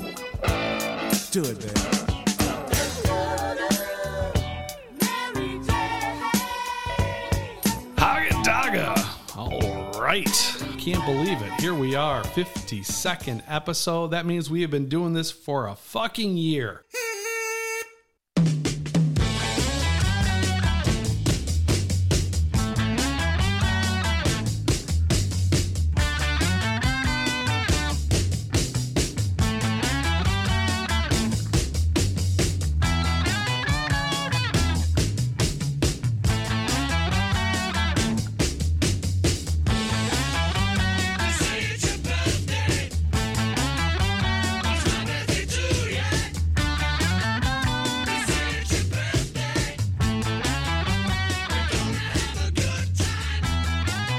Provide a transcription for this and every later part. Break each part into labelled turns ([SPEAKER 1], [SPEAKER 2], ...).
[SPEAKER 1] love. Do it, baby.
[SPEAKER 2] Hagen Daga. All right. Can't believe it. Here we are, 52nd episode. That means we have been doing this for a fucking year.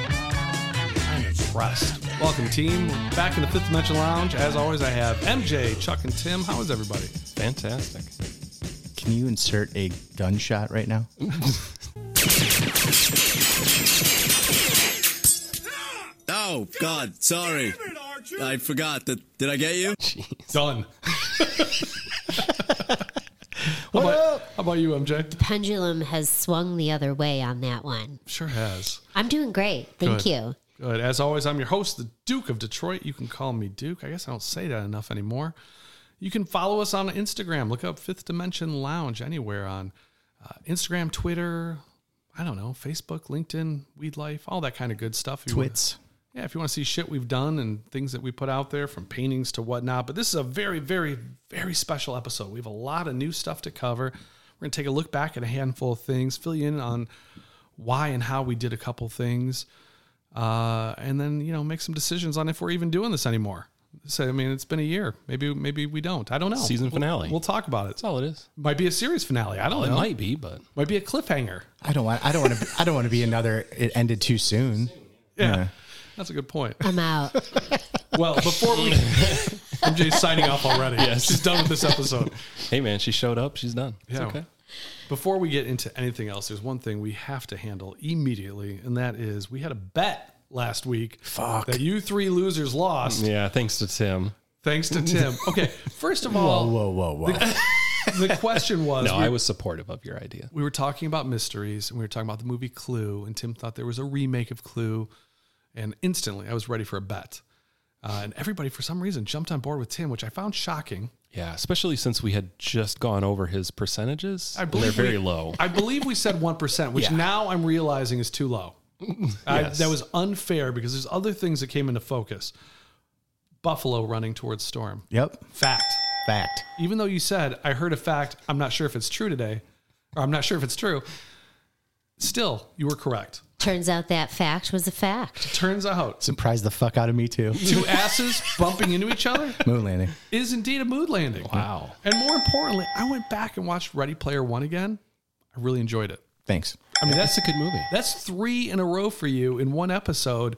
[SPEAKER 2] I'm impressed. Welcome, team. Back in the Fifth Dimension Lounge. As always, I have MJ, Chuck, and Tim. How is everybody?
[SPEAKER 3] Fantastic.
[SPEAKER 4] Can you insert a gunshot right now?
[SPEAKER 5] Oh God, sorry. I forgot that. Did I get you?
[SPEAKER 2] Done. how, about, how about you, MJ?
[SPEAKER 6] pendulum has swung the other way on that one.
[SPEAKER 2] Sure has.
[SPEAKER 6] I'm doing great. Thank
[SPEAKER 2] Good.
[SPEAKER 6] you.
[SPEAKER 2] Good. As always, I'm your host, the Duke of Detroit. You can call me Duke. I guess I don't say that enough anymore. You can follow us on Instagram. Look up Fifth Dimension Lounge anywhere on uh, Instagram, Twitter, I don't know, Facebook, LinkedIn, Weed Life, all that kind of good stuff. If you wanna-
[SPEAKER 4] Twits.
[SPEAKER 2] yeah, if you want to see shit we've done and things that we put out there from paintings to whatnot. But this is a very, very, very special episode. We have a lot of new stuff to cover. We're going to take a look back at a handful of things, fill you in on why and how we did a couple things, uh, and then, you know, make some decisions on if we're even doing this anymore. So, I mean, it's been a year. Maybe, maybe we don't. I don't know.
[SPEAKER 3] Season finale.
[SPEAKER 2] We'll, we'll talk about it.
[SPEAKER 3] That's all it is.
[SPEAKER 2] Might be a series finale. I don't
[SPEAKER 3] It
[SPEAKER 2] know.
[SPEAKER 3] might be, but
[SPEAKER 2] Might be a cliffhanger.
[SPEAKER 4] I don't want. I don't want to. I don't want to be another. It ended too soon.
[SPEAKER 2] Yeah. That's a good point.
[SPEAKER 6] I'm out.
[SPEAKER 2] Well, before we, MJ's signing off already.
[SPEAKER 3] Yes.
[SPEAKER 2] she's done with this episode.
[SPEAKER 3] hey, man, she showed up. She's done. It's
[SPEAKER 2] Yeah.
[SPEAKER 3] okay.
[SPEAKER 2] Before we get into anything else, there's one thing we have to handle immediately, and that is we had a bet last week that you three losers lost
[SPEAKER 3] Yeah, thanks to Tim.
[SPEAKER 2] thanks to Tim. Okay, first of all,
[SPEAKER 4] Whoa, whoa, whoa.
[SPEAKER 2] the question was
[SPEAKER 3] No,
[SPEAKER 2] we,
[SPEAKER 3] I was supportive of your idea.
[SPEAKER 2] we were talking about mysteries and we were talking about the movie Clue, and Tim thought there was a remake of Clue, and instantly I was ready for a bet. Uh, and everybody, for some reason, jumped on board with Tim, which I found shocking.
[SPEAKER 3] Yeah, especially since we had just gone over his percentages.
[SPEAKER 2] I
[SPEAKER 3] and
[SPEAKER 2] believe
[SPEAKER 3] they're very
[SPEAKER 2] we-
[SPEAKER 3] low.
[SPEAKER 2] I believe we said one percent, which
[SPEAKER 3] Yeah.
[SPEAKER 2] now I'm realizing is too low. I,
[SPEAKER 3] Yes.
[SPEAKER 2] that was unfair because there's other things that came into focus. Buffalo running towards Storm.
[SPEAKER 4] Yep.
[SPEAKER 2] Fact.
[SPEAKER 4] Fact.
[SPEAKER 2] Even though you said I heard a fact, I'm not sure if it's true today, or I'm not sure if it's true. Still, you were correct.
[SPEAKER 6] Turns out that fact was a fact.
[SPEAKER 2] Turns out
[SPEAKER 4] Surprised the fuck out of me too.
[SPEAKER 2] two asses bumping into each other
[SPEAKER 4] Moon landing.
[SPEAKER 2] is indeed a mood landing.
[SPEAKER 3] Wow.
[SPEAKER 2] And more importantly, I went back and watched Ready Player One again. I really enjoyed it.
[SPEAKER 4] Thanks.
[SPEAKER 2] I mean, that's
[SPEAKER 3] That's a good movie.
[SPEAKER 2] That's three in a row for you in one episode.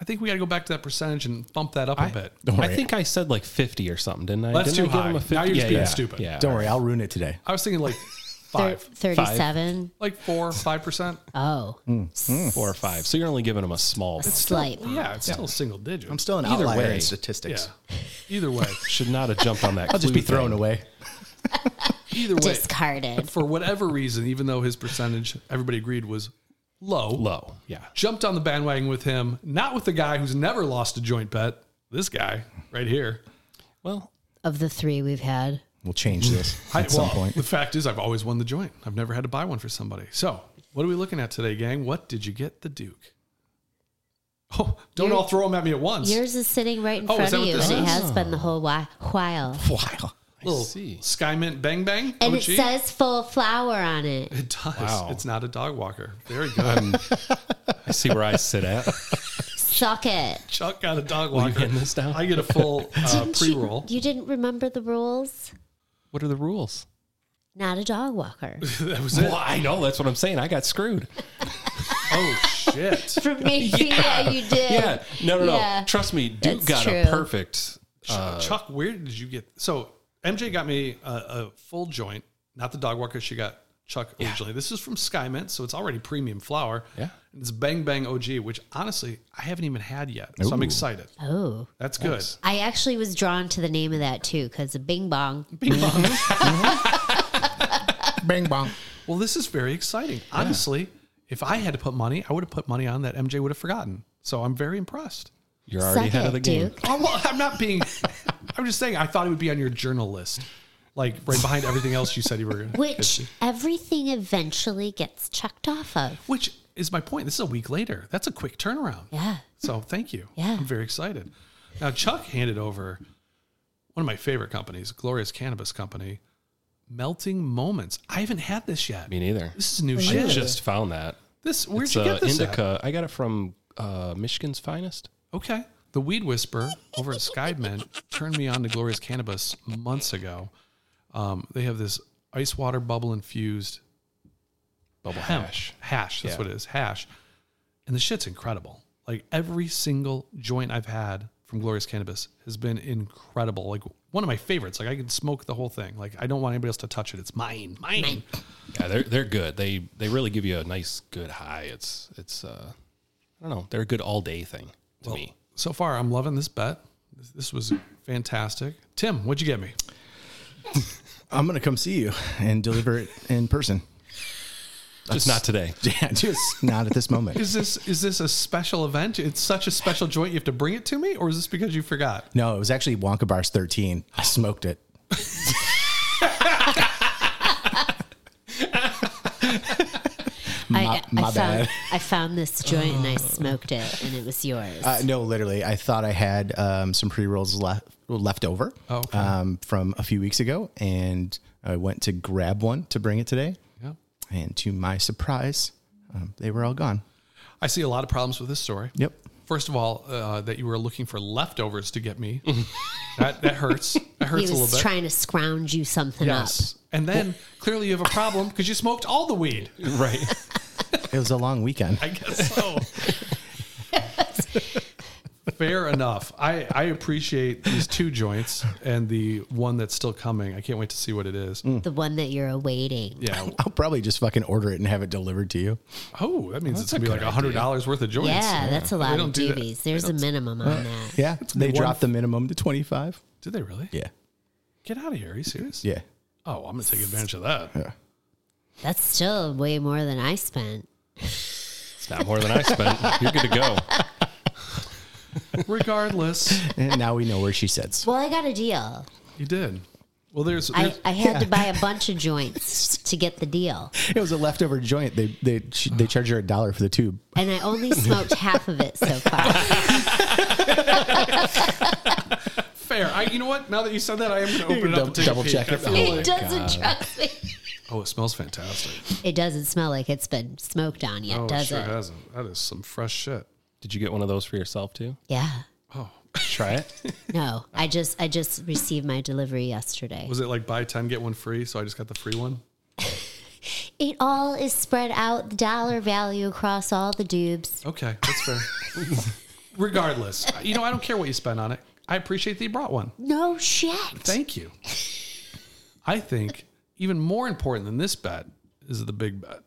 [SPEAKER 2] I think we got to go back to that percentage and bump that up a bit.
[SPEAKER 4] Don't worry.
[SPEAKER 3] I think I said like 50 or something, didn't I?
[SPEAKER 2] That's
[SPEAKER 3] didn't
[SPEAKER 2] too
[SPEAKER 3] I give
[SPEAKER 2] high.
[SPEAKER 3] him a
[SPEAKER 2] Now
[SPEAKER 3] 50?
[SPEAKER 2] you're just
[SPEAKER 3] yeah,
[SPEAKER 2] being
[SPEAKER 3] yeah,
[SPEAKER 2] stupid.
[SPEAKER 3] Yeah.
[SPEAKER 4] Don't worry. I'll ruin it today.
[SPEAKER 2] I was thinking like
[SPEAKER 6] Thir-
[SPEAKER 2] five,
[SPEAKER 6] 37.
[SPEAKER 2] like four, five percent.
[SPEAKER 6] Oh.
[SPEAKER 3] Four or five. So you're only giving him a small.
[SPEAKER 6] Slight.
[SPEAKER 2] Yeah, it's Hmm. still single digit.
[SPEAKER 4] I'm still an
[SPEAKER 3] Either
[SPEAKER 4] outlier
[SPEAKER 3] way.
[SPEAKER 4] in
[SPEAKER 2] yeah.
[SPEAKER 4] statistics.
[SPEAKER 2] Either way,
[SPEAKER 3] Should not have jumped on that.
[SPEAKER 4] I'll just be thrown away.
[SPEAKER 2] either way,
[SPEAKER 6] Discarded.
[SPEAKER 2] for whatever reason, even though his percentage, everybody agreed was low,
[SPEAKER 3] Low. Oh, Yeah.
[SPEAKER 2] jumped on the bandwagon with him, not with the guy who's never lost a joint bet. This guy right here.
[SPEAKER 3] Well,
[SPEAKER 6] Of the three we've had,
[SPEAKER 4] We'll change this
[SPEAKER 2] I-
[SPEAKER 4] at some
[SPEAKER 2] well,
[SPEAKER 4] point.
[SPEAKER 2] The fact is, I've always won the joint. I've never had to buy one for somebody. So, what are we looking at today, gang? What did you get the Duke? Oh, don't all throw them at me at once.
[SPEAKER 6] yours is sitting right in
[SPEAKER 2] Oh, is
[SPEAKER 6] front
[SPEAKER 2] that
[SPEAKER 6] of
[SPEAKER 2] what
[SPEAKER 6] you, and
[SPEAKER 2] this
[SPEAKER 6] it
[SPEAKER 2] is? Oh.
[SPEAKER 6] has been the whole whi- while.
[SPEAKER 4] Wow.
[SPEAKER 2] Little
[SPEAKER 3] see.
[SPEAKER 2] Sky Mint Bang Bang.
[SPEAKER 6] And it
[SPEAKER 2] OG.
[SPEAKER 6] says full flower on it.
[SPEAKER 2] It does.
[SPEAKER 3] Wow.
[SPEAKER 2] It's not a dog walker. Very good.
[SPEAKER 3] I see where I sit at.
[SPEAKER 6] Suck it.
[SPEAKER 2] Chuck got a dog
[SPEAKER 3] Will you
[SPEAKER 2] walker.
[SPEAKER 3] hand this down?
[SPEAKER 2] I get a full uh, pre roll.
[SPEAKER 6] You didn't remember the rules?
[SPEAKER 3] What are the rules?
[SPEAKER 6] Not a dog walker.
[SPEAKER 2] That was it.
[SPEAKER 3] Well, I know. That's what I'm saying. I got screwed.
[SPEAKER 2] Oh, shit.
[SPEAKER 6] For me, yeah. you did.
[SPEAKER 3] Yeah. No, no, no.
[SPEAKER 6] Yeah.
[SPEAKER 3] Trust me, Duke
[SPEAKER 6] That's
[SPEAKER 3] got a
[SPEAKER 6] true.
[SPEAKER 3] perfect. uh,
[SPEAKER 2] Chuck, where did you get? So, MJ got me a, a full joint, not the dog walker. She got Chuck originally. This is from Skymint, so it's already premium flour.
[SPEAKER 3] Yeah.
[SPEAKER 2] It's Bang Bang OG, which honestly I haven't even had yet, so I'm
[SPEAKER 3] Ooh.
[SPEAKER 2] excited.
[SPEAKER 6] Oh.
[SPEAKER 2] That's good.
[SPEAKER 6] I actually was drawn to the name of that too because of Bing Bong.
[SPEAKER 4] Bang bong.
[SPEAKER 2] Well, this is very exciting. Honestly, if I had to put money, I would have put money on that MJ would have forgotten. So I'm very impressed.
[SPEAKER 3] You're already
[SPEAKER 6] Suck
[SPEAKER 3] ahead of the
[SPEAKER 6] it,
[SPEAKER 3] game.
[SPEAKER 6] Duke.
[SPEAKER 2] Oh, well, I'm not being. I'm just saying. I thought it would be on your journal list, like right behind everything else you said you were. gonna-
[SPEAKER 6] Which everything eventually gets checked off of.
[SPEAKER 2] which is my point. This is a week later. That's a quick turnaround.
[SPEAKER 6] Yeah.
[SPEAKER 2] So thank you.
[SPEAKER 6] Yeah.
[SPEAKER 2] I'm very excited. Now Chuck handed over one of my favorite companies, Glorious Cannabis Company, Melting Moments. I haven't had this yet.
[SPEAKER 3] Me neither.
[SPEAKER 2] This is new
[SPEAKER 3] I
[SPEAKER 2] shit.
[SPEAKER 3] just found that.
[SPEAKER 2] this where'd
[SPEAKER 3] it's
[SPEAKER 2] you
[SPEAKER 3] uh,
[SPEAKER 2] get this at?
[SPEAKER 3] indica. I got it from uh, Michigan's Finest.
[SPEAKER 2] Okay. The Weed Whisperer over at Skyman turned me on to Glorious Cannabis months ago. Um, they have this ice water bubble infused
[SPEAKER 3] Bubble
[SPEAKER 2] hemp.
[SPEAKER 3] hash.
[SPEAKER 2] Hash. That's
[SPEAKER 3] Yeah.
[SPEAKER 2] what it is. Hash. And the shit's incredible. Like every single joint I've had from Glorious Cannabis has been incredible. Like one of my favorites. Like I can smoke the whole thing. Like I don't want anybody else to touch it. It's mine. Mine.
[SPEAKER 3] Yeah, they're they're good. They they really give you a nice good high. It's it's uh, I don't know. They're a good all day thing to me.
[SPEAKER 2] So far, I'm loving this bet. This- This was fantastic. Tim, what'd you get me?
[SPEAKER 4] I'm gonna come see you and deliver it in person.
[SPEAKER 3] Just not today.
[SPEAKER 4] Yeah, just not at this moment.
[SPEAKER 2] Is this is this a special event? It's such a special joint. You have to bring it to me, or is this because you forgot?
[SPEAKER 4] No, it was actually Wonka Bars 13. I smoked it.
[SPEAKER 6] I,
[SPEAKER 4] my
[SPEAKER 6] I found
[SPEAKER 4] bad.
[SPEAKER 6] I found this joint and
[SPEAKER 2] Oh.
[SPEAKER 6] I smoked it and it was yours.
[SPEAKER 4] Uh, no, literally, I thought I had um, some pre rolls left left over
[SPEAKER 2] Oh, okay.
[SPEAKER 4] um, from a few weeks ago, and I went to grab one to bring it today.
[SPEAKER 2] Yeah.
[SPEAKER 4] And to my surprise, um, they were all gone.
[SPEAKER 2] I see a lot of problems with this story.
[SPEAKER 4] Yep.
[SPEAKER 2] First of all, uh, that you were looking for leftovers to get me. that that hurts. That
[SPEAKER 6] he
[SPEAKER 2] hurts a little
[SPEAKER 6] was
[SPEAKER 2] bit.
[SPEAKER 6] trying to scrounge you something up.
[SPEAKER 2] yes. And then clearly you have a problem because you smoked all the weed.
[SPEAKER 3] Right.
[SPEAKER 4] It was a long weekend.
[SPEAKER 2] I guess so. Fair enough. I, I appreciate these two joints and the one that's still coming. I can't wait to see what it is.
[SPEAKER 6] The one that you're awaiting.
[SPEAKER 2] Yeah.
[SPEAKER 4] I'll probably just fucking order it and have it delivered to you.
[SPEAKER 2] Oh, that means it's gonna be like
[SPEAKER 3] good
[SPEAKER 2] a hundred
[SPEAKER 3] idea.
[SPEAKER 2] dollars worth of joints.
[SPEAKER 6] Yeah, that's a
[SPEAKER 2] They
[SPEAKER 6] lot of
[SPEAKER 2] don't Uh. do that.
[SPEAKER 6] doobies. There's a minimum on that.
[SPEAKER 4] Yeah, they
[SPEAKER 2] one-
[SPEAKER 4] dropped the minimum to twenty five.
[SPEAKER 2] Did they really?
[SPEAKER 4] Yeah,
[SPEAKER 2] Get out of here. Are you serious?
[SPEAKER 4] yeah.
[SPEAKER 2] Oh, I'm going to take advantage of that.
[SPEAKER 6] That's still way more than I spent.
[SPEAKER 3] It's not more than I spent. You're good to go.
[SPEAKER 2] Regardless,
[SPEAKER 4] And now we know where she sits.
[SPEAKER 6] Well, I got a deal.
[SPEAKER 2] you did. Well, there's.
[SPEAKER 6] I,
[SPEAKER 2] there's
[SPEAKER 6] I had to buy a bunch of joints to get the deal.
[SPEAKER 4] It was a leftover joint. They they she, they charge her a dollar for the tube.
[SPEAKER 6] And I only smoked half of it so far.
[SPEAKER 2] fair. I, you know what? Now that you said that, I am going to open it up
[SPEAKER 4] Double-
[SPEAKER 2] and take
[SPEAKER 4] double
[SPEAKER 2] a peek.
[SPEAKER 4] check
[SPEAKER 2] I
[SPEAKER 4] it.
[SPEAKER 2] feel
[SPEAKER 4] Oh
[SPEAKER 2] like-
[SPEAKER 6] it doesn't trust me.
[SPEAKER 2] oh, it smells fantastic.
[SPEAKER 6] It doesn't smell like it's been smoked on yet,
[SPEAKER 2] Oh, it
[SPEAKER 6] does
[SPEAKER 2] sure
[SPEAKER 6] it?
[SPEAKER 2] hasn't. That is some fresh shit.
[SPEAKER 3] Did you get one of those for yourself too?
[SPEAKER 6] Yeah.
[SPEAKER 2] Oh,
[SPEAKER 3] Try it.
[SPEAKER 6] No, I just I just received my delivery yesterday.
[SPEAKER 2] Was it like buy 10, get one free? So I just got the free one?
[SPEAKER 6] It all is spread out, the dollar value across all the dubes.
[SPEAKER 2] Okay, that's fair. Regardless, you know, I don't care what you spend on it. I appreciate that you brought one.
[SPEAKER 6] No shit.
[SPEAKER 2] Thank you. I think even more important than this bet is the big bet.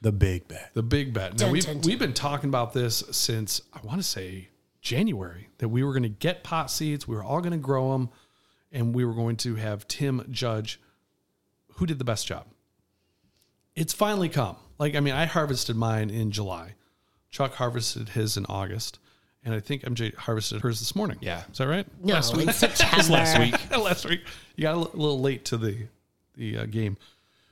[SPEAKER 4] The big bet.
[SPEAKER 2] The big bet. Now
[SPEAKER 6] Dun,
[SPEAKER 2] we've
[SPEAKER 6] dun, dun.
[SPEAKER 2] we've been talking about this since I want to say January that we were going to get pot seeds, we were all going to grow them, and we were going to have Tim judge who did the best job. It's finally come. Like I mean, I harvested mine in July. Chuck harvested his in August, and I think MJ harvested hers this morning.
[SPEAKER 3] Yeah.
[SPEAKER 2] is that right?
[SPEAKER 6] No,
[SPEAKER 2] Last week.
[SPEAKER 6] in September.
[SPEAKER 3] Last week.
[SPEAKER 2] last week. You got a li- little late to the the uh, game,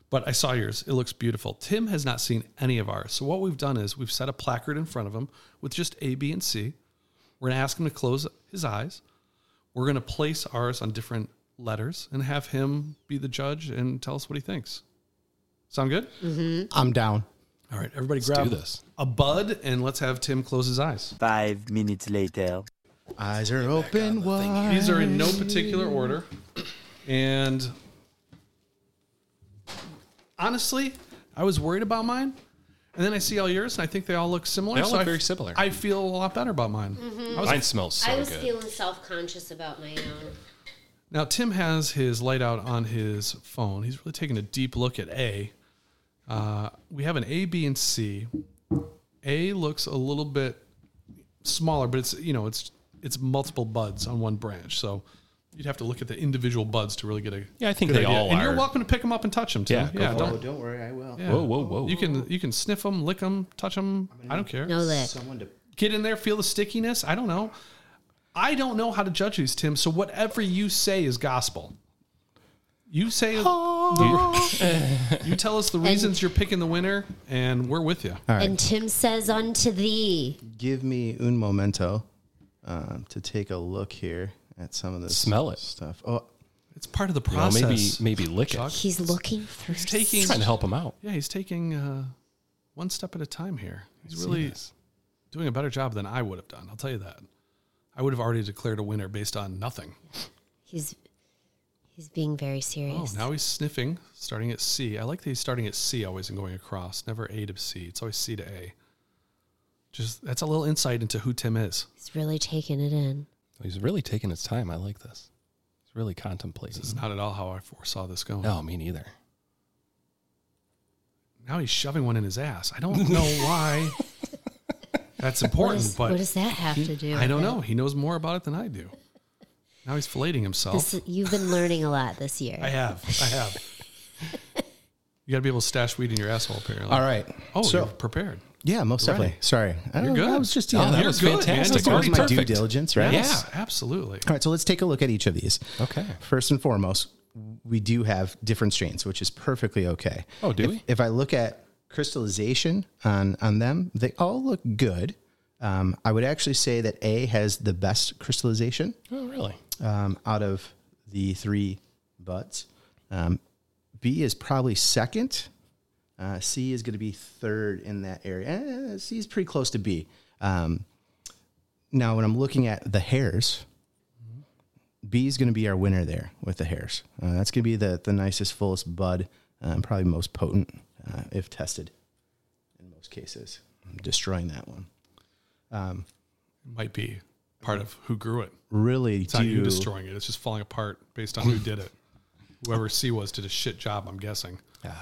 [SPEAKER 2] but I saw yours. It looks beautiful. Tim has not seen any of ours. So what we've done is we've set a placard in front of him with just A, B, and C. We're gonna ask him to close his eyes. We're gonna place ours on different letters and have him be the judge and tell us what he thinks. Sound good?
[SPEAKER 4] I'm down.
[SPEAKER 2] All right, everybody,
[SPEAKER 3] Let's
[SPEAKER 2] grab
[SPEAKER 3] do this.
[SPEAKER 2] a bud and let's have Tim close his eyes.
[SPEAKER 7] Five minutes later.
[SPEAKER 4] Eyes are open wide.
[SPEAKER 2] These are in no particular order. And honestly, I was worried about mine. And then I see all yours, and I think they all look similar.
[SPEAKER 3] They all look
[SPEAKER 2] I-
[SPEAKER 3] very similar.
[SPEAKER 2] I feel a lot better about mine.
[SPEAKER 3] Mine smells so
[SPEAKER 6] I was
[SPEAKER 3] good.
[SPEAKER 6] feeling self conscious about my own.
[SPEAKER 2] Now, Tim has his light out on his phone. He's really taking a deep look at A. Uh, we have an A, B, and C. A looks a little bit smaller, but it's you know it's it's multiple buds on one branch, so you'd have to look at the individual buds to really get a
[SPEAKER 3] Yeah, I think
[SPEAKER 2] good
[SPEAKER 3] they
[SPEAKER 2] idea.
[SPEAKER 3] all
[SPEAKER 2] And
[SPEAKER 3] are.
[SPEAKER 2] you're welcome to pick them up and touch them. Too.
[SPEAKER 3] Yeah, go for
[SPEAKER 2] don't,
[SPEAKER 4] Oh, don't worry, I will.
[SPEAKER 2] yeah.
[SPEAKER 3] Whoa, whoa, whoa.
[SPEAKER 2] You can you can sniff them, lick them, touch them. I don't care.
[SPEAKER 6] No lick.
[SPEAKER 4] Someone to
[SPEAKER 2] Get in there, feel the stickiness. I don't know. I don't know how to judge these, Tim. So whatever you say is gospel. You say you tell us the reasons you're picking the winner, and we're with you.
[SPEAKER 6] And Tim says unto thee.
[SPEAKER 4] give me un momento um, to take a look here at some of this
[SPEAKER 3] Smell it.
[SPEAKER 4] stuff. Oh,
[SPEAKER 2] It's part of the
[SPEAKER 3] You know,
[SPEAKER 2] process.
[SPEAKER 3] maybe maybe lick it.
[SPEAKER 6] He's looking for
[SPEAKER 2] taking-
[SPEAKER 3] Trying to help him out.
[SPEAKER 2] Yeah, he's taking uh, one step at a time here. He's really doing a better job than I would have done. I'll tell you that. I would have already declared a winner based on nothing.
[SPEAKER 6] He's he's being very
[SPEAKER 2] Oh,
[SPEAKER 6] serious.
[SPEAKER 2] now he's sniffing, starting at C. I like that he's starting at C always and going across, never A to C. It's always C to A. Just that's a little insight into who Tim is.
[SPEAKER 6] He's really taking it in.
[SPEAKER 3] He's really taking his time. I like this. He's really contemplating.
[SPEAKER 2] It's not at all how I foresaw this going.
[SPEAKER 3] No, me neither.
[SPEAKER 2] Now he's shoving one in his ass. I don't know why. That's
[SPEAKER 6] What,
[SPEAKER 2] important,
[SPEAKER 6] is,
[SPEAKER 2] but
[SPEAKER 6] what does that have to do?
[SPEAKER 2] I don't
[SPEAKER 6] with it?
[SPEAKER 2] know. He knows more about it than I do. Now he's filleting himself.
[SPEAKER 6] This, you've been learning a lot this year.
[SPEAKER 2] I have. I have. you got to be able to stash weed in your asshole, apparently.
[SPEAKER 4] all right.
[SPEAKER 2] Oh,
[SPEAKER 4] so
[SPEAKER 2] you're prepared.
[SPEAKER 4] yeah, most definitely.
[SPEAKER 2] ready.
[SPEAKER 4] Sorry, I don't
[SPEAKER 2] You're
[SPEAKER 4] know,
[SPEAKER 2] good.
[SPEAKER 4] I was just
[SPEAKER 2] No,
[SPEAKER 4] yeah,
[SPEAKER 3] that
[SPEAKER 2] you're
[SPEAKER 3] was
[SPEAKER 2] good, man.
[SPEAKER 3] fantastic.
[SPEAKER 2] It's
[SPEAKER 3] That
[SPEAKER 4] was
[SPEAKER 2] already
[SPEAKER 4] my due
[SPEAKER 3] perfect.
[SPEAKER 4] diligence, right?
[SPEAKER 2] Yeah, absolutely.
[SPEAKER 4] All right, so let's take a look at each of these.
[SPEAKER 3] Okay.
[SPEAKER 4] First and foremost, we do have different strains, which is perfectly okay.
[SPEAKER 3] Oh, do
[SPEAKER 4] if,
[SPEAKER 3] we?
[SPEAKER 4] If I look at crystallization on on them, they all look good. Um, I would actually say that A has the best crystallization.
[SPEAKER 3] Oh, really?
[SPEAKER 4] um, out of the three buds. Um, B is probably second. Uh, C is going to be third in that area. Eh, C is pretty close to B. Um, now, when I'm looking at the hairs, B is going to be our winner there with the hairs. Uh, that's going to be the, the nicest, fullest bud, um, probably most potent uh, if tested in most cases. I'm destroying that one.
[SPEAKER 2] Might be part of who grew it.
[SPEAKER 4] Really
[SPEAKER 2] It's not you
[SPEAKER 4] do-
[SPEAKER 2] destroying it. It's just falling apart based on who did it. Whoever C was did a shit job, I'm guessing.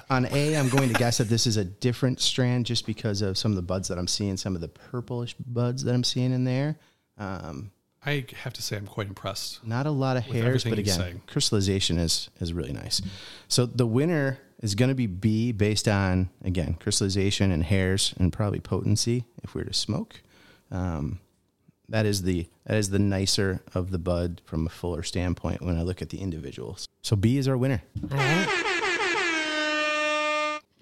[SPEAKER 4] On A, I'm going to guess that this is a different strand just because of some of the buds that I'm seeing, some of the purplish buds that I'm seeing in there. Um,
[SPEAKER 2] I have to say, I'm quite impressed.
[SPEAKER 4] not a lot of hairs,
[SPEAKER 2] everything
[SPEAKER 4] but
[SPEAKER 2] he's
[SPEAKER 4] again,
[SPEAKER 2] saying.
[SPEAKER 4] crystallization is is really nice. So the winner is going to be B based on again crystallization and hairs and probably potency if we were to smoke. Um, that is the that is the nicer of the bud from a fuller standpoint when I look at the individuals. So B is our winner.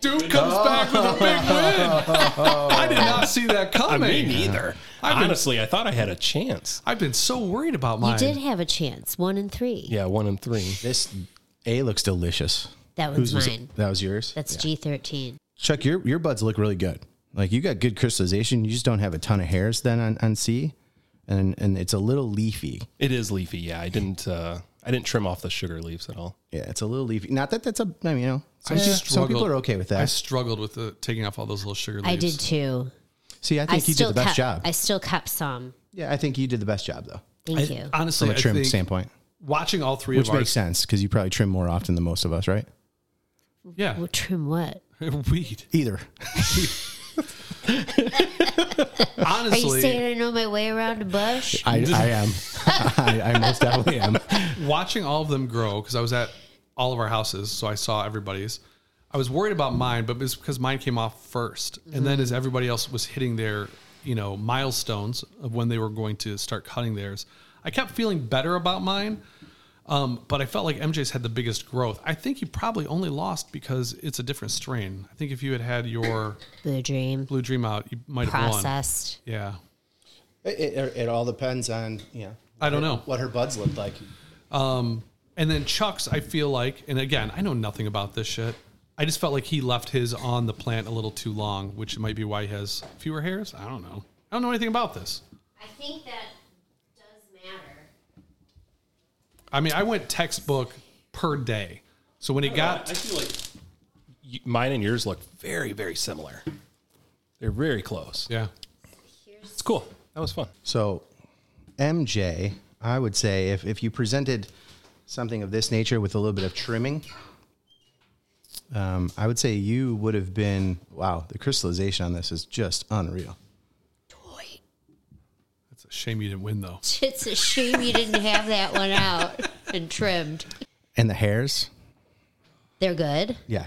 [SPEAKER 2] Dude comes back with a big win. I did not see that coming.
[SPEAKER 3] Me neither.
[SPEAKER 2] I've been-
[SPEAKER 3] Honestly, I thought I had a chance.
[SPEAKER 2] I've been so worried about
[SPEAKER 6] You
[SPEAKER 2] mine.
[SPEAKER 6] did have a chance. One and three.
[SPEAKER 3] Yeah, one and three.
[SPEAKER 4] This A looks delicious.
[SPEAKER 6] That one's
[SPEAKER 4] Whose was-
[SPEAKER 6] mine.
[SPEAKER 4] that was yours.
[SPEAKER 6] That's G thirteen.
[SPEAKER 4] Chuck, your your buds look really good. Like you got good crystallization. You just don't have a ton of hairs then on, on C, and and it's a little leafy.
[SPEAKER 3] It is leafy. Yeah, I didn't. Uh, I didn't trim off the sugar leaves at all.
[SPEAKER 4] Yeah, it's a little leafy. Not that that's a I mean, you know, some,
[SPEAKER 2] I
[SPEAKER 4] some people
[SPEAKER 2] struggled-
[SPEAKER 4] are okay with
[SPEAKER 2] I
[SPEAKER 4] that.
[SPEAKER 2] struggled with the, taking off all those little sugar leaves.
[SPEAKER 6] I did too.
[SPEAKER 4] See, I think you did the best
[SPEAKER 6] kept,
[SPEAKER 4] job.
[SPEAKER 6] I still kept some.
[SPEAKER 4] yeah, I think you did the best job though,
[SPEAKER 6] Thank you.
[SPEAKER 2] Honestly,
[SPEAKER 4] from a trim
[SPEAKER 2] I think
[SPEAKER 4] standpoint,
[SPEAKER 2] watching all three
[SPEAKER 4] which
[SPEAKER 2] of ours,
[SPEAKER 4] makes sense because you probably trim more often than most of us, right?
[SPEAKER 2] yeah,
[SPEAKER 6] Well, trim what?
[SPEAKER 2] weed.
[SPEAKER 4] Either.
[SPEAKER 6] Are you
[SPEAKER 2] Honestly,
[SPEAKER 6] saying I know my way around a bush?
[SPEAKER 4] I, I am. I, I most definitely am.
[SPEAKER 2] watching all of them grow because I was at all of our houses, so I saw everybody's. I was worried about mine, but it's because mine came off 1st and then as everybody else was hitting their you know milestones of when they were going to start cutting theirs, I kept feeling better about mine. Um, but I felt like MJ's had the biggest growth. I think he probably only lost because it's a different strain. I think if you had had your
[SPEAKER 6] Blue dream.
[SPEAKER 2] Blue Dream out, you might have won.
[SPEAKER 6] Processed.
[SPEAKER 2] Yeah,
[SPEAKER 4] It, it, it all depends on you know.
[SPEAKER 2] I don't know.
[SPEAKER 4] what her buds look like.
[SPEAKER 2] Um, And then Chuck's, I feel like, and again, I know nothing about this shit. I just felt like he left his on the plant a little too long, which might be why he has fewer hairs. I don't know. I don't know anything about this.
[SPEAKER 6] I think that does matter.
[SPEAKER 2] I mean, I went textbook per day. So when it got,
[SPEAKER 3] I feel like you, mine and yours look very, very similar. They're very close.
[SPEAKER 2] yeah,
[SPEAKER 3] It's cool. That was fun.
[SPEAKER 4] So, MJ, I would say if, if you presented something of this nature with a little bit of trimming, um, I would say you would have been wow. The crystallization on this is just unreal.
[SPEAKER 6] Boy,
[SPEAKER 2] It's a shame you didn't win though.
[SPEAKER 6] it's a shame you didn't have that one out and trimmed.
[SPEAKER 4] And the hairs,
[SPEAKER 6] They're good.
[SPEAKER 4] yeah.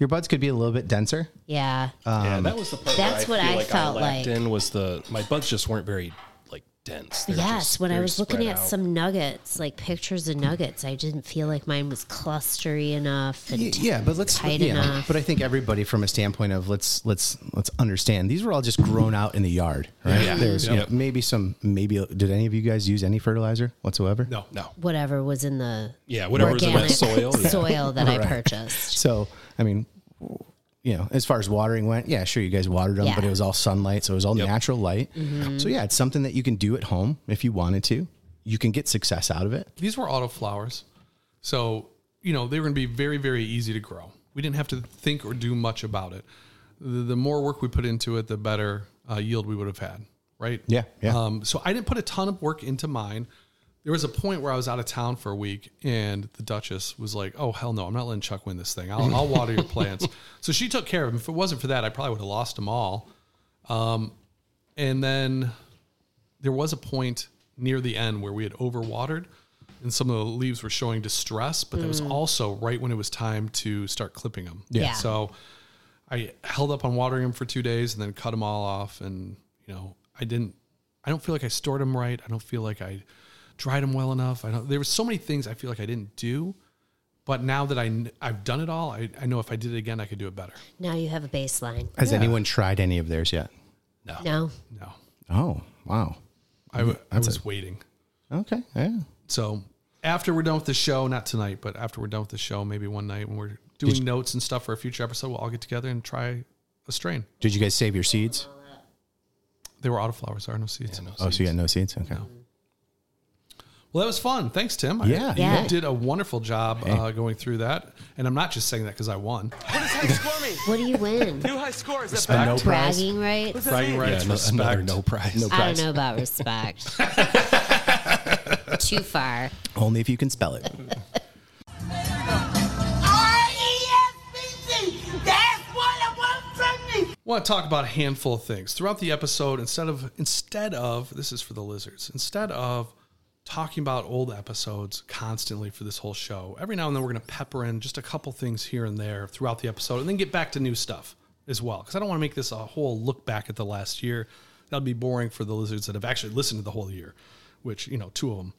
[SPEAKER 4] Your buds could be a little bit denser.
[SPEAKER 6] Yeah.
[SPEAKER 4] Uh,
[SPEAKER 3] yeah, that was the part. where
[SPEAKER 6] that's what
[SPEAKER 3] feel
[SPEAKER 6] I felt like.
[SPEAKER 3] lacked In was the my buds just weren't very like dense. They're
[SPEAKER 6] yes,
[SPEAKER 3] just
[SPEAKER 6] when I
[SPEAKER 3] very
[SPEAKER 6] was looking
[SPEAKER 3] spread
[SPEAKER 6] at
[SPEAKER 3] out.
[SPEAKER 6] some nuggets, like pictures of nuggets, I didn't feel like mine was clustery enough. And
[SPEAKER 4] Y- yeah but let's
[SPEAKER 6] tight
[SPEAKER 4] yeah,
[SPEAKER 6] enough.
[SPEAKER 4] but i think everybody from a standpoint of let's let's let's understand these were all just grown out in the yard right
[SPEAKER 3] Yeah.
[SPEAKER 4] there's you know,
[SPEAKER 3] Yep.
[SPEAKER 4] maybe some maybe did any of you guys use any fertilizer whatsoever
[SPEAKER 2] No,
[SPEAKER 3] no,
[SPEAKER 6] whatever was in the
[SPEAKER 3] yeah, whatever was in
[SPEAKER 6] organic
[SPEAKER 3] that soil, yeah.
[SPEAKER 6] soil that I purchased.
[SPEAKER 4] so i mean you know as far as watering went yeah sure you guys watered them
[SPEAKER 6] Yeah.
[SPEAKER 4] but it was all sunlight so it was all
[SPEAKER 3] Yep.
[SPEAKER 4] natural light so yeah it's something that you can do at home if you wanted to you can get success out of it
[SPEAKER 2] these were auto flowers, so you know they were going to be very very easy to grow. We didn't have to think or do much about it. The, the more work we put into it, the better uh, yield we would have had. Right?
[SPEAKER 4] Yeah, yeah.
[SPEAKER 2] Um, so I didn't put a ton of work into mine. There was a point where I was out of town for a week, and the Duchess was like, "Oh hell no, I'm not letting Chuck win this thing. I'll, I'll water your plants." So she took care of them. If it wasn't for that, I probably would have lost them all. And then there was a point near the end where we had overwatered and some of the leaves were showing distress, but that was also right when it was time to start clipping them.
[SPEAKER 6] Yeah.
[SPEAKER 2] So I held up on watering them for two days and then cut them all off. And, you know, I didn't, I don't feel like I stored them right. I don't feel like I dried them well enough. I don't, there were so many things I feel like I didn't do. But now that I, kn- I've done it all, I, I know if I did it again, I could do it better.
[SPEAKER 6] Now you have a baseline.
[SPEAKER 4] has anyone tried any of theirs yet
[SPEAKER 6] No,
[SPEAKER 2] No,
[SPEAKER 4] oh wow
[SPEAKER 2] I, w- I was waiting.
[SPEAKER 4] okay yeah
[SPEAKER 2] So after we're done with the show, not tonight, but after we're done with the show, maybe one night when we're doing notes and stuff for a future episode, we'll all get together and try a strain.
[SPEAKER 4] did you guys save your seeds
[SPEAKER 2] They were autoflowers, there are no seeds.
[SPEAKER 4] oh so you got no seeds okay
[SPEAKER 2] Well, that was fun. Thanks, Tim. I-
[SPEAKER 4] Yeah.
[SPEAKER 6] Yeah.
[SPEAKER 2] You did a wonderful job uh, going through that. And I'm not just saying that because I won.
[SPEAKER 7] What does high score mean?
[SPEAKER 6] what do you win?
[SPEAKER 7] New high score is that
[SPEAKER 4] A
[SPEAKER 7] bad?
[SPEAKER 4] no prize
[SPEAKER 6] Bragging rights.
[SPEAKER 2] Bragging
[SPEAKER 3] Yeah,
[SPEAKER 2] rights,
[SPEAKER 3] no- another
[SPEAKER 2] respect.
[SPEAKER 3] no prize.
[SPEAKER 6] I don't know about respect. Too far.
[SPEAKER 4] only if you can spell it
[SPEAKER 8] R-E-S-P-C. That's what I want from me.
[SPEAKER 2] want to talk about a handful of things throughout the episode instead of instead of this is for the lizards instead of talking about old episodes constantly for this whole show every now and then we're going to pepper in just a couple things here and there throughout the episode and then get back to new stuff as well because i don't want to make this a whole look back at the last year that would be boring for the lizards that have actually listened to the whole year which you know two of them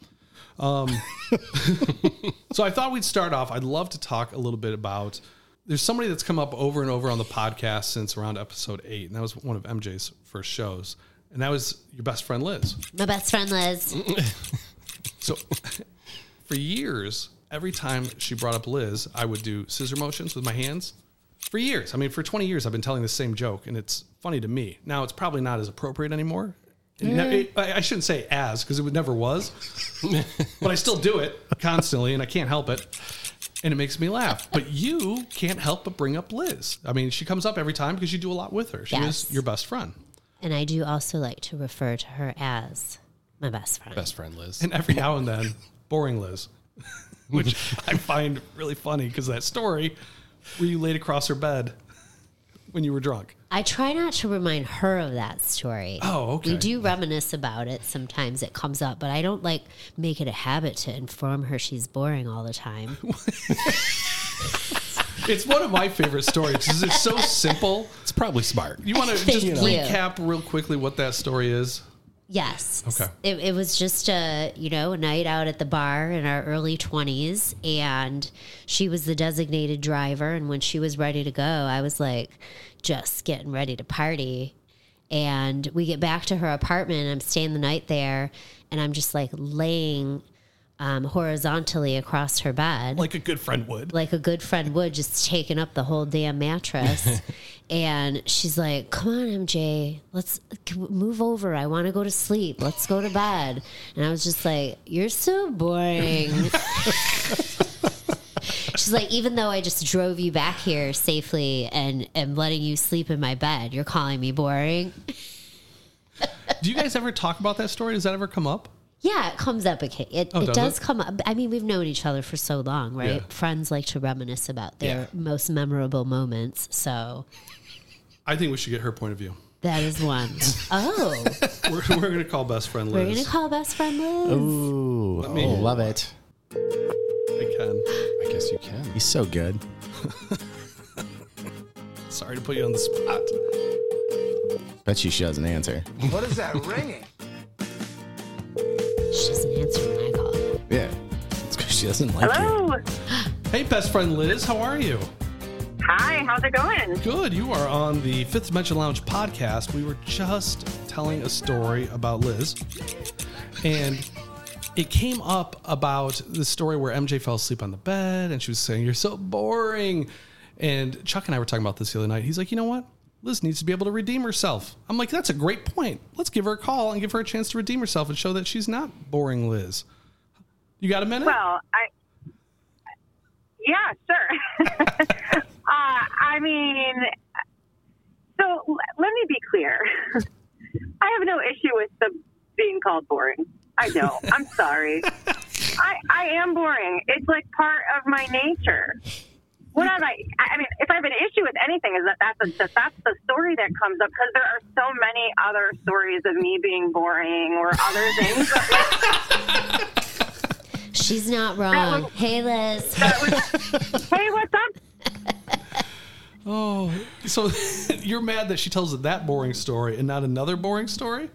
[SPEAKER 2] so I thought we'd start off. I'd love to talk a little bit about. There's somebody that's come up over and over on the podcast since around episode eight, and that was one of MJ's first shows, and that was your best friend Liz.
[SPEAKER 6] My best friend Liz.
[SPEAKER 2] So for years, every time she brought up Liz, I would do scissor motions with my hands. For years, I mean, for 20 years, I've been telling the same joke, and it's funny to me. Now it's probably not as appropriate anymore. It ne- it- I I shouldn't say as because it would never was, but I still do it constantly, and I can't help it. And it makes me laugh. But you can't help but bring up Liz. I mean, she comes up every time because you do a lot with her. She
[SPEAKER 6] Yes.
[SPEAKER 2] is your best friend.
[SPEAKER 6] And I do also like to refer to her as my best friend.
[SPEAKER 3] Best friend Liz.
[SPEAKER 2] and every now and then, boring Liz, which I find really funny because that story where you laid across her bed when you were drunk.
[SPEAKER 6] I try not to remind her of that story.
[SPEAKER 2] Oh, okay.
[SPEAKER 6] We do reminisce about it sometimes. It comes up, but I don't like make it a habit to inform her she's boring all the time.
[SPEAKER 2] It's one of my favorite stories because it's so simple.
[SPEAKER 3] it's probably smart.
[SPEAKER 2] You want to
[SPEAKER 6] Thank
[SPEAKER 2] just
[SPEAKER 6] you.
[SPEAKER 2] recap real quickly what that story is?
[SPEAKER 6] Yes.
[SPEAKER 2] Okay.
[SPEAKER 6] It, it was just a you know a night out at the bar in our early twenties, and she was the designated driver. And when she was ready to go, I was like, just getting ready to party. And we get back to her apartment. I'm staying the night there, and I'm just like laying um, horizontally across her bed
[SPEAKER 2] Like a good friend would.
[SPEAKER 6] like a good friend would, just taking up the whole damn mattress. and she's like, "Come on, MJ, let's c- move over. I want to go to sleep. Let's go to bed." And I was just like, "You're so boring." She's like, even though I just drove you back here safely and am letting you sleep in my bed, you're calling me boring.
[SPEAKER 2] Do you guys ever talk about that story? Does that ever come up?
[SPEAKER 6] Yeah, it comes up. It, it,
[SPEAKER 2] Oh,
[SPEAKER 6] it
[SPEAKER 2] does
[SPEAKER 6] does,
[SPEAKER 2] it?
[SPEAKER 6] come up. I mean, we've known each other for so long, right?
[SPEAKER 2] Yeah.
[SPEAKER 6] Friends like to reminisce about their
[SPEAKER 3] Yeah.
[SPEAKER 6] most memorable moments. So
[SPEAKER 2] I think we should get her point of view.
[SPEAKER 6] that is one. oh,
[SPEAKER 2] We're, we're going to call best friend
[SPEAKER 6] we're going
[SPEAKER 2] Liz.
[SPEAKER 6] to call best friend Liz.
[SPEAKER 4] Ooh,
[SPEAKER 2] me-
[SPEAKER 4] oh, love it.
[SPEAKER 2] I can.
[SPEAKER 3] I guess you can.
[SPEAKER 4] He's so good.
[SPEAKER 2] Sorry to put you on the spot.
[SPEAKER 4] Bet you she doesn't answer.
[SPEAKER 7] What is that ringing?
[SPEAKER 6] She doesn't answer when I call. her.
[SPEAKER 4] Yeah, it's because she doesn't like you.
[SPEAKER 2] Hey, best friend Liz, how are you?
[SPEAKER 9] Hi, how's it going?
[SPEAKER 2] Good. You are on the Fifth Dimension Lounge podcast. We were just telling a story about Liz, and it came up about the story where MJ fell asleep on the bed, and she was saying, "You're so boring." And Chuck and I were talking about this the other night. He's like, "You know what? Liz needs to be able to redeem herself." I'm like, "That's a great point. Let's give her a call and give her a chance to redeem herself and show that she's not boring, Liz." You got a minute?
[SPEAKER 9] Well, I yeah, sure. uh, I mean, so l- let me be clear. I have no issue with the being called boring. I know. I'm sorry. I I am boring. It's like part of my nature. What have I? I I mean, if I have an issue with anything, is that that's a, that that's the story that comes up because there are so many other stories of me being boring or other things that
[SPEAKER 6] She's not wrong. Hey, Liz.
[SPEAKER 9] that was, hey, what's up?
[SPEAKER 2] Oh, so you're mad that she tells that boring story and not another boring story?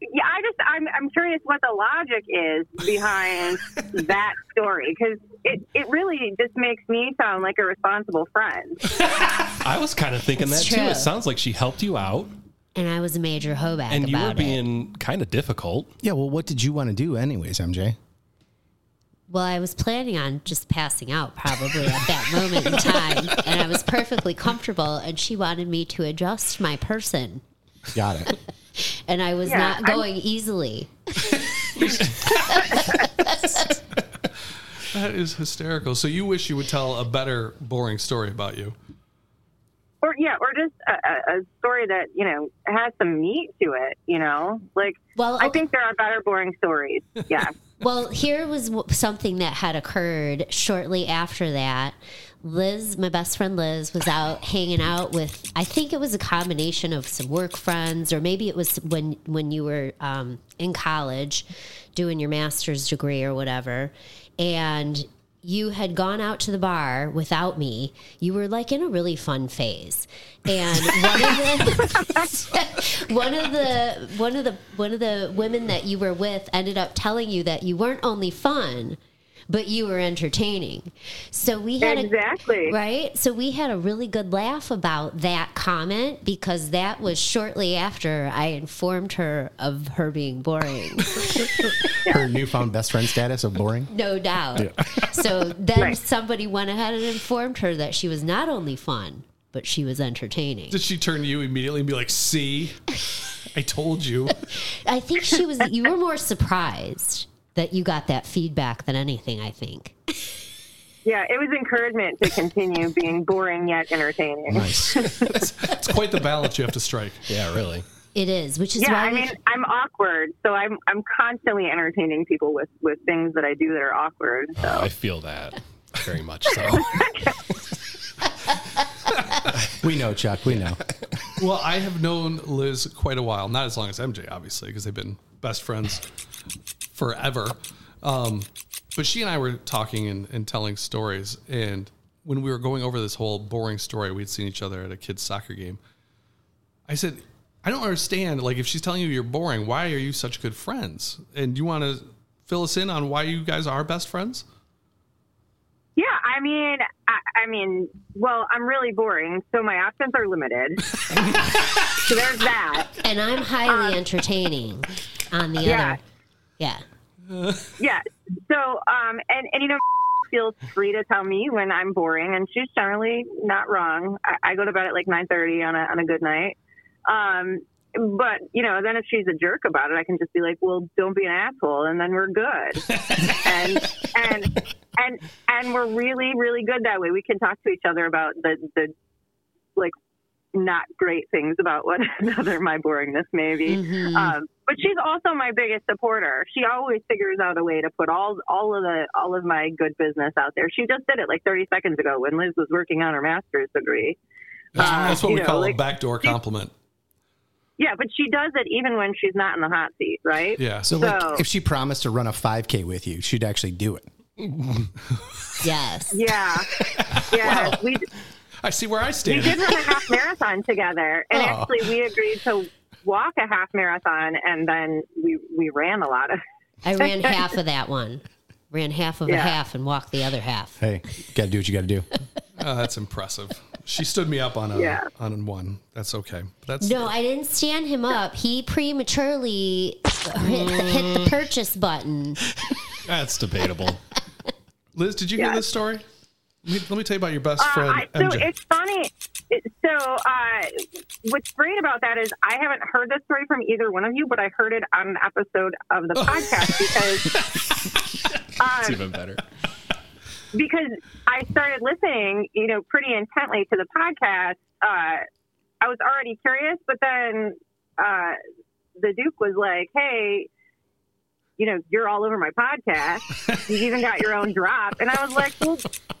[SPEAKER 9] Yeah, I just I'm I'm curious what the logic is behind that story because it it really just makes me sound like a responsible friend.
[SPEAKER 3] I was kind of thinking
[SPEAKER 6] It's
[SPEAKER 3] that
[SPEAKER 6] true.
[SPEAKER 3] too. It sounds like she helped you out,
[SPEAKER 6] And I was a major hoback
[SPEAKER 3] and you
[SPEAKER 6] about
[SPEAKER 3] were
[SPEAKER 6] it.
[SPEAKER 3] being kind of difficult.
[SPEAKER 4] Yeah, well, what did you want to do, anyways, MJ?
[SPEAKER 6] Well, I was planning on just passing out probably at that moment in time. And I was perfectly comfortable. And she wanted me to adjust my person.
[SPEAKER 4] Got it.
[SPEAKER 6] And I was
[SPEAKER 9] Yeah,
[SPEAKER 6] not
[SPEAKER 9] I'm-
[SPEAKER 6] going easily.
[SPEAKER 2] That is hysterical. So you wish you would tell a better boring story about you.
[SPEAKER 9] Or yeah, or just a, a, a story that you know has some meat to it. You know, like
[SPEAKER 6] Well,
[SPEAKER 9] I
[SPEAKER 6] okay.
[SPEAKER 9] think there are better boring stories. Yeah.
[SPEAKER 6] Well, here was w- something that had occurred shortly after that. Liz, my best friend Liz, was out hanging out with. I think it was a combination of some work friends, or maybe it was when when you were um, in college, doing your master's degree or whatever, and you had gone out to the bar without me. You were like in a really fun phase, and one of the one of the one of the one of the women that you were with ended up telling you that you weren't only fun, but you were entertaining. So we had
[SPEAKER 9] Exactly.
[SPEAKER 6] a, right. So we had a really good laugh about that comment because that was shortly after I informed her of her being boring.
[SPEAKER 4] Her newfound best friend status of boring.
[SPEAKER 6] No doubt. So then
[SPEAKER 9] Right.
[SPEAKER 6] somebody went ahead and informed her that she was not only fun, but she was entertaining.
[SPEAKER 2] Did she turn to you immediately and be like, "See, I told you."
[SPEAKER 6] I think she was, you were more surprised that you got that feedback than anything, I think.
[SPEAKER 9] Yeah, it was encouragement to continue being boring yet entertaining.
[SPEAKER 4] Nice.
[SPEAKER 2] It's quite the balance you have to strike.
[SPEAKER 3] Yeah, really.
[SPEAKER 6] It is, which is
[SPEAKER 9] Yeah,
[SPEAKER 6] why
[SPEAKER 9] I
[SPEAKER 6] we-
[SPEAKER 9] mean, I'm awkward, so I'm I'm constantly entertaining people with with things that I do that are awkward. So
[SPEAKER 3] I feel that very much. So
[SPEAKER 4] we know, Chuck. We know.
[SPEAKER 2] Well, I have known Liz quite a while, not as long as MJ, obviously, because they've been best friends forever. Um, but she and I were talking and, and telling stories. And when we were going over this whole boring story, we'd seen each other at a kids' soccer game. I said, I don't understand. Like, if she's telling you you're boring, why are you such good friends? And you want to fill us in on why you guys are best friends?
[SPEAKER 9] Yeah, I mean, I, I mean, well, I'm really boring, so my options are limited. so there's that.
[SPEAKER 6] and I'm highly entertaining on the
[SPEAKER 9] um, yeah.
[SPEAKER 6] other. Yeah.
[SPEAKER 9] Yeah. So, um, and and you know, feels free to tell me when I'm boring, and she's generally not wrong. I, I go to bed at like 9:30 on a on a good night. Um, but you know, then if she's a jerk about it, I can just be like, "Well, don't be an asshole," and then we're good. and and and and we're really really good that way. We can talk to each other about the the
[SPEAKER 2] Mm-hmm.
[SPEAKER 9] like not great things about one another. My boringness, maybe. Um, But she's also my biggest supporter. She always figures out a way to put all all of the all of my good business out there. She just did it like 30 seconds ago when Liz was working on her master's degree. Uh,
[SPEAKER 2] That's, that's what
[SPEAKER 9] you
[SPEAKER 2] we
[SPEAKER 9] know,
[SPEAKER 2] call a
[SPEAKER 9] like-
[SPEAKER 2] backdoor compliment.
[SPEAKER 9] Yeah, but she does it even when she's not in the hot seat, right?
[SPEAKER 2] Yeah.
[SPEAKER 4] So, like,
[SPEAKER 9] So-
[SPEAKER 4] if she promised to run a 5K with you, she'd actually do it.
[SPEAKER 6] Yes.
[SPEAKER 9] Yeah. Yeah. We,
[SPEAKER 2] I see where I
[SPEAKER 9] we
[SPEAKER 2] stand.
[SPEAKER 9] did run a half marathon together. And actually, we agreed to walk a half marathon and then we, we ran a lot of
[SPEAKER 6] I ran half of that one. Ran half of a
[SPEAKER 9] Yeah.
[SPEAKER 6] half and walked the other half.
[SPEAKER 4] Hey, got to do what you got to do.
[SPEAKER 2] Oh, that's impressive. She stood me up on a
[SPEAKER 9] Yeah.
[SPEAKER 2] on one. That's okay. That's
[SPEAKER 6] No, I didn't stand him up. He prematurely hit, hit
[SPEAKER 9] Mm.
[SPEAKER 6] the purchase button.
[SPEAKER 3] That's debatable.
[SPEAKER 2] Liz. Did you hear
[SPEAKER 9] Yeah.
[SPEAKER 2] this story? Let me, let me tell you about your best
[SPEAKER 9] Uh,
[SPEAKER 2] friend.
[SPEAKER 9] I, so
[SPEAKER 2] MJ.
[SPEAKER 9] it's funny. It- So uh, what's great about that is I haven't heard this story from either one of you, but I heard it on an episode of the podcast because um,
[SPEAKER 3] It's Oh. even better.
[SPEAKER 9] because I started listening, you know, pretty intently to the podcast. Uh, I was already curious, but then uh, the Duke was like, "Hey." You know, you're all over my podcast. You've even got your own drop. And I was like, well, MJ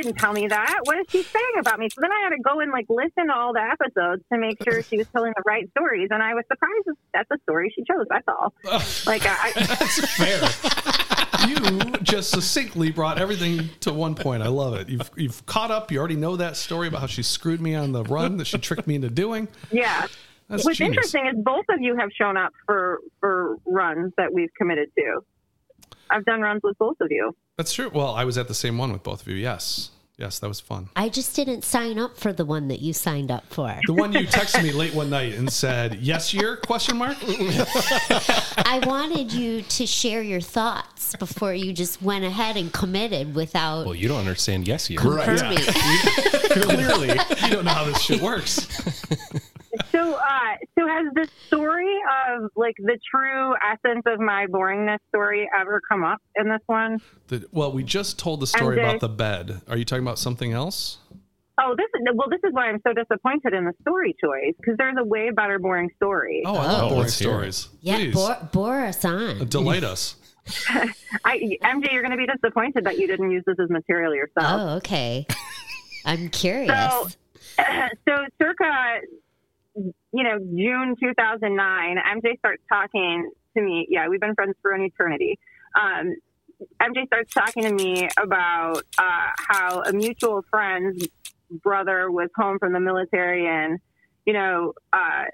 [SPEAKER 9] didn't tell me that. What is she saying about me? So then I had to go and like listen to all the episodes to make sure she was telling the right stories. And I was surprised that that's the story she chose. That's all. Like I,
[SPEAKER 2] fair. you just succinctly brought everything to one point. I love it. You've you've caught up. You already know that story about how she screwed me on the run that she tricked me into doing.
[SPEAKER 9] yeah.
[SPEAKER 2] That's
[SPEAKER 9] What's
[SPEAKER 2] genius.
[SPEAKER 9] interesting is both of you have shown up for for runs that we've committed to. I've done runs with both of you.
[SPEAKER 2] That's true. Well, I was at the same one with both of you. Yes. Yes, that was fun.
[SPEAKER 6] I just didn't sign up for the one that you signed up for.
[SPEAKER 2] The one you texted me late one night and said, "Yes, year?" question mark.
[SPEAKER 6] I wanted you to share your thoughts before you just went ahead and committed without
[SPEAKER 3] Well, you don't understand. Yes, you.
[SPEAKER 6] confirming.
[SPEAKER 2] Clearly, you don't know how this shit works.
[SPEAKER 9] So, uh, so has the story of like the true essence of my boringness story ever come up in this one?
[SPEAKER 2] The- well, we just told the story
[SPEAKER 9] MJ.
[SPEAKER 2] about the bed. Are you talking about something else?
[SPEAKER 9] Oh, this is well. This is why I'm so disappointed in the story choice because there's a way better boring story.
[SPEAKER 2] Oh, I love
[SPEAKER 3] Oh,
[SPEAKER 2] boring
[SPEAKER 3] let's hear it.
[SPEAKER 2] stories.
[SPEAKER 6] Yeah,
[SPEAKER 2] Please,
[SPEAKER 6] bore, bore us on.
[SPEAKER 2] delight us.
[SPEAKER 9] I, MJ, you're going to be disappointed that you didn't use this as material
[SPEAKER 2] Uh,
[SPEAKER 9] yourself.
[SPEAKER 6] Oh, okay. I'm curious.
[SPEAKER 9] So, so circa, you know, June 2009, MJ starts talking to me. Yeah, we've been friends for an eternity. Um, MJ starts talking to me about uh, how a mutual friend's brother was home from the military and, you know, uh,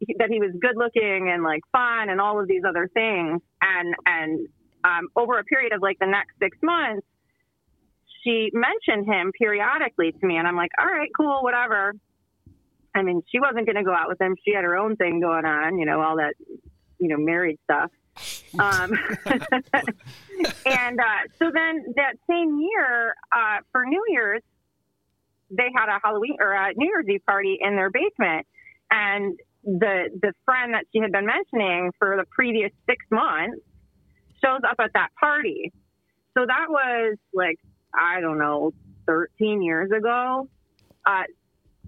[SPEAKER 9] he- that he was good looking and like fun and all of these other things. And, and um, over a period of like the next six months, she mentioned him periodically to me, and I'm like, all right, cool, whatever. I mean, she wasn't going to go out with him. She had her own thing going on, you know, all that, you know, married stuff. Um, and uh, so then that same year uh, for New Year's, they had a Halloween or a New Year's Eve party in their basement, and the the friend that she had been mentioning for the previous six months shows up at that party. So that was like I don't know, 13 years ago. Uh,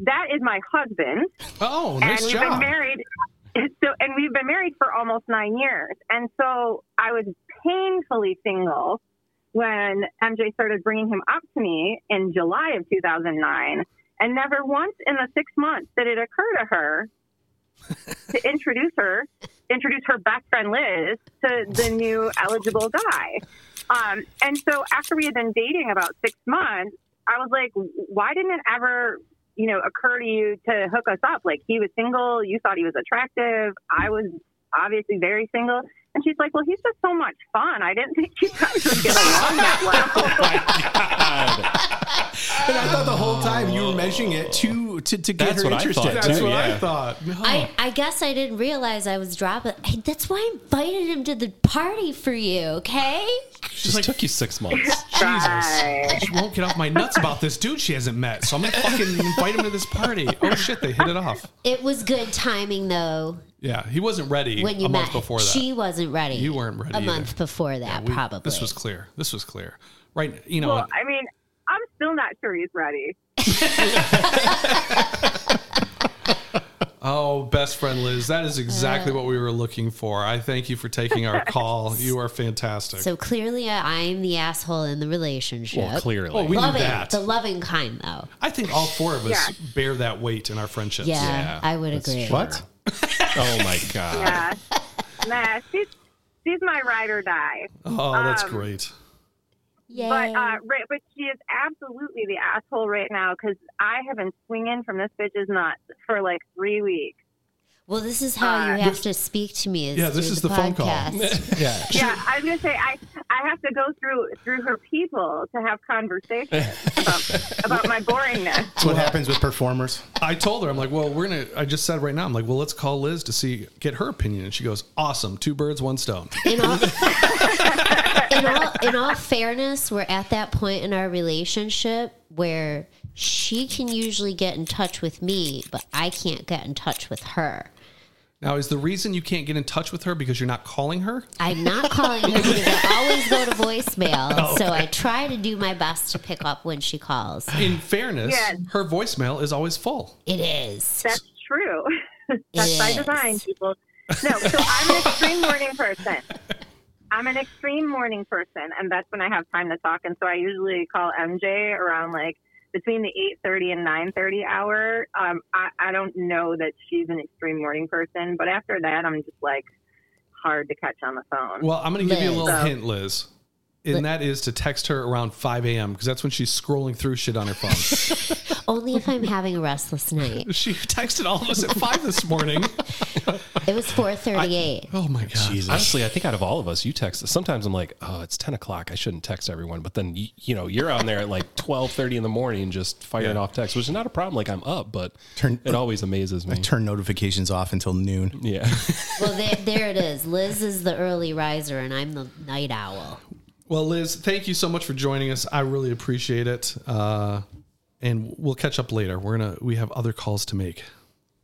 [SPEAKER 9] that is my husband,
[SPEAKER 2] Oh, nice
[SPEAKER 9] and we've
[SPEAKER 2] job.
[SPEAKER 9] been married. So, and we've been married for almost nine years, and so I was painfully single when MJ started bringing him up to me in July of 2009, and never once in the six months did it occur to her to introduce her, introduce her best friend Liz to the new eligible guy. Um, and so after we had been dating about six months, I was like, why didn't it ever, you know, occur to you to hook us up? Like he was single, you thought he was attractive. I was obviously very single. And she's like, well, he's just so much fun. I didn't think you guys would get along that
[SPEAKER 2] Oh,
[SPEAKER 9] well.
[SPEAKER 4] And I thought the whole time you were mentioning it to to, to get
[SPEAKER 3] That's
[SPEAKER 4] her
[SPEAKER 3] what I
[SPEAKER 4] interested.
[SPEAKER 3] thought,
[SPEAKER 2] That's
[SPEAKER 3] too,
[SPEAKER 2] what I
[SPEAKER 3] yeah.
[SPEAKER 2] thought. No.
[SPEAKER 6] I, I guess I didn't realize I was dropping. Hey, that's why I invited him to the party for you, okay?
[SPEAKER 3] Just took you six months.
[SPEAKER 9] Right.
[SPEAKER 2] Jesus. She won't get off my nuts about this dude she hasn't met. So I'm going to fucking invite him to this party. Oh, shit. They hit it off.
[SPEAKER 6] It was good timing, though,
[SPEAKER 2] Yeah. He wasn't ready
[SPEAKER 6] when you
[SPEAKER 2] a
[SPEAKER 6] met.
[SPEAKER 2] month before that.
[SPEAKER 6] She wasn't ready.
[SPEAKER 2] You weren't ready
[SPEAKER 6] A
[SPEAKER 2] either.
[SPEAKER 6] month before that,
[SPEAKER 2] We-
[SPEAKER 6] probably.
[SPEAKER 2] This was clear. This was clear. Right. You know,
[SPEAKER 9] Well, I mean, I'm still not sure he's ready.
[SPEAKER 2] Oh, best friend Liz, that is exactly what we were looking for. I thank you for taking our call. You are fantastic.
[SPEAKER 6] So clearly, I- I'm the asshole in the relationship.
[SPEAKER 3] Well, clearly.
[SPEAKER 2] Oh, we- knew
[SPEAKER 6] loving,
[SPEAKER 2] that.
[SPEAKER 6] the loving kind, though.
[SPEAKER 2] I think all four of us bear that weight in our friendships.
[SPEAKER 6] Yeah, I would
[SPEAKER 3] that's
[SPEAKER 6] agree.
[SPEAKER 3] true. oh my god.
[SPEAKER 9] Yeah. nah, she's, she's my ride or die.
[SPEAKER 2] Oh, that's
[SPEAKER 9] Um,
[SPEAKER 2] great.
[SPEAKER 6] Yay.
[SPEAKER 9] But uh, right, but she is absolutely the asshole right now because I have been swinging from this bitch's nuts for like three weeks.
[SPEAKER 6] well, this is how
[SPEAKER 9] uh,
[SPEAKER 6] you have to speak to me. Is
[SPEAKER 2] Yeah, this
[SPEAKER 6] through
[SPEAKER 2] is
[SPEAKER 6] the,
[SPEAKER 2] the phone call.
[SPEAKER 6] podcast.
[SPEAKER 3] Yeah.
[SPEAKER 9] Yeah, I was gonna say I I have to go through through her people to have conversations about, about my boringness.
[SPEAKER 4] That's what happens with performers.
[SPEAKER 2] I told her, I'm like, well, we're gonna. I just said right now, I'm like, well, let's call Liz to see get her opinion, and she goes, awesome, two birds, one stone.
[SPEAKER 6] in all, in all in all fairness, we're at that point in our relationship where she can usually get in touch with me, but I can't get in touch with her.
[SPEAKER 2] Now, is the reason you can't get in touch with her because you're not calling her?
[SPEAKER 6] I'm not calling her because I always go to voicemail. So I try to do my best to pick up when she calls.
[SPEAKER 2] In fairness,
[SPEAKER 9] Yes.
[SPEAKER 2] her voicemail is always full.
[SPEAKER 6] It is.
[SPEAKER 9] That's true. That's by
[SPEAKER 6] Yes.
[SPEAKER 9] design, people. No, so I'm an extreme morning person. I'm an extreme morning person, and that's when I have time to talk. And so I usually call MJ around like between the eight thirty and nine thirty hour. Um, I, I don't know that she's an extreme morning person, but after that, I'm just like hard to catch on the phone.
[SPEAKER 2] Well, I'm gonna give you a
[SPEAKER 6] Liz.
[SPEAKER 2] little hint, Liz. And that is to text her around 5 a.m. because that's when she's scrolling through shit on her phone.
[SPEAKER 6] Only if I'm having a restless night.
[SPEAKER 2] she texted all of us at 5 this morning.
[SPEAKER 6] It was 438.
[SPEAKER 2] Oh my God.
[SPEAKER 3] Honestly, I think out of all of us, you text. Sometimes I'm like, oh, it's ten o'clock. I shouldn't text everyone. But then you, you know you're on there at like twelve thirty in the morning, just firing off texts, which is not a problem. Like I'm up, but
[SPEAKER 4] Turn-
[SPEAKER 3] it always amazes me.
[SPEAKER 4] Turn notifications off until noon.
[SPEAKER 3] yeah,
[SPEAKER 6] Well, there, there it is. Liz is the early riser and I'm the night owl.
[SPEAKER 2] Well, Liz, thank you so much for joining us. I really appreciate it. Uh, and we'll catch up later. We're gonna we have other calls to make.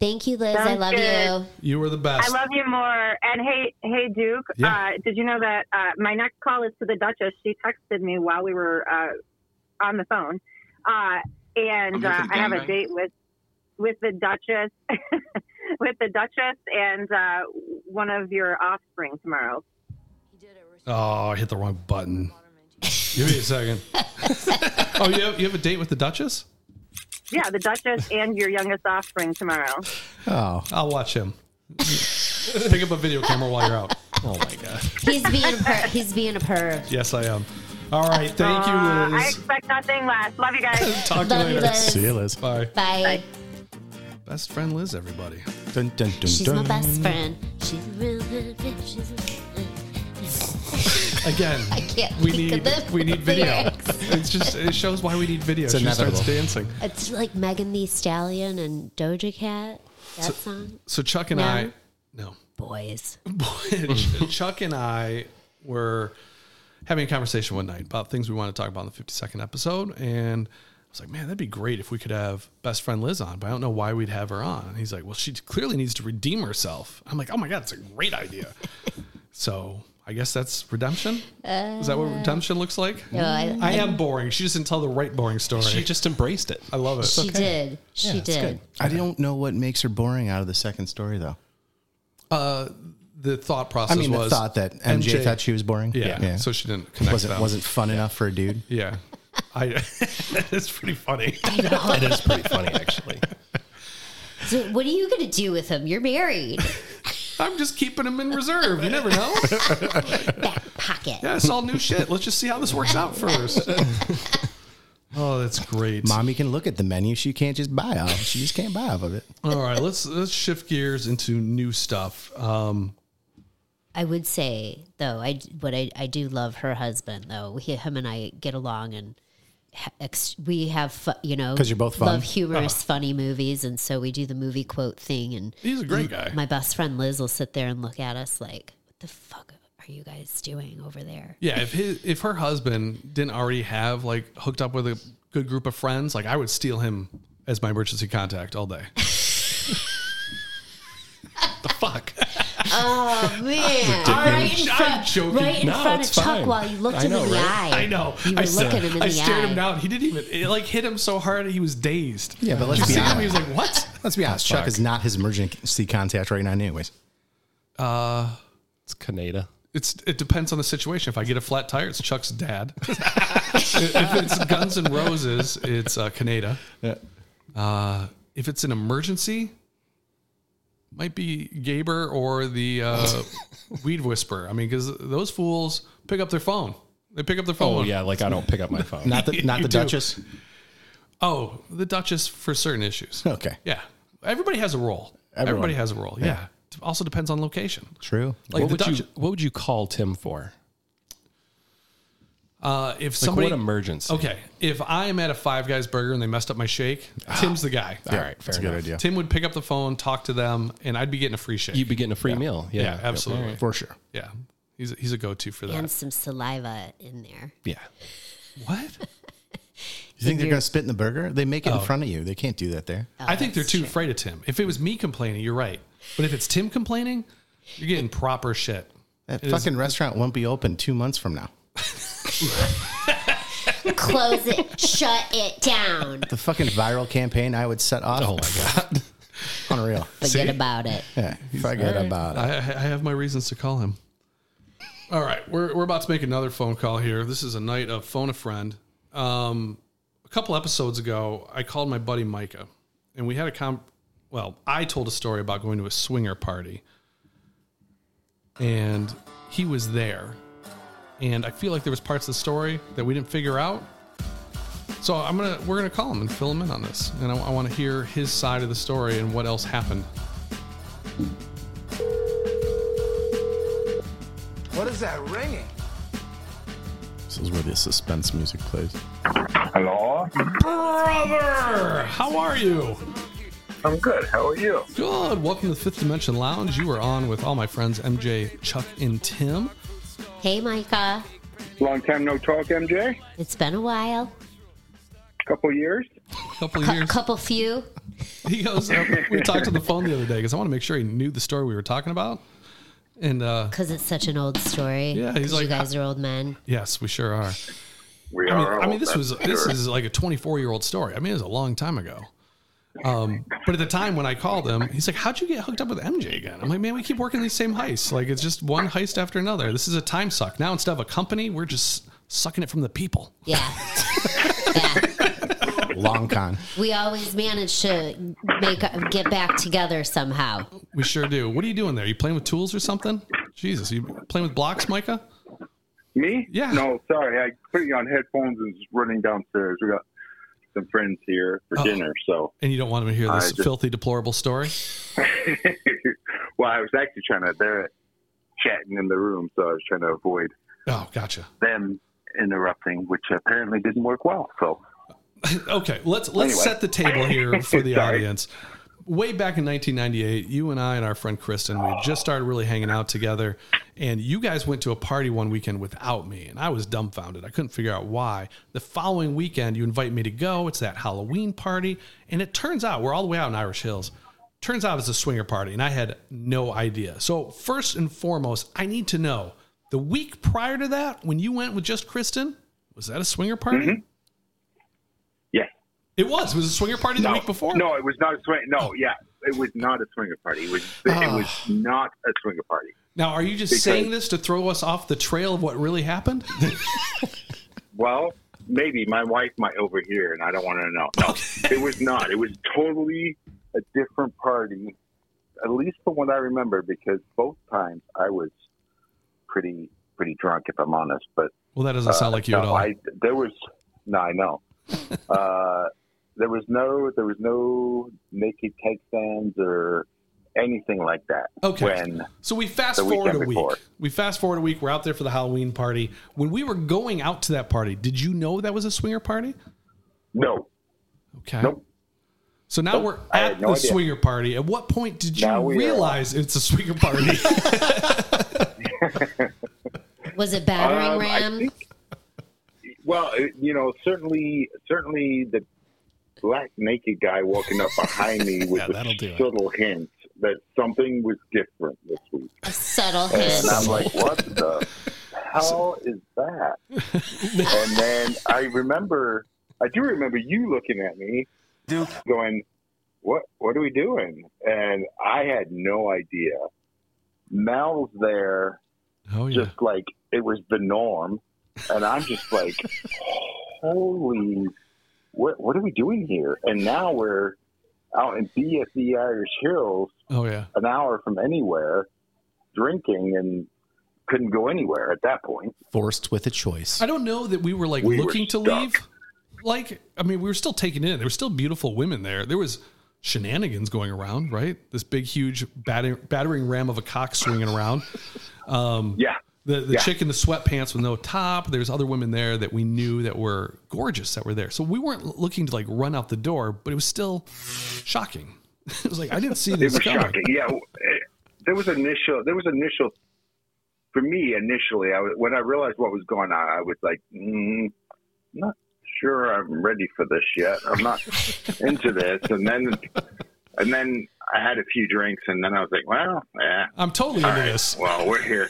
[SPEAKER 6] Thank you, Liz. I
[SPEAKER 9] Sounds
[SPEAKER 6] love
[SPEAKER 9] good.
[SPEAKER 6] you.
[SPEAKER 2] You are the
[SPEAKER 9] I
[SPEAKER 2] best.
[SPEAKER 9] love you more. And hey, hey, Duke.
[SPEAKER 2] Yeah.
[SPEAKER 9] Uh, did you know that uh, my next call is to the Duchess? She texted me while we were uh, on the phone, uh, and uh, I have a date with with the Duchess, with the Duchess, and uh, one of your offspring tomorrow.
[SPEAKER 2] oh, I hit the wrong button. Give me a second. oh, you have, you have a date with the Duchess?
[SPEAKER 9] Yeah, the Duchess and your youngest offspring tomorrow.
[SPEAKER 4] Oh,
[SPEAKER 2] I'll watch him. Pick up a video camera while you're out. Oh my god.
[SPEAKER 6] He's being a per- he's being a perv.
[SPEAKER 2] Yes, I am. All right, thank you,
[SPEAKER 9] Uh, I
[SPEAKER 2] Liz.
[SPEAKER 9] expect nothing less. Love you guys.
[SPEAKER 2] Talk to you
[SPEAKER 6] Love you,
[SPEAKER 2] later.
[SPEAKER 6] Liz.
[SPEAKER 4] see you, Liz.
[SPEAKER 2] Bye.
[SPEAKER 6] Bye.
[SPEAKER 2] Best friend Liz, everybody.
[SPEAKER 4] Dun, dun, dun,
[SPEAKER 6] She's
[SPEAKER 4] dun.
[SPEAKER 6] my best friend. She's a real good bitch. She's a real good bitch.
[SPEAKER 2] Again,
[SPEAKER 6] I can't
[SPEAKER 2] we
[SPEAKER 6] think of
[SPEAKER 2] need
[SPEAKER 6] the
[SPEAKER 2] we need video.
[SPEAKER 6] lyrics.
[SPEAKER 2] It's just it shows why we need video. she
[SPEAKER 4] inevitable.
[SPEAKER 2] starts dancing.
[SPEAKER 6] It's like Megan the Stallion and Doja Cat. That song,
[SPEAKER 2] So Chuck and
[SPEAKER 6] No?
[SPEAKER 2] I, no,
[SPEAKER 6] boys.
[SPEAKER 2] Chuck and I were having a conversation one night about things we want to talk about in the 52nd episode, and I was like, "Man, that'd be great if we could have best friend Liz on," but I don't know why we'd have her on. And he's like, "Well, she clearly needs to redeem herself." I'm like, "Oh my god, it's a great idea." so I guess that's redemption. Is that what redemption looks like?
[SPEAKER 6] Uh, No,
[SPEAKER 4] Mm.
[SPEAKER 6] I,
[SPEAKER 2] I am boring. She doesn't tell the right boring story.
[SPEAKER 3] she just embraced it.
[SPEAKER 2] I love it.
[SPEAKER 6] she did. She did.
[SPEAKER 4] I don't know what makes her boring out of the second story, though.
[SPEAKER 2] the thought
[SPEAKER 4] I
[SPEAKER 2] process
[SPEAKER 4] mean, the
[SPEAKER 2] was
[SPEAKER 4] thought that MJ,
[SPEAKER 2] MJ
[SPEAKER 4] thought she was boring.
[SPEAKER 2] Yeah, So she didn't connect
[SPEAKER 4] wasn't
[SPEAKER 2] them.
[SPEAKER 4] wasn't fun enough for a dude.
[SPEAKER 2] Yeah. I it's pretty funny.
[SPEAKER 3] That is pretty funny, actually.
[SPEAKER 6] So what are you gonna do with him? You're married.
[SPEAKER 2] I'm just keeping him in reserve. You never know.
[SPEAKER 6] Back pocket.
[SPEAKER 2] Yeah, it's all new shit. Let's just see how this works out first. Oh, that's great.
[SPEAKER 4] Mommy can look at the menu; she can't just buy off. She just can't buy off of it.
[SPEAKER 2] All right, let's let's shift gears into new stuff. Um,
[SPEAKER 6] I would say though, I but I, I do love her husband though. He, him and I get along, and ha- ex, we have fu- you know
[SPEAKER 4] 'Cause you're both fun. Uh-huh.
[SPEAKER 6] love humorous, funny movies, and so we do the movie quote thing. And
[SPEAKER 2] he's a great guy.
[SPEAKER 6] my best friend Liz will sit there and look at us like, "What the fuck are you guys doing over there?"
[SPEAKER 2] Yeah, if his if her husband didn't already have like hooked up with a good group of friends, like I would steal him as my emergency contact all day. the fuck.
[SPEAKER 6] Oh man!
[SPEAKER 3] Ridiculous.
[SPEAKER 6] right in
[SPEAKER 2] I'm
[SPEAKER 6] front,
[SPEAKER 2] joking.
[SPEAKER 6] right in
[SPEAKER 3] No,
[SPEAKER 6] front of
[SPEAKER 3] it's
[SPEAKER 6] Chuck
[SPEAKER 3] fine.
[SPEAKER 6] while you looked
[SPEAKER 3] I
[SPEAKER 6] him
[SPEAKER 3] know,
[SPEAKER 6] in the
[SPEAKER 3] right?
[SPEAKER 6] eye.
[SPEAKER 2] I know.
[SPEAKER 6] You were
[SPEAKER 2] I sta-
[SPEAKER 6] looking him in
[SPEAKER 2] I
[SPEAKER 6] the
[SPEAKER 2] stared
[SPEAKER 6] eye.
[SPEAKER 2] him down. He didn't even. It like hit him so hard he was dazed.
[SPEAKER 4] Yeah, but let's
[SPEAKER 2] You
[SPEAKER 4] be
[SPEAKER 2] see him,
[SPEAKER 4] honest.
[SPEAKER 2] He was like, "What?"
[SPEAKER 4] Let's be honest. Uh, Chuck
[SPEAKER 3] fuck.
[SPEAKER 4] is not his emergency contact right now, anyways.
[SPEAKER 3] It's Canada.
[SPEAKER 2] It's it depends on the situation. If I get a flat tire, it's Chuck's dad. if it's Guns N' Roses, it's uh, Canada. Uh, if it's an emergency, might be Gaber or the uh, Weed Whisperer. I mean, because those fools pick up their phone. They pick up their phone.
[SPEAKER 3] Oh yeah, like I don't pick up my phone.
[SPEAKER 4] Not the not
[SPEAKER 2] You
[SPEAKER 4] the
[SPEAKER 2] do.
[SPEAKER 4] Duchess.
[SPEAKER 2] Oh, the Duchess for certain issues.
[SPEAKER 4] Okay.
[SPEAKER 2] Yeah. Everybody has a role.
[SPEAKER 4] Everyone.
[SPEAKER 2] Everybody has a role. Yeah. Also depends on location.
[SPEAKER 4] True.
[SPEAKER 2] Like
[SPEAKER 3] what
[SPEAKER 2] the
[SPEAKER 3] would
[SPEAKER 2] Dutch,
[SPEAKER 3] you What would you call Tim for?
[SPEAKER 2] uh, if
[SPEAKER 3] Like
[SPEAKER 2] somebody
[SPEAKER 3] what emergency?
[SPEAKER 2] Okay, if I am at a Five Guys burger and they messed up my shake,
[SPEAKER 3] Ah.
[SPEAKER 2] Tim's the guy.
[SPEAKER 3] All right, fair
[SPEAKER 4] That's a
[SPEAKER 3] enough.
[SPEAKER 4] good idea.
[SPEAKER 2] Tim would pick up the phone, talk to them, and I'd be getting a free shake.
[SPEAKER 3] You'd be getting a free meal. Yeah,
[SPEAKER 2] yeah, absolutely.
[SPEAKER 4] For sure.
[SPEAKER 2] Yeah, he's he's a go-to for that.
[SPEAKER 6] and some saliva in there.
[SPEAKER 3] Yeah.
[SPEAKER 2] what?
[SPEAKER 4] You think they're going to spit in the burger? They make it in front of you. They can't do that there.
[SPEAKER 2] I think they're too afraid of Tim. If it was me complaining, you're right. But if it's Tim complaining, you're getting proper shit.
[SPEAKER 4] That fucking restaurant won't be open two months from now.
[SPEAKER 6] Close it, shut it down.
[SPEAKER 4] The fucking viral campaign I would set off. Oh my god. Unreal.
[SPEAKER 6] Forget about it.
[SPEAKER 4] Yeah, forget about it.
[SPEAKER 2] I, I have my reasons to call him. All right, we're, we're about to make another phone call here. This is a night of phone a friend. Um, a couple episodes ago, I called my buddy Micah, and we had a com. Well, I told a story about going to a swinger party, and he was there, and I feel like there was parts of the story that we didn't figure out. So I'm gonna we're gonna call him and fill him in on this, and I, I want to hear his side of the story and what else happened.
[SPEAKER 7] What is that ringing?
[SPEAKER 4] This is where the suspense music plays.
[SPEAKER 10] Hello?
[SPEAKER 2] Brother, how are you?
[SPEAKER 10] I'm good. How are you?
[SPEAKER 2] Good. Welcome to the Fifth Dimension Lounge. You are on with all my friends MJ, Chuck, and Tim.
[SPEAKER 6] Hey, Micah.
[SPEAKER 10] Long time no talk, MJ.
[SPEAKER 6] It's been a while.
[SPEAKER 10] Couple years.
[SPEAKER 2] Couple
[SPEAKER 6] Cu-
[SPEAKER 2] years.
[SPEAKER 6] couple few.
[SPEAKER 2] He goes. uh, we talked on the phone the other day because I want to make sure he knew the story we were talking about. And uh,
[SPEAKER 6] Because it's such an old story.
[SPEAKER 2] Yeah, he's
[SPEAKER 6] 'Cause
[SPEAKER 2] like,
[SPEAKER 6] you guys are old men.
[SPEAKER 2] yes, we sure are.
[SPEAKER 10] We
[SPEAKER 2] I mean,
[SPEAKER 10] are.
[SPEAKER 2] I mean, this
[SPEAKER 10] old,
[SPEAKER 2] was
[SPEAKER 10] that's
[SPEAKER 2] this
[SPEAKER 10] sure.
[SPEAKER 2] is like a 24 year old story. I mean, it was a long time ago. Um, but at the time when I called him, he's like, "How'd you get hooked up with MJ again?" I'm like, "Man, we keep working these same heists. Like, it's just one heist after another. This is a time suck. Now instead of a company, we're just sucking it from the people."
[SPEAKER 6] Yeah. yeah.
[SPEAKER 4] Long con.
[SPEAKER 6] We always manage to make get back together somehow.
[SPEAKER 2] We sure do. What are you doing there? You playing with tools or something? Jesus, you playing with blocks, Micah?
[SPEAKER 10] me.
[SPEAKER 2] Yeah.
[SPEAKER 10] No, sorry. I put you on headphones and just running downstairs. We got some friends here for
[SPEAKER 2] Oh.
[SPEAKER 10] dinner. So,
[SPEAKER 2] And you don't want him to hear
[SPEAKER 10] I
[SPEAKER 2] this
[SPEAKER 10] just-
[SPEAKER 2] filthy, deplorable story?
[SPEAKER 10] well, I was actually trying to. They're chatting in the room, so I was trying to avoid
[SPEAKER 2] Oh, gotcha.
[SPEAKER 10] them interrupting, which apparently didn't work well. So,
[SPEAKER 2] Okay, let's let's
[SPEAKER 10] Anyway.
[SPEAKER 2] set the table here for the
[SPEAKER 10] Sorry.
[SPEAKER 2] audience. Way back in 1998, you and I and our friend Kristen, we just started really hanging out together, and you guys went to a party one weekend without me, and I was dumbfounded. I couldn't figure out why. The following weekend, you invite me to go. It's that Halloween party, and it turns out we're all the way out in Irish Hills. Turns out it's a swinger party, and I had no idea. So first and foremost, I need to know the week prior to that, when you went with just Kristen, was that a swinger party?
[SPEAKER 10] Mm-hmm. yes.
[SPEAKER 2] It was. It was a swinger party the
[SPEAKER 10] No.
[SPEAKER 2] week before.
[SPEAKER 10] No, it was not a swing.
[SPEAKER 3] Oh.
[SPEAKER 10] No, yeah, it was not a swinger party. It was. It was
[SPEAKER 3] Ah.
[SPEAKER 10] not a swinger party.
[SPEAKER 2] Now, are you just
[SPEAKER 10] Because-
[SPEAKER 2] saying this to throw us off the trail of what really happened?
[SPEAKER 10] Well, maybe my wife might overhear, and I don't want her to know. No, it was not. It was totally a different party, at least the one I remember, because both times I was pretty pretty drunk, if I'm honest. But
[SPEAKER 2] well, that doesn't sound like
[SPEAKER 10] Uh,
[SPEAKER 2] you
[SPEAKER 10] no,
[SPEAKER 2] at all.
[SPEAKER 10] I, there was no, I know. uh, there was no, there was no naked keg stands or anything like that.
[SPEAKER 2] Okay.
[SPEAKER 10] When
[SPEAKER 2] so we fast
[SPEAKER 10] the
[SPEAKER 2] forward a
[SPEAKER 10] weekend
[SPEAKER 2] week.
[SPEAKER 10] before.
[SPEAKER 2] We fast forward a week. We're out there for the Halloween party. When we were going out to that party, did you know that was a swinger party?
[SPEAKER 10] no,
[SPEAKER 2] Okay.
[SPEAKER 10] Nope.
[SPEAKER 2] So now we're
[SPEAKER 10] I
[SPEAKER 2] at
[SPEAKER 10] had no
[SPEAKER 2] the
[SPEAKER 10] idea.
[SPEAKER 2] swinger party. At what point did you
[SPEAKER 10] Now we are-
[SPEAKER 2] realize it's a swinger party?
[SPEAKER 6] Was it battering
[SPEAKER 10] Um, I
[SPEAKER 6] ram?
[SPEAKER 10] think- well, it- you know, certainly, certainly the black naked guy walking up behind me was
[SPEAKER 3] Yeah,
[SPEAKER 10] a
[SPEAKER 3] that'll do it.
[SPEAKER 10] subtle hint
[SPEAKER 9] that something was different this week.
[SPEAKER 6] A subtle hint.
[SPEAKER 9] And I'm like, what the hell is that? and then I remember, I do remember you looking at me, going, "What? What are we doing?" And I had no idea. Mal's there,
[SPEAKER 2] Oh yeah.
[SPEAKER 9] just like it was the norm, and I'm just like, "Holy, what? What are we doing here?" And now we're out in BSE Irish Hills
[SPEAKER 2] Oh yeah.
[SPEAKER 9] an hour from anywhere drinking and couldn't go anywhere at that point.
[SPEAKER 4] Forced with a choice.
[SPEAKER 2] I don't know that we were like
[SPEAKER 9] We were
[SPEAKER 2] looking to
[SPEAKER 9] stuck.
[SPEAKER 2] leave. Like, I mean, we were still taken in. There were still beautiful women there. There was shenanigans going around, right? This big, huge battering, battering ram of a cock swinging around. Mm.
[SPEAKER 9] Yeah.
[SPEAKER 2] The the
[SPEAKER 9] Yeah.
[SPEAKER 2] chick in the sweatpants with no top. There's other women there that we knew that were gorgeous that were there. So we weren't looking to like run out the door, but it was still shocking. it was like I didn't see
[SPEAKER 9] It
[SPEAKER 2] this
[SPEAKER 9] was
[SPEAKER 2] coming.
[SPEAKER 9] shocking. Yeah. it- There was initial there was initial for me initially I was, when I realized what was going on, I was like, mm, not sure I'm ready for this yet. I'm not into this and then and then I had a few drinks and then I was like, Well, yeah.
[SPEAKER 2] I'm totally into this.
[SPEAKER 9] Well, we're here.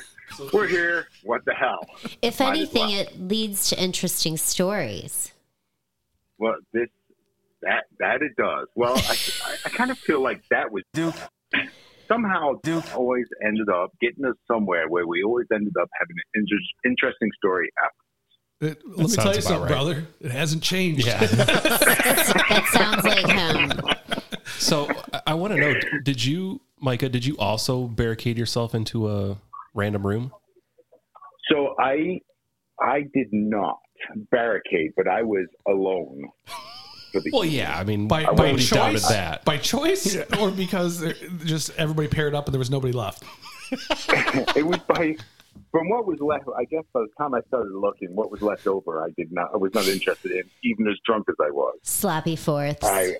[SPEAKER 9] We're here. What the hell?
[SPEAKER 6] If
[SPEAKER 9] Might as
[SPEAKER 6] anything,
[SPEAKER 9] well.
[SPEAKER 6] it leads to interesting stories.
[SPEAKER 9] Well, this that that it does. Well, I, I, I kind of feel like that was Duke. Somehow, Duke always ended up getting us somewhere where we always ended up having an inter- interesting story. After.
[SPEAKER 2] It- let me
[SPEAKER 3] sounds
[SPEAKER 2] tell you
[SPEAKER 3] about
[SPEAKER 2] something,
[SPEAKER 3] right.
[SPEAKER 2] brother. It hasn't changed.
[SPEAKER 6] That sounds like him.
[SPEAKER 3] So I, I want to know: d- Did you, Micah? Did you also barricade yourself into a random room?
[SPEAKER 9] So I I did not barricade, but I was alone. For the
[SPEAKER 3] Well, yeah. I mean,
[SPEAKER 2] By, by
[SPEAKER 3] nobody doubted
[SPEAKER 2] choice,
[SPEAKER 3] that.
[SPEAKER 2] by choice, or because there- just everybody paired up and there was nobody left.
[SPEAKER 9] it was by from what was left. I guess by the time I started looking, what was left over, I did not. I was not interested in, even as drunk as I was.
[SPEAKER 6] Sloppy fourths.
[SPEAKER 9] I e-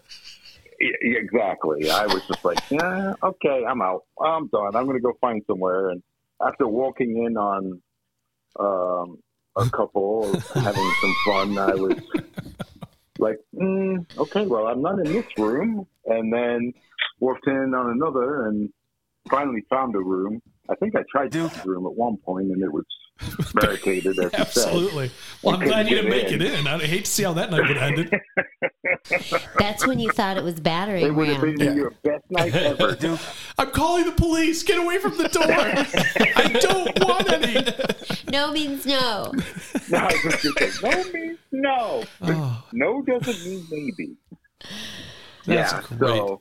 [SPEAKER 9] exactly. I was just like, yeah, okay, I'm out. I'm done. I'm going to go find somewhere. And after walking in on um, a couple having some fun, I was like, mm, okay, well, I'm not in this room. And then walked in on another, and finally found a room. I think I tried this room at one point, and it was barricaded. As you said.
[SPEAKER 2] Absolutely. Well, I'm
[SPEAKER 9] couldn't
[SPEAKER 2] glad you
[SPEAKER 9] get
[SPEAKER 2] didn't make
[SPEAKER 9] in.
[SPEAKER 2] it in. I'd hate to see how that night would have ended.
[SPEAKER 6] That's when you thought it was
[SPEAKER 9] It
[SPEAKER 6] battering
[SPEAKER 9] would have
[SPEAKER 6] ram.
[SPEAKER 9] been your best night ever.
[SPEAKER 2] I'm calling the police. Get away from the door. I don't want any.
[SPEAKER 6] No means no.
[SPEAKER 9] No, I was just like, no means no.
[SPEAKER 2] Oh.
[SPEAKER 9] No doesn't mean maybe.
[SPEAKER 2] That's
[SPEAKER 9] yeah.
[SPEAKER 2] great.
[SPEAKER 9] So,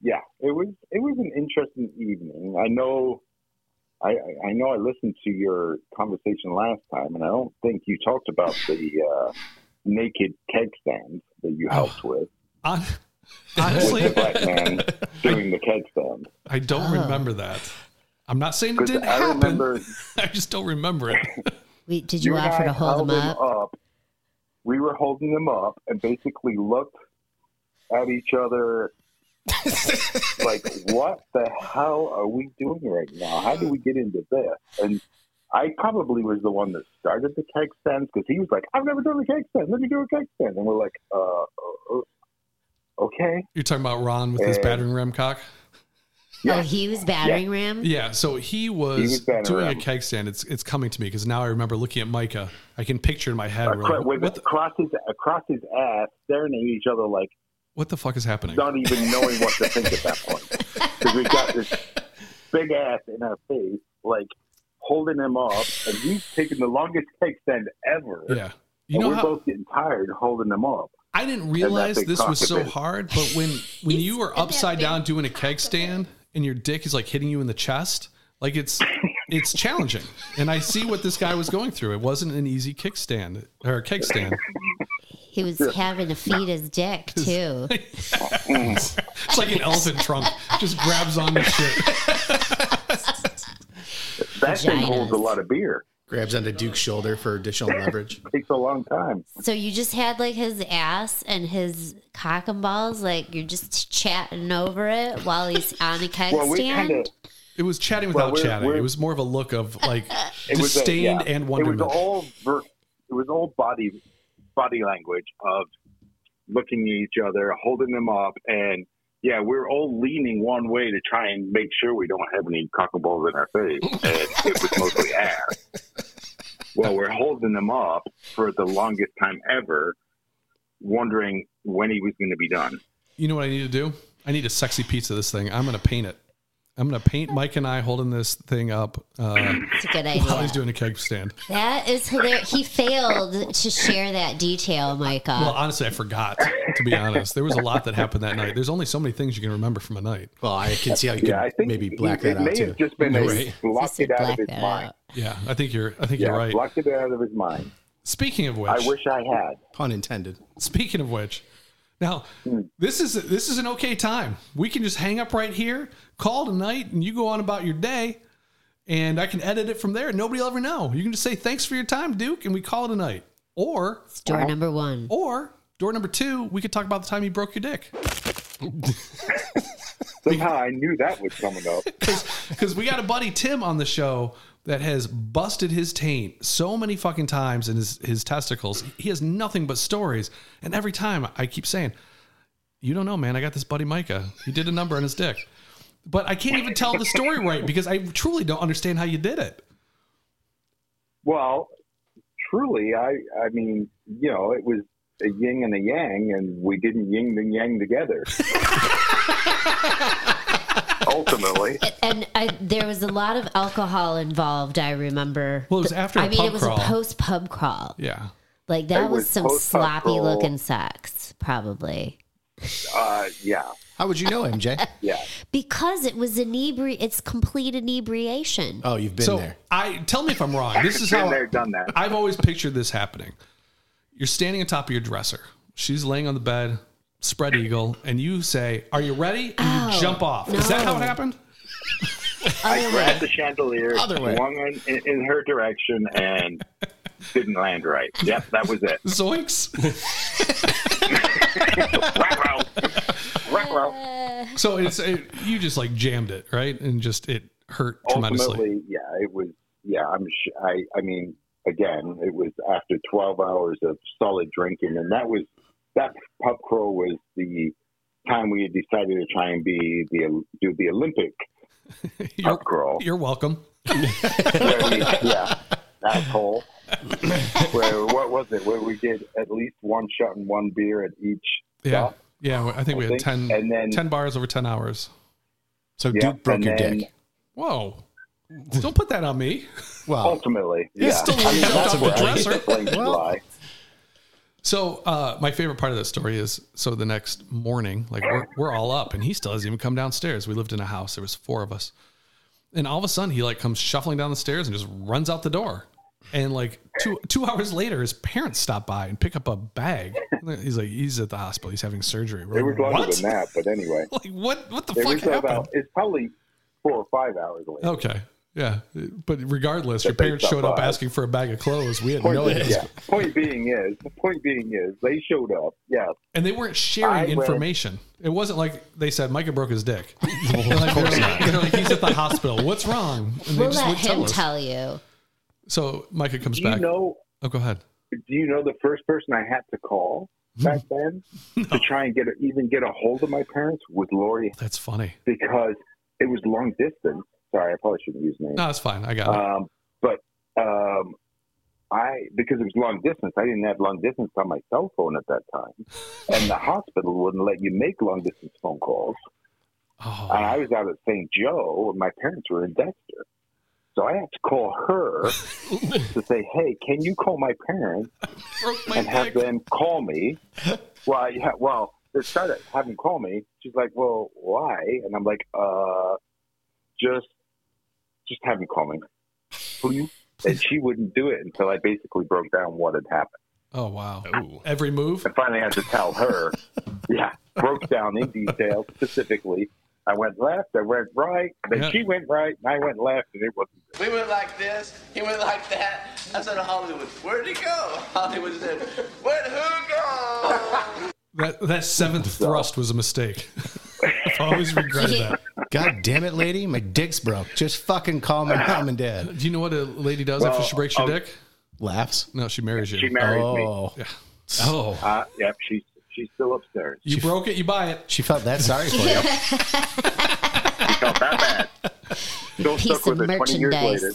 [SPEAKER 9] yeah, it was it was an interesting evening. I know, I I- I know. I listened to your conversation last time, and I don't think you talked about the uh, naked keg stand that you helped with
[SPEAKER 2] Hon-
[SPEAKER 9] with the
[SPEAKER 2] Oh, Honestly,
[SPEAKER 9] black man doing the keg stand.
[SPEAKER 2] I don't remember that. I'm not saying it
[SPEAKER 9] Because
[SPEAKER 2] didn't
[SPEAKER 9] I
[SPEAKER 2] happen.
[SPEAKER 9] remember
[SPEAKER 2] I just don't remember it.
[SPEAKER 6] Wait, did you,
[SPEAKER 9] and
[SPEAKER 6] offer
[SPEAKER 9] I
[SPEAKER 6] to hold
[SPEAKER 9] held
[SPEAKER 6] him up?
[SPEAKER 9] We were holding him up and basically looked at each other like, what the hell
[SPEAKER 6] Oh,
[SPEAKER 9] are we doing right now? How do we get into this? And I probably was the one that started the keg stand because he was like, I've never done a keg stand. Let me do a keg stand. And we're like, uh, uh, uh, okay.
[SPEAKER 2] You're talking about Ron with his
[SPEAKER 9] Uh,
[SPEAKER 2] battering ram cock?
[SPEAKER 6] Oh, he was battering ram?
[SPEAKER 2] Yeah, so he was,
[SPEAKER 9] was battering
[SPEAKER 2] doing
[SPEAKER 9] ram.
[SPEAKER 2] a keg stand. It's it's coming to me because now I remember looking at Micah. I can picture in my head. we're
[SPEAKER 9] Acro-
[SPEAKER 2] like,
[SPEAKER 9] with
[SPEAKER 2] what, the,
[SPEAKER 9] across his across his ass, staring at each other like
[SPEAKER 2] what the fuck is happening?
[SPEAKER 9] not even knowing what to think at that point because we've got this big ass in our face, like holding him up, and he's taking the longest keg stand ever.
[SPEAKER 2] Yeah. You
[SPEAKER 9] and
[SPEAKER 2] know
[SPEAKER 9] we're
[SPEAKER 2] how
[SPEAKER 9] both getting tired holding him up.
[SPEAKER 2] I didn't realize
[SPEAKER 9] big
[SPEAKER 2] this was so
[SPEAKER 9] cockapoo.
[SPEAKER 2] hard, but when when you are upside down doing a keg stand and your dick is like hitting you in the chest, like it's it's challenging. And I see what this guy was going through. It wasn't an easy kick stand or keg stand.
[SPEAKER 6] He was having to feed his dick, too.
[SPEAKER 2] It's like an elephant trunk just grabs on the shit.
[SPEAKER 9] That thing
[SPEAKER 6] Vaginas.
[SPEAKER 9] holds a lot of beer.
[SPEAKER 4] Grabs onto Duke's shoulder for additional leverage.
[SPEAKER 9] Takes a long time.
[SPEAKER 6] So you just had like his ass and his cock and balls, like you're just chatting over it while he's on a keg
[SPEAKER 9] Well, we
[SPEAKER 6] stand.
[SPEAKER 9] kind of.
[SPEAKER 2] It was chatting without
[SPEAKER 9] we're-
[SPEAKER 2] chatting.
[SPEAKER 9] we're-
[SPEAKER 2] it was more of a look of like
[SPEAKER 9] It was a-
[SPEAKER 2] disdain
[SPEAKER 9] yeah.
[SPEAKER 2] and
[SPEAKER 9] It was
[SPEAKER 2] wonderment.
[SPEAKER 9] all. Ver- it was all body, body language of looking at each other, holding them up, and yeah, we're all leaning one way to try and make sure we don't have any cock and balls in our face. And it was mostly ass. Well, we're holding him up for the longest time ever, wondering when he was going to be done.
[SPEAKER 2] You know what I need to do? I need a sexy piece of this thing. I'm going to paint it. I'm going to paint Mike and I holding this thing up uh,
[SPEAKER 6] It's a good
[SPEAKER 2] while
[SPEAKER 6] idea.
[SPEAKER 2] he's doing a keg stand.
[SPEAKER 6] That is hilarious. He failed to share that detail, Micah.
[SPEAKER 2] Well, honestly, I forgot, to be honest. There was a lot that happened that night. There's only so many things you can remember from a night.
[SPEAKER 4] Well, I can see how you could maybe black
[SPEAKER 9] it
[SPEAKER 4] that
[SPEAKER 9] may
[SPEAKER 4] out too.
[SPEAKER 9] have just been
[SPEAKER 2] No
[SPEAKER 9] a-
[SPEAKER 2] way.
[SPEAKER 9] blocked it out of his mind.
[SPEAKER 2] Yeah, I think you're I think
[SPEAKER 9] Yeah,
[SPEAKER 2] you're right.
[SPEAKER 9] blocked it out of his mind.
[SPEAKER 2] Speaking of which,
[SPEAKER 9] I wish I
[SPEAKER 6] Oh,
[SPEAKER 9] had.
[SPEAKER 4] Pun intended.
[SPEAKER 2] Speaking of which, now
[SPEAKER 9] Hmm.
[SPEAKER 2] this is this is an okay time. We can just hang up right here, call tonight, and you go on about your day, and I can edit it from there. and Nobody'll ever know. You can just say thanks for your time, Duke, and we call it a night. Or
[SPEAKER 9] Uh-huh.
[SPEAKER 6] Door number one.
[SPEAKER 2] or door number two, we could talk about the time you broke your dick
[SPEAKER 9] Somehow I knew that was coming up.
[SPEAKER 2] because we got a buddy Tim on the show that has busted his taint so many fucking times in his his testicles. He has nothing but stories, and every time I keep saying, "You don't know, man. I got this buddy Micah. He did a number on his dick." But I can't even tell the story right because I truly don't understand how you did it.
[SPEAKER 9] Well, truly, I I mean, you know, it was a yin and a yang, and we didn't yin and yang together. Ultimately,
[SPEAKER 6] And I, there was a lot of alcohol involved, I remember.
[SPEAKER 2] Well, it was after
[SPEAKER 6] I
[SPEAKER 2] a
[SPEAKER 6] mean,
[SPEAKER 2] pub
[SPEAKER 6] it was
[SPEAKER 2] crawl.
[SPEAKER 6] a post pub crawl.
[SPEAKER 2] Yeah.
[SPEAKER 6] Like, that
[SPEAKER 9] It
[SPEAKER 6] was,
[SPEAKER 9] was
[SPEAKER 6] some
[SPEAKER 9] post-pub
[SPEAKER 6] sloppy
[SPEAKER 9] crawl.
[SPEAKER 6] looking sex, probably.
[SPEAKER 9] uh, yeah,
[SPEAKER 4] How would you know, MJ?
[SPEAKER 9] yeah.
[SPEAKER 6] Because it was inebri it's complete inebriation.
[SPEAKER 4] Oh, you've been
[SPEAKER 2] so
[SPEAKER 4] there.
[SPEAKER 2] I tell me if I'm wrong. This is how
[SPEAKER 9] Been there, done that.
[SPEAKER 2] I've always pictured this happening. You're standing on top of your dresser. She's laying on the bed, spread eagle, and you say, "Are you ready?" And you
[SPEAKER 6] Oh,
[SPEAKER 2] jump off. Is that how it
[SPEAKER 6] no.
[SPEAKER 2] happened?
[SPEAKER 9] I grabbed the chandelier,
[SPEAKER 4] Other way.
[SPEAKER 9] swung in, in, in her direction, and didn't land right. Yep, that was it.
[SPEAKER 2] Zoinks!
[SPEAKER 9] Ruh-roh. Ruh-roh.
[SPEAKER 2] so it's it, you just like jammed it right, and just it hurt tremendously.
[SPEAKER 9] Ultimately, yeah, it was. Yeah, I'm. Sh- I. I mean, again, it was after 12 hours of solid drinking, and that was that pub crawl was the time we had decided to try and be the do the Olympic
[SPEAKER 2] You're,
[SPEAKER 9] pub crawl.
[SPEAKER 2] you're welcome.
[SPEAKER 9] where we, yeah, asshole. where what was it? Where we did at least one shot and one beer at each.
[SPEAKER 2] Yeah, yeah. I think we
[SPEAKER 9] I
[SPEAKER 2] had
[SPEAKER 9] think-
[SPEAKER 2] 10,
[SPEAKER 9] and then-
[SPEAKER 2] 10 bars over ten hours.
[SPEAKER 4] So
[SPEAKER 9] Yeah,
[SPEAKER 4] Duke broke
[SPEAKER 9] and
[SPEAKER 4] your
[SPEAKER 9] then-
[SPEAKER 4] dick.
[SPEAKER 2] Whoa! Don't put that on me.
[SPEAKER 4] Well,
[SPEAKER 9] Ultimately,
[SPEAKER 2] He's
[SPEAKER 9] yeah,
[SPEAKER 2] still
[SPEAKER 9] I mean
[SPEAKER 2] held
[SPEAKER 9] that's
[SPEAKER 2] up the
[SPEAKER 9] where I
[SPEAKER 2] dresser.
[SPEAKER 9] explained to lie.
[SPEAKER 2] So uh, my favorite part of that story is so the next morning, like we're, we're all up and he still hasn't even come downstairs. We lived in a house. There was four of us. And all of a sudden he like comes shuffling down the stairs and just runs out the door. And like two, two hours later, his parents stop by and pick up a bag. He's like, he's at the hospital. He's having surgery. We're
[SPEAKER 9] It was
[SPEAKER 2] like,
[SPEAKER 9] longer
[SPEAKER 2] what?
[SPEAKER 9] than that, but anyway.
[SPEAKER 2] Like what, what the
[SPEAKER 9] It
[SPEAKER 2] fuck
[SPEAKER 9] was
[SPEAKER 2] happened?
[SPEAKER 9] about it's probably four or five hours later.
[SPEAKER 2] Okay. Yeah. But regardless, your
[SPEAKER 9] they
[SPEAKER 2] parents
[SPEAKER 9] stop
[SPEAKER 2] showed up
[SPEAKER 9] by.
[SPEAKER 2] asking for a bag of clothes. We had
[SPEAKER 9] Point,
[SPEAKER 2] no idea.
[SPEAKER 9] yeah. point being is the point being is they showed up. Yeah.
[SPEAKER 2] And they weren't sharing
[SPEAKER 9] I went-
[SPEAKER 2] information. It wasn't like they said Micah broke his dick. They're like, they're like, he's at the hospital. What's wrong? And they
[SPEAKER 6] we'll
[SPEAKER 2] just
[SPEAKER 6] let
[SPEAKER 2] wouldn't
[SPEAKER 6] him
[SPEAKER 2] us.
[SPEAKER 6] tell you.
[SPEAKER 2] So Micah comes
[SPEAKER 9] Do
[SPEAKER 2] back.
[SPEAKER 9] you know
[SPEAKER 2] oh, go ahead.
[SPEAKER 9] do you know the first person I had to call back then to try and get a, even get a hold of my parents was Lori
[SPEAKER 2] That's funny.
[SPEAKER 9] because it was long distance. Sorry, I probably shouldn't use names.
[SPEAKER 2] No, it's fine. I got it.
[SPEAKER 9] Um, but um, I because it was long distance, I didn't have long distance on my cell phone at that time, and the hospital wouldn't let you make long distance phone calls.
[SPEAKER 2] Oh,
[SPEAKER 9] And I was out at St. Joe, and my parents were in Dexter. So I had to call her to say, "Hey, can you call my parents
[SPEAKER 2] broke
[SPEAKER 9] and
[SPEAKER 2] my
[SPEAKER 9] have
[SPEAKER 2] dick.
[SPEAKER 9] them call me?" Well, yeah, well, they tried to have them call me. She's like, "Well, why?" And I'm like, "Uh, just, just have them call me, please." And she wouldn't do it until I basically broke down what had happened.
[SPEAKER 2] Oh, wow. Every move.
[SPEAKER 9] I finally had to tell her. yeah, broke down in detail specifically. I went left, I went right, then
[SPEAKER 2] Yeah.
[SPEAKER 9] she went right, and I went left, and it wasn't good.
[SPEAKER 11] We went like this, he went like that. I said to Hollywood, where'd he go? Hollywood said, where'd who go?
[SPEAKER 2] That, that seventh thrust was a mistake. I've always regretted that.
[SPEAKER 4] God damn it, lady, my dick's broke. Just fucking call my mom and dad.
[SPEAKER 2] Do you know what a lady does after
[SPEAKER 9] Well,
[SPEAKER 2] she breaks your
[SPEAKER 9] um,
[SPEAKER 2] dick?
[SPEAKER 4] Laughs.
[SPEAKER 2] No, she marries you.
[SPEAKER 9] She married me.
[SPEAKER 4] Oh,
[SPEAKER 2] oh.
[SPEAKER 9] Uh, yep, she
[SPEAKER 10] She's still upstairs.
[SPEAKER 2] You broke it, you buy it.
[SPEAKER 4] She felt that sorry for you.
[SPEAKER 10] Still stuck with it 20 years later.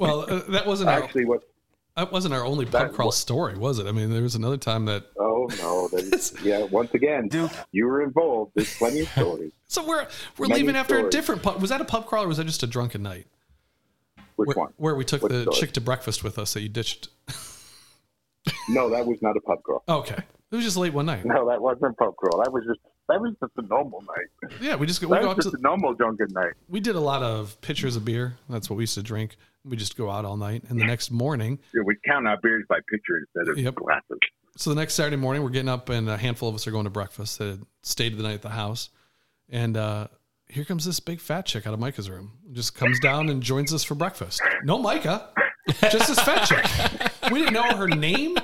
[SPEAKER 2] Well, uh, that wasn't our,
[SPEAKER 10] Actually, what?
[SPEAKER 2] that wasn't our only pub crawl story, was it? I mean, there was another time that
[SPEAKER 10] Oh no! That is, yeah. Once again, you were
[SPEAKER 9] Oh,
[SPEAKER 10] involved. There's plenty of stories.
[SPEAKER 2] So we're we're
[SPEAKER 10] Many
[SPEAKER 2] leaving after a
[SPEAKER 10] stories.
[SPEAKER 2] different pub. Was that a pub crawl or was that just a drunken night?
[SPEAKER 10] Which
[SPEAKER 2] where,
[SPEAKER 10] one?
[SPEAKER 2] Where we took
[SPEAKER 10] Which
[SPEAKER 2] the
[SPEAKER 10] story?
[SPEAKER 2] chick to breakfast with us that you ditched.
[SPEAKER 10] No, that was not a pub crawl.
[SPEAKER 2] Okay, it was just late one night.
[SPEAKER 10] No, that wasn't a pub crawl. That was just that was just a normal night.
[SPEAKER 2] Yeah, we just go,
[SPEAKER 10] That
[SPEAKER 2] we go
[SPEAKER 10] was
[SPEAKER 2] out
[SPEAKER 10] just
[SPEAKER 2] to.
[SPEAKER 10] a normal drunken night.
[SPEAKER 2] We did a lot of pitchers of beer. That's what we used to drink. We just go out all night, and the next morning.
[SPEAKER 10] Yeah, we count our beers by picture instead of glasses.
[SPEAKER 2] So the next Saturday morning, we're getting up, and a handful of us are going to breakfast. That had stayed the night at the house, and uh, here comes this big fat chick out of Micah's room. Just comes down and joins us for breakfast. No Micah, just this fat chick. We didn't know her name.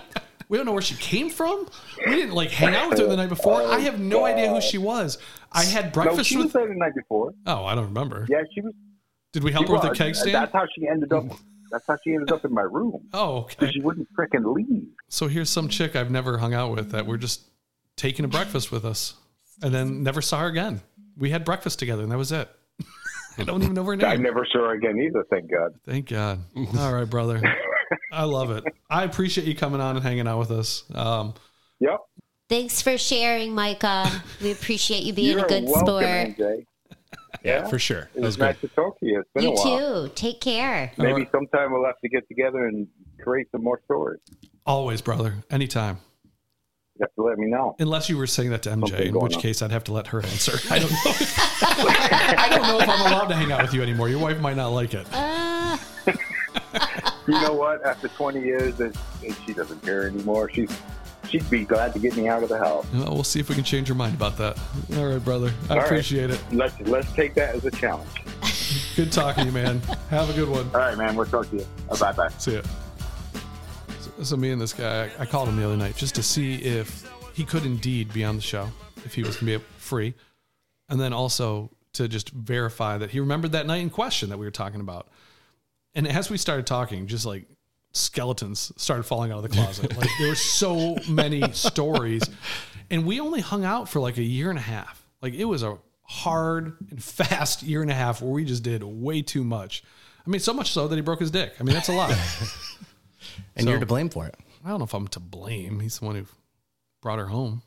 [SPEAKER 2] We don't know where she came from. We didn't like hang out with her the night before. I have no idea who she was. I had
[SPEAKER 10] no,
[SPEAKER 2] breakfast
[SPEAKER 10] she
[SPEAKER 2] with.
[SPEAKER 10] was there the night before.
[SPEAKER 2] Oh, I don't remember.
[SPEAKER 10] Yeah, she was.
[SPEAKER 2] Did we help
[SPEAKER 10] she
[SPEAKER 2] her with a
[SPEAKER 10] was,
[SPEAKER 2] keg
[SPEAKER 10] and
[SPEAKER 2] stand?
[SPEAKER 10] That's how she ended up. That's how she ended up in my room.
[SPEAKER 2] Oh, okay.
[SPEAKER 10] She wouldn't frickin' leave.
[SPEAKER 2] So here's some chick I've never hung out with that we're just taking to breakfast with us, and then never saw her again. We had breakfast together, and that was it. I don't even know her name.
[SPEAKER 10] I never saw her again either. Thank God.
[SPEAKER 2] Thank God. All right, brother. I love it. I appreciate you coming on and hanging out with us. Um,
[SPEAKER 10] yep.
[SPEAKER 6] Thanks for sharing, Micah. We appreciate you being
[SPEAKER 10] You're
[SPEAKER 6] a good
[SPEAKER 10] welcome,
[SPEAKER 6] sport.
[SPEAKER 10] MJ.
[SPEAKER 3] Yeah, for sure.
[SPEAKER 10] It
[SPEAKER 3] That was
[SPEAKER 10] was nice to talk to you. It's been a
[SPEAKER 6] You
[SPEAKER 10] while.
[SPEAKER 6] too. Take care.
[SPEAKER 10] Maybe sometime we'll have to get together and create some more stories.
[SPEAKER 2] always, brother. Anytime.
[SPEAKER 10] You have to let me know.
[SPEAKER 2] Unless you were saying that to MJ, in
[SPEAKER 10] going
[SPEAKER 2] which
[SPEAKER 10] on.
[SPEAKER 2] case I'd have to let her answer. I don't know. I don't know if I'm allowed to hang out with you anymore. Your wife might not like it.
[SPEAKER 10] Uh. You know what? After 20 years, it, it, she doesn't care anymore. She's she'd be glad to get me out of the house.
[SPEAKER 2] Well, we'll see if we can change your mind about that. All right, brother. I
[SPEAKER 10] All right.
[SPEAKER 2] appreciate it.
[SPEAKER 10] Let's let's take that as a challenge.
[SPEAKER 2] Good talking to you, man. Have a good one.
[SPEAKER 10] All right, man. We'll talk to you. Uh, Bye bye.
[SPEAKER 2] See ya. So, so me and this guy, I called him the other night just to see if he could indeed be on the show, if he was going to be free, and then also to just verify that he remembered that night in question that we were talking about. And as we started talking, just like skeletons started falling out of the closet. like there were so many stories, and we only hung out for like a year and a half. Like it was a hard and fast year and a half where we just did way too much. I mean, so much so that he broke his dick. I mean, that's a lot.
[SPEAKER 4] And
[SPEAKER 2] So-
[SPEAKER 4] you're to blame for it.
[SPEAKER 2] I don't know if I'm to blame. He's the one who brought her home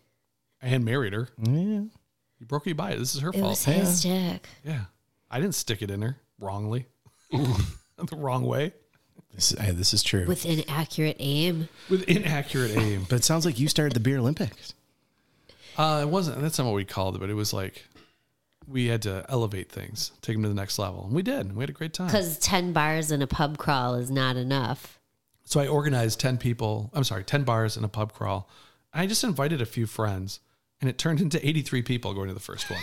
[SPEAKER 2] and married her.
[SPEAKER 4] Yeah.
[SPEAKER 2] You broke her by it. This is her
[SPEAKER 6] It
[SPEAKER 2] fault.
[SPEAKER 6] was his dick.
[SPEAKER 2] Yeah. I didn't stick it in her wrongly, the wrong way,
[SPEAKER 4] This, hey, this is true.
[SPEAKER 6] With inaccurate aim.
[SPEAKER 2] with inaccurate aim.
[SPEAKER 4] but it sounds like you started the Beer Olympics.
[SPEAKER 2] Uh, it wasn't. That's not what we called it, but it was like we had to elevate things, take them to the next level, and we did. and We had a great time.
[SPEAKER 6] Because 10 bars and a pub crawl is not enough.
[SPEAKER 2] So I organized 10 people, I'm sorry, 10 bars and a pub crawl. I just invited a few friends and it turned into 83 people going to the first one.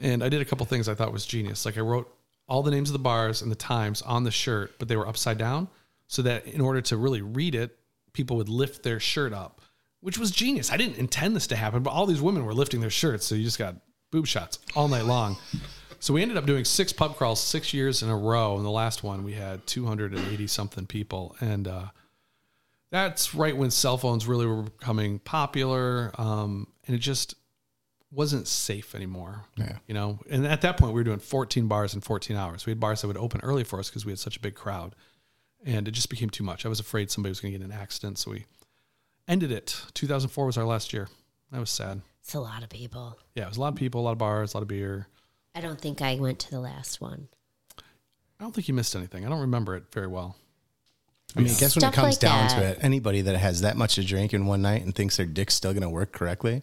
[SPEAKER 2] and I did a couple things I thought was genius. Like I wrote all the names of the bars and the times on the shirt, but they were upside down so that in order to really read it, people would lift their shirt up, which was genius. I didn't intend this to happen, but all these women were lifting their shirts. So you just got boob shots all night long. So we ended up doing six pub crawls six years in a row. And the last one, we had 280 something people. And uh, that's right when cell phones really were becoming popular. Um, and it just wasn't safe anymore.
[SPEAKER 4] Yeah.
[SPEAKER 2] You know, and at that point, we were doing 14 bars in 14 hours. We had bars that would open early for us because we had such a big crowd. And it just became too much. I was afraid somebody was going to get in an accident. So we ended it. 2004 was our last year. That was sad.
[SPEAKER 6] It's a lot of people.
[SPEAKER 2] Yeah, it was a lot of people, a lot of bars, a lot of beer.
[SPEAKER 6] I don't think I went to the last one.
[SPEAKER 2] I don't think you missed anything. I don't remember it very well.
[SPEAKER 4] I mean, I guess when
[SPEAKER 6] Stuff
[SPEAKER 4] it comes
[SPEAKER 6] like
[SPEAKER 4] down to
[SPEAKER 6] that.
[SPEAKER 4] it, anybody that has that much to drink in one night and thinks their dick's still going to work correctly,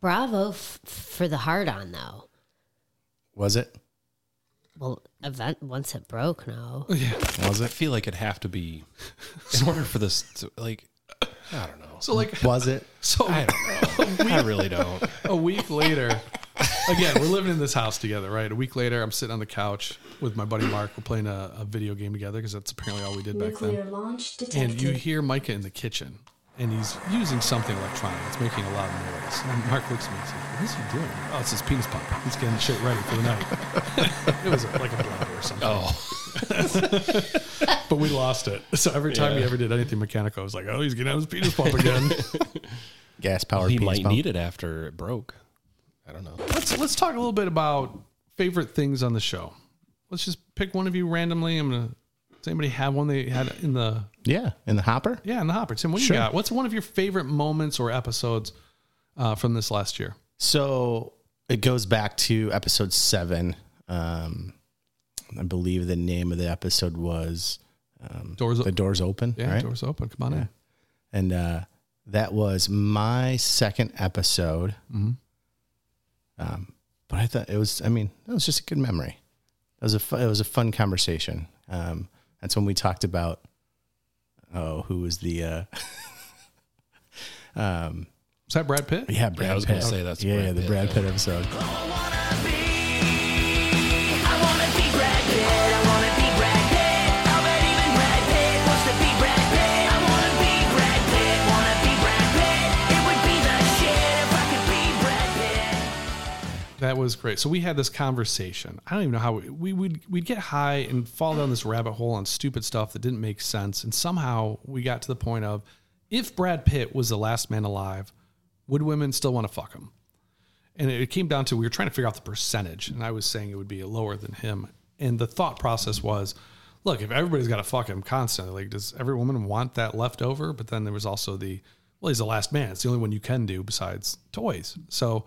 [SPEAKER 6] Bravo f- for the hard on, though.
[SPEAKER 4] was it?
[SPEAKER 6] Well, event once it broke, no.
[SPEAKER 4] Was
[SPEAKER 3] I
[SPEAKER 4] it?
[SPEAKER 3] feel like it'd have to be in order for this. To, like, I don't know.
[SPEAKER 2] So like
[SPEAKER 4] Was it?
[SPEAKER 2] so
[SPEAKER 3] I don't know. I really don't.
[SPEAKER 2] a week later, again, we're living in this house together, right? A week later, I'm sitting on the couch with my buddy Mark. We're playing a, a video game together because that's apparently all we did back then. And you hear Micah in the kitchen, and he's using something electronic. It's making a loud noise. And Mark looks at me and says, What is he doing? Oh, it's his penis pump. He's getting shit ready for the night. it was like a bladder or something. Oh. but we lost it. So every time
[SPEAKER 3] Yeah.
[SPEAKER 2] he ever did anything mechanical, I was like, Oh, he's getting out his penis pump again.
[SPEAKER 4] Gas powered.
[SPEAKER 3] He might need it after it broke. I don't know.
[SPEAKER 2] let's let's talk a little bit about favorite things on the show. Let's just pick one of you randomly. I'm gonna. Does anybody have one they had in the
[SPEAKER 4] Yeah, in the hopper.
[SPEAKER 2] yeah in the hopper? Tim, what do
[SPEAKER 4] Sure.
[SPEAKER 2] you got? What's one of your favorite moments or episodes uh, from this last year?
[SPEAKER 4] So it goes back to episode seven. Um, I believe the name of the episode was um,
[SPEAKER 2] Doors O-
[SPEAKER 4] The doors open.
[SPEAKER 2] Yeah,
[SPEAKER 4] right?
[SPEAKER 2] doors open. Come on in.
[SPEAKER 4] and uh, that was my second episode.
[SPEAKER 3] Mm-hmm.
[SPEAKER 4] Um, but I thought it was. I mean, that was just a good memory. It was a fun, it was a fun conversation. Um, that's when we talked about oh, who was the uh, um,
[SPEAKER 2] Is that Brad Pitt?
[SPEAKER 4] yeah, Brad
[SPEAKER 3] I was
[SPEAKER 4] Pitt.
[SPEAKER 3] gonna say that's
[SPEAKER 4] yeah,
[SPEAKER 3] Brad
[SPEAKER 4] yeah, the
[SPEAKER 3] Pitt,
[SPEAKER 4] Brad
[SPEAKER 3] yeah.
[SPEAKER 4] Pitt episode.
[SPEAKER 8] I wanna be Brad Pitt. I wanna be Brad Pitt. I'll bet even Brad Pitt wants to be Brad Pitt. I wanna be Brad Pitt. Wanna be Brad Pitt. It would be the shit if I could be Brad Pitt.
[SPEAKER 2] That was great. So we had this conversation. I don't even know how we, we would we'd get high and fall down this rabbit hole on stupid stuff that didn't make sense, and somehow we got to the point of if Brad Pitt was the last man alive, would women still want to fuck him? And it came down to we were trying to figure out the percentage, and I was saying it would be lower than him. And the thought process was, look, if everybody's got to fuck him constantly, like does every woman want that left over? But then there was also the well, he's the last man. It's the only one you can do besides toys. So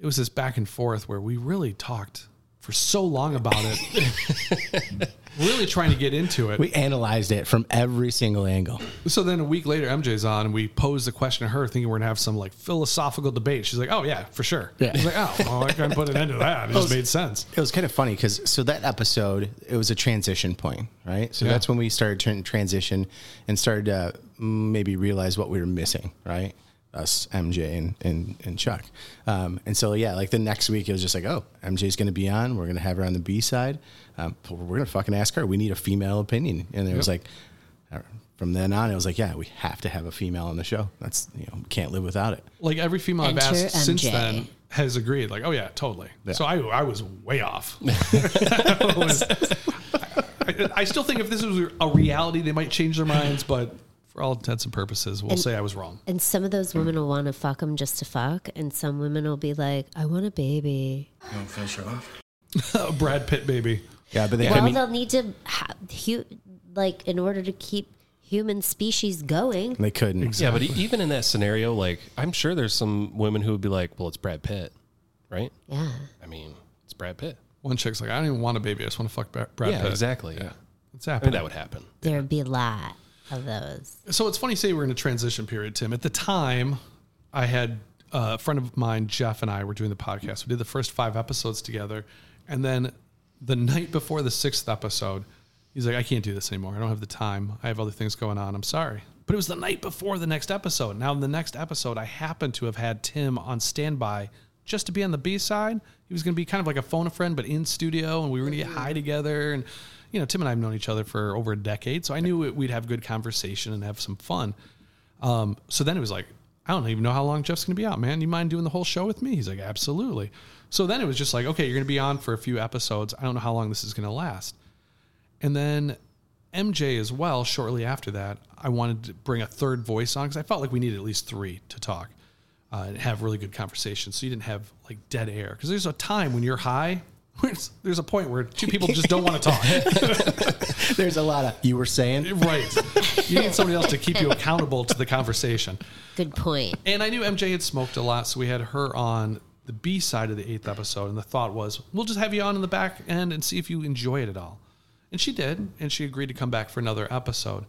[SPEAKER 2] it was this back and forth where we really talked for so long about it, really trying to get into it.
[SPEAKER 4] We analyzed it from every single angle.
[SPEAKER 2] so then a week later, MJ's on, and we posed the question to her, thinking we're gonna have some like philosophical debate. She's like, "Oh yeah, for sure."
[SPEAKER 4] Yeah.
[SPEAKER 2] I was like, "Oh, well, I can put an end to that. It just made sense."
[SPEAKER 4] It was kind of funny because so that episode it was a transition point, right? So
[SPEAKER 2] Yeah.
[SPEAKER 4] that's when we started to transition and started to maybe realize what we were missing, right? Us, MJ, and and, and Chuck. Um, and so yeah, like the next week it was just like, oh, MJ's going to be on. We're going to have her on the B side. Um, but we're going to fucking ask her. We need a female opinion. And it was like. uh, From then on, it was like, yeah, we have to have a female on the show. That's you know, can't live without it.
[SPEAKER 2] Like every female I've
[SPEAKER 6] Enter
[SPEAKER 2] asked since
[SPEAKER 6] MJ.
[SPEAKER 2] then has agreed. Like, "Oh yeah, totally."
[SPEAKER 4] Yeah.
[SPEAKER 2] So I, I was way off. I, was- I- I still think if this was a reality, they might change their minds, but. For all intents and purposes, we'll say I was wrong.
[SPEAKER 6] And some of those women will want to fuck him just to fuck, and some women will be like, "I want a baby."
[SPEAKER 2] Uh, Brad Pitt, baby.
[SPEAKER 4] Yeah, but they
[SPEAKER 6] well,
[SPEAKER 4] I mean,
[SPEAKER 6] they'll need to, ha- hu- like, in order to keep human species going.
[SPEAKER 4] they couldn't.
[SPEAKER 3] Yeah, but e- even in that scenario, like I'm sure there's some women who would be like, "Well, it's Brad Pitt, right?"
[SPEAKER 6] Yeah,
[SPEAKER 3] I mean, it's Brad Pitt.
[SPEAKER 2] One chick's like, I don't even want a baby. I just want to fuck Brad Brad
[SPEAKER 3] yeah,
[SPEAKER 2] Pitt.
[SPEAKER 3] exactly.
[SPEAKER 2] It's
[SPEAKER 3] I mean,
[SPEAKER 2] happening.
[SPEAKER 3] that would happen.
[SPEAKER 6] there'd be a lot of those.
[SPEAKER 2] so it's funny you say we're in a transition period, Tim. At the time, I had uh, a friend of mine, Jeff, and I were doing the podcast. We did the first five episodes together. And then the night before the sixth episode, he's like, I can't do this anymore. I don't have the time. I have other things going on. I'm sorry. But it was the night before the next episode. Now, in the next episode, I happened to have had Tim on standby just to be on the B side. He was going to be kind of like a phone a friend, but in studio, and we were going to get high together. And you know, Tim and I have known each other for over a decade, so I knew it- we'd have good conversation and have some fun. Um, so then it was like, I don't even know how long Jeff's going to be out, man. You mind doing the whole show with me? He's like, absolutely. So then it was just like, okay, you're going to be on for a few episodes. I don't know how long this is going to last. And then MJ as well, shortly after that, I wanted to bring a third voice on because I felt like we needed at least three to talk uh, and have really good conversations. So you didn't have like dead air because there's a time when you're high. There's, there's a point where two people just don't want to talk.
[SPEAKER 4] There's a lot of you were saying.
[SPEAKER 2] right. You need somebody else to keep you accountable to the conversation.
[SPEAKER 6] Good point.
[SPEAKER 2] And I knew MJ had smoked a lot, so we had her on the B side of the eighth episode. And the thought was, we'll just have you on in the back end and see if you enjoy it at all. And she did, and she agreed to come back for another episode.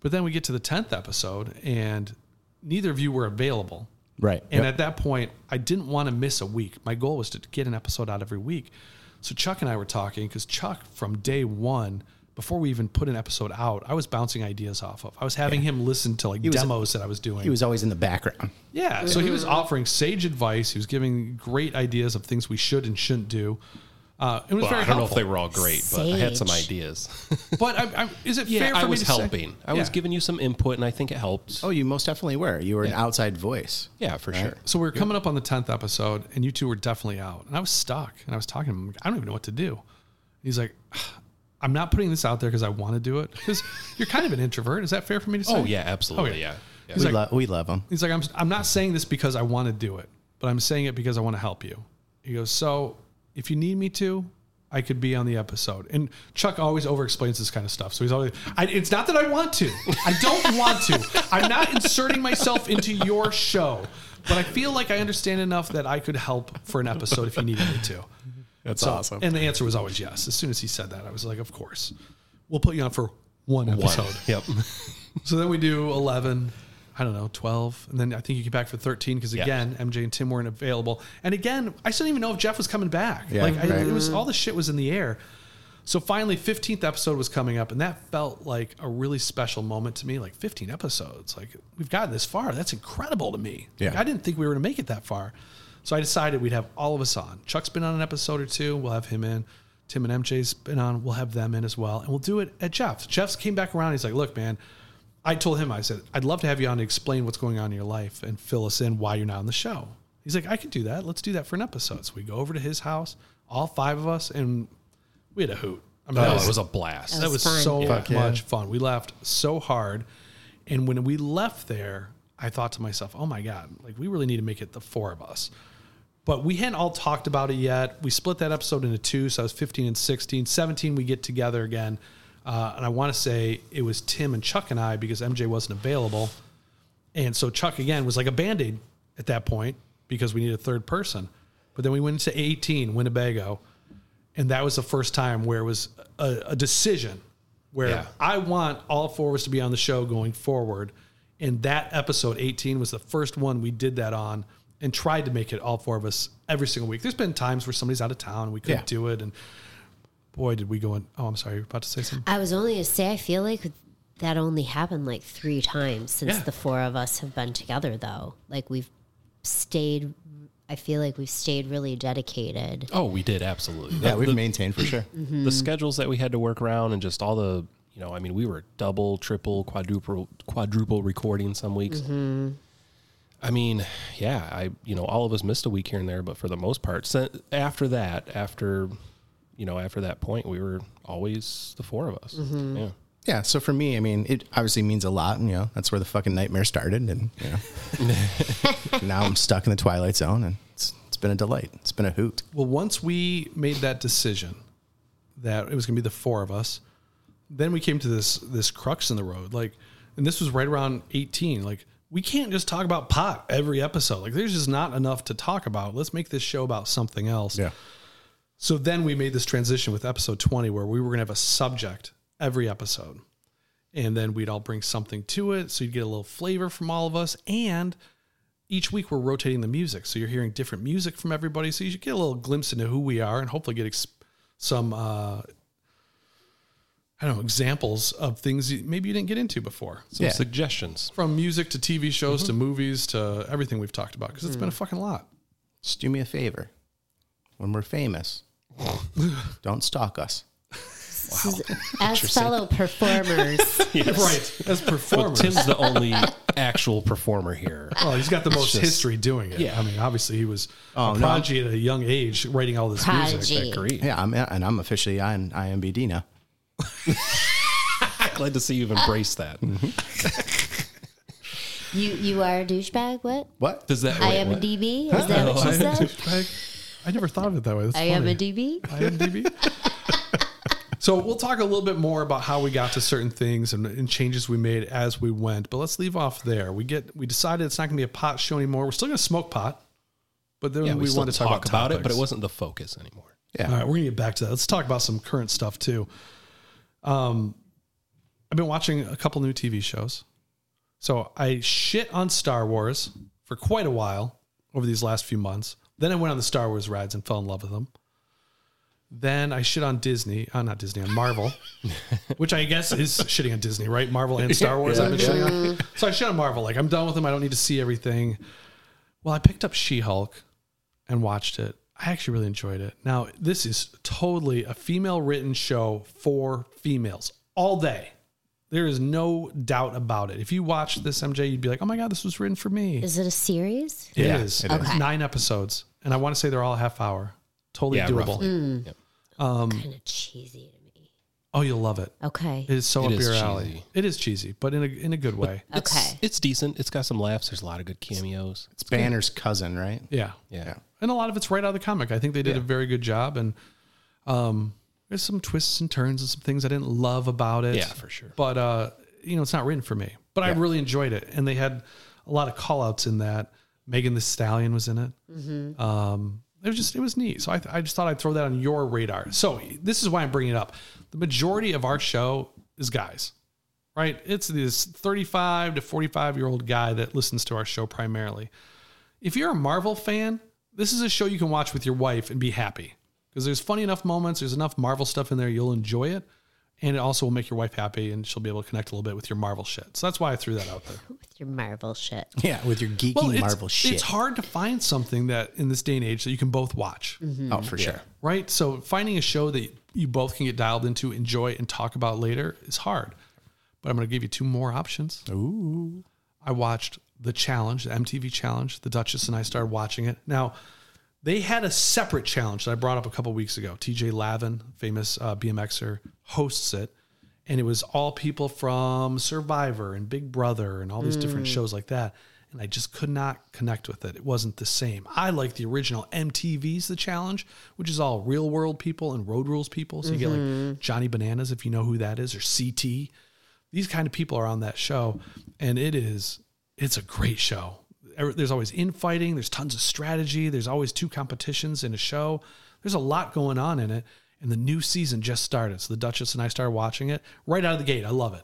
[SPEAKER 2] But then we get to the tenth episode, and neither of you were available.
[SPEAKER 4] Right.
[SPEAKER 2] And
[SPEAKER 4] Yep.
[SPEAKER 2] at that point, I didn't want to miss a week. My goal was to get an episode out every week. So Chuck and I were talking because Chuck, from day one, before we even put an episode out, I was bouncing ideas off of. I was having him listen to like
[SPEAKER 4] was-
[SPEAKER 2] demos that I was doing.
[SPEAKER 4] he was always in the background.
[SPEAKER 2] Yeah. So he was offering sage advice. He was giving great ideas of things we should and shouldn't do. Uh, it was
[SPEAKER 3] Well,
[SPEAKER 2] very
[SPEAKER 3] I don't know
[SPEAKER 2] helpful.
[SPEAKER 3] if they were all great, but I had some ideas.
[SPEAKER 2] But I, I, is it
[SPEAKER 3] Yeah,
[SPEAKER 2] fair for
[SPEAKER 3] I
[SPEAKER 2] me
[SPEAKER 3] was
[SPEAKER 2] to say-
[SPEAKER 3] helping. I was
[SPEAKER 2] Yeah.
[SPEAKER 3] giving you some input, and I think it helped.
[SPEAKER 4] Oh, you most definitely were. You were an
[SPEAKER 3] Yeah.
[SPEAKER 4] outside voice.
[SPEAKER 3] Yeah, for
[SPEAKER 4] Right.
[SPEAKER 3] sure.
[SPEAKER 2] So we were coming up on the tenth episode, and you two were definitely out, and I was stuck, and I was talking to him. like, I don't even know what to do. He's like, "I'm not putting this out there because I want to do it because you're kind of an introvert. Is that fair for me to say?
[SPEAKER 3] Oh, yeah, absolutely,
[SPEAKER 2] Okay.
[SPEAKER 3] yeah. Yeah.
[SPEAKER 2] He's
[SPEAKER 4] we,
[SPEAKER 2] like,
[SPEAKER 4] lo- we love him.
[SPEAKER 2] he's like, I'm I'm not saying this because I want to do it, but I'm saying it because I want to help you. He goes, so if you need me to. I could be on the episode, and Chuck always over-explains this kind of stuff. So he's always, I, "It's not that I want to. I don't want to. I'm not inserting myself into your show, but I feel like I understand enough that I could help for an episode if you needed me to."
[SPEAKER 4] That's
[SPEAKER 2] So-
[SPEAKER 4] awesome.
[SPEAKER 2] And the answer was always yes. As soon as he said that, I was like, "Of course, we'll put you on for one episode."
[SPEAKER 3] Yep.
[SPEAKER 2] So then we do 11, I don't know, 12. And then I think you get back for 13 because,
[SPEAKER 3] Yeah.
[SPEAKER 2] again, MJ and Tim weren't available. And again, I still didn't even know if Jeff was coming back.
[SPEAKER 4] Yeah,
[SPEAKER 2] like, I,
[SPEAKER 4] right.
[SPEAKER 2] it was all the shit was in the air. So finally, 15th episode was coming up, and that felt like a really special moment to me. Like 15 episodes, like we've gotten this far. That's incredible to me. Like,
[SPEAKER 4] Yeah.
[SPEAKER 2] I didn't think we were going to make it that far. So I decided we'd have all of us on. Chuck's been on an episode or two. We'll have him in. Tim and MJ's been on. We'll have them in as well. And we'll do it at Jeff's. Jeff's came back around. He's like, look, man, I told him, I said, I'd love to have you on to explain what's going on in your life and fill us in why you're not on the show. He's like, I could do that. Let's do that for an episode. So we go over to his house, all five of us, and we had a hoot. I mean,
[SPEAKER 3] Oh,
[SPEAKER 2] that
[SPEAKER 3] it was a blast.
[SPEAKER 2] That
[SPEAKER 3] That
[SPEAKER 2] was,
[SPEAKER 3] was fun.
[SPEAKER 2] so
[SPEAKER 3] Fuck yeah.
[SPEAKER 2] much fun. We laughed so hard. And when we left there, I thought to myself, oh my God, like we really need to make it the four of us. But we hadn't all talked about it yet. We split that episode into two. So I was 15 and 16. 17, we get together again. Uh, and I want to say it was Tim and Chuck and I because MJ wasn't available. And so Chuck again was like a band aid at that point because we need a third person. But then we went into 18, Winnebago. And that was the first time where it was a, a decision where
[SPEAKER 3] Yeah.
[SPEAKER 2] I want all four of us to be on the show going forward. And that episode 18 was the first one we did that on and tried to make it all four of us every single week. There's been times where somebody's out of town and we couldn't
[SPEAKER 6] Yeah.
[SPEAKER 2] do it. And boy, did we go in. Oh, I'm sorry. You're about to say something.
[SPEAKER 6] I was only going to say, I feel like that only happened like three times since
[SPEAKER 2] Yeah.
[SPEAKER 6] the four of us have been together, though. Like we've stayed, I feel like we've stayed really dedicated.
[SPEAKER 3] Oh, we did absolutely.
[SPEAKER 4] Yeah,
[SPEAKER 3] The-
[SPEAKER 4] we've
[SPEAKER 3] the-
[SPEAKER 4] maintained for sure.
[SPEAKER 3] the
[SPEAKER 6] Mm.
[SPEAKER 3] schedules that we had to work around and just all the you know i mean we were double triple quadruple quadruple recording some weeks
[SPEAKER 6] Mm-hmm.
[SPEAKER 3] i mean yeah i you know all of us missed a week here and there but for the most part so after that after you know after that point we were always the four of us
[SPEAKER 6] Mm-hmm.
[SPEAKER 3] yeah
[SPEAKER 4] Yeah. So for me, I mean, it obviously means a lot. And, you know, that's where the fucking nightmare started. And, you know, now I'm stuck in the Twilight Zone. And it's, it's been a delight. It's been a hoot.
[SPEAKER 2] Well, once we made that decision that it was going to be the four of us, then we came to this this crux in the road. Like, and this was right around eighteen. Like, we can't just talk about pot every episode. Like, there's just not enough to talk about. Let's make this show about something else.
[SPEAKER 4] Yeah.
[SPEAKER 2] So then we made this transition with episode twenty, where we were going to have a subject every episode, and then we'd all bring something to it. So you'd get a little flavor from all of us, and each week we're rotating the music, so you're hearing different music from everybody. So you should get a little glimpse into who we are, and hopefully get ex- some uh, I don't know examples of things you, maybe you didn't get into before.
[SPEAKER 3] some
[SPEAKER 2] So
[SPEAKER 3] suggestions
[SPEAKER 2] from music to TV shows to movies to everything we've talked about, because it's been a fucking lot.
[SPEAKER 4] Just do me a favor. When we're famous, don't stalk us.
[SPEAKER 6] This is- As fellow performers,
[SPEAKER 2] Right, as
[SPEAKER 3] well,
[SPEAKER 2] performers.
[SPEAKER 3] tim's the only actual performer here
[SPEAKER 2] well, he's got the most
[SPEAKER 3] just-
[SPEAKER 2] history doing it.
[SPEAKER 3] Yeah.
[SPEAKER 2] I mean, obviously he was
[SPEAKER 4] Oh,
[SPEAKER 2] a
[SPEAKER 4] no.
[SPEAKER 2] prodigy at a young age, writing all this music.
[SPEAKER 6] Prodigy.
[SPEAKER 3] great
[SPEAKER 4] Yeah. I'm, and I'm officially on IMBD now.
[SPEAKER 3] glad to see you've embraced that
[SPEAKER 2] Mm-hmm.
[SPEAKER 6] you you are a douchebag. What?
[SPEAKER 4] What?
[SPEAKER 3] does that
[SPEAKER 6] I
[SPEAKER 3] wait,
[SPEAKER 6] am a
[SPEAKER 3] what?
[SPEAKER 6] DB. Is that what you said?
[SPEAKER 2] I, I never thought of it that way. That's
[SPEAKER 6] I am
[SPEAKER 2] funny.
[SPEAKER 6] a DB.
[SPEAKER 2] IMDb. so we'll talk a little bit more about how we got to certain things and, and changes we made as we went. But let's leave off there. We get we decided it's not going to be a pot show anymore. We're still going to smoke pot, but then
[SPEAKER 3] yeah,
[SPEAKER 2] we,
[SPEAKER 3] we, still
[SPEAKER 2] want to talk about,
[SPEAKER 3] it but it
[SPEAKER 2] topics.
[SPEAKER 3] wasn't the focus anymore
[SPEAKER 4] Yeah.
[SPEAKER 2] All right, we're gonna get back to that. Let's talk about some current stuff too. Um, I've been watching a couple new TV shows. So I shit on Star Wars for quite a while over these last few months. Then I went on the Star Wars rides and fell in love with them. Then I shit on Disney, uh, not Disney, on Marvel, which I guess is shitting on Disney, right? Marvel and Star Wars. I've been shitting on. So I shit on Marvel. Like I'm done with them. I don't need to see everything. Well, I picked up She Hulk and watched it, I actually really enjoyed it. Now, this is totally a female written show for females all day. There is no doubt about it. If you watched this MJ, you'd be like, "Oh my god, this was written for me."
[SPEAKER 6] Is it a series?
[SPEAKER 2] It is
[SPEAKER 6] it is. Okay.
[SPEAKER 2] nine episodes, and I want to say they're all a half hour. Totally
[SPEAKER 6] Yeah,
[SPEAKER 2] doable.
[SPEAKER 6] roughly. Mm.
[SPEAKER 2] Um,
[SPEAKER 6] kind of cheesy to me.
[SPEAKER 2] Oh, you'll love it.
[SPEAKER 6] Okay.
[SPEAKER 2] It is so
[SPEAKER 3] It
[SPEAKER 2] up
[SPEAKER 3] is
[SPEAKER 2] your alley.
[SPEAKER 3] cheesy.
[SPEAKER 2] It is cheesy, but in a in a good way.
[SPEAKER 3] It's, it's decent. It's got some laughs. There's a lot of good cameos. It's
[SPEAKER 4] Banner's cousin, right?
[SPEAKER 2] Yeah.
[SPEAKER 3] Yeah.
[SPEAKER 2] And a lot of it's right out of the comic. I think they did a very good job and um there's some twists and turns and some things I didn't love about it.
[SPEAKER 3] Yeah, for sure.
[SPEAKER 2] But uh you know, it's not written for me. But I really enjoyed it and they had a lot of call outs in that. Megan the Stallion was in it.
[SPEAKER 6] Mhm.
[SPEAKER 2] Um it was just it was neat. So I, I just thought I'd throw that on your radar. So this is why I'm bringing it up. The majority of our show is guys right? It's this 35 to 45 year old guy that listens to our show primarily. If you're a Marvel fan, this is a show you can watch with your wife and be happy because there's funny enough moments, there's enough Marvel stuff in there, you'll enjoy it. And it also will make your wife happy and she'll be able to connect a little bit with your Marvel shit. So that's why I threw that out there.
[SPEAKER 6] With your Marvel shit.
[SPEAKER 4] Yeah, with your geeky
[SPEAKER 2] Well, it's,
[SPEAKER 4] Marvel shit.
[SPEAKER 2] It's hard to find something that in this day and age that you can both watch.
[SPEAKER 4] Oh, for sure.
[SPEAKER 2] Right? So finding a show that you both can get dialed into, enjoy, and talk about later is hard. But I'm going to give you two more options.
[SPEAKER 4] Ooh.
[SPEAKER 2] I watched The Challenge, the MTV Challenge. The Duchess and I started watching it. Now, they had a separate challenge that I brought up a couple weeks ago. TJ Lavin, famous uh, BMXer, hosts it. And it was all people from Survivor and Big Brother and all these different
[SPEAKER 3] Mm.
[SPEAKER 2] shows like that. And I just could not connect with it. It wasn't the same. I like the original MTV's The Challenge, which is all real world people and road rules people. So you get like
[SPEAKER 3] Mhm.
[SPEAKER 2] Johnny Bananas, if you know who that is, or CT. These kind of people are on that show. And it is, it's a great show. Every- There's always infighting, there's tons of strategy, there's always two competitions in a show. There's a lot going on in it. And the new season just started. So the Duchess and I started watching it right out of the gate. I love it.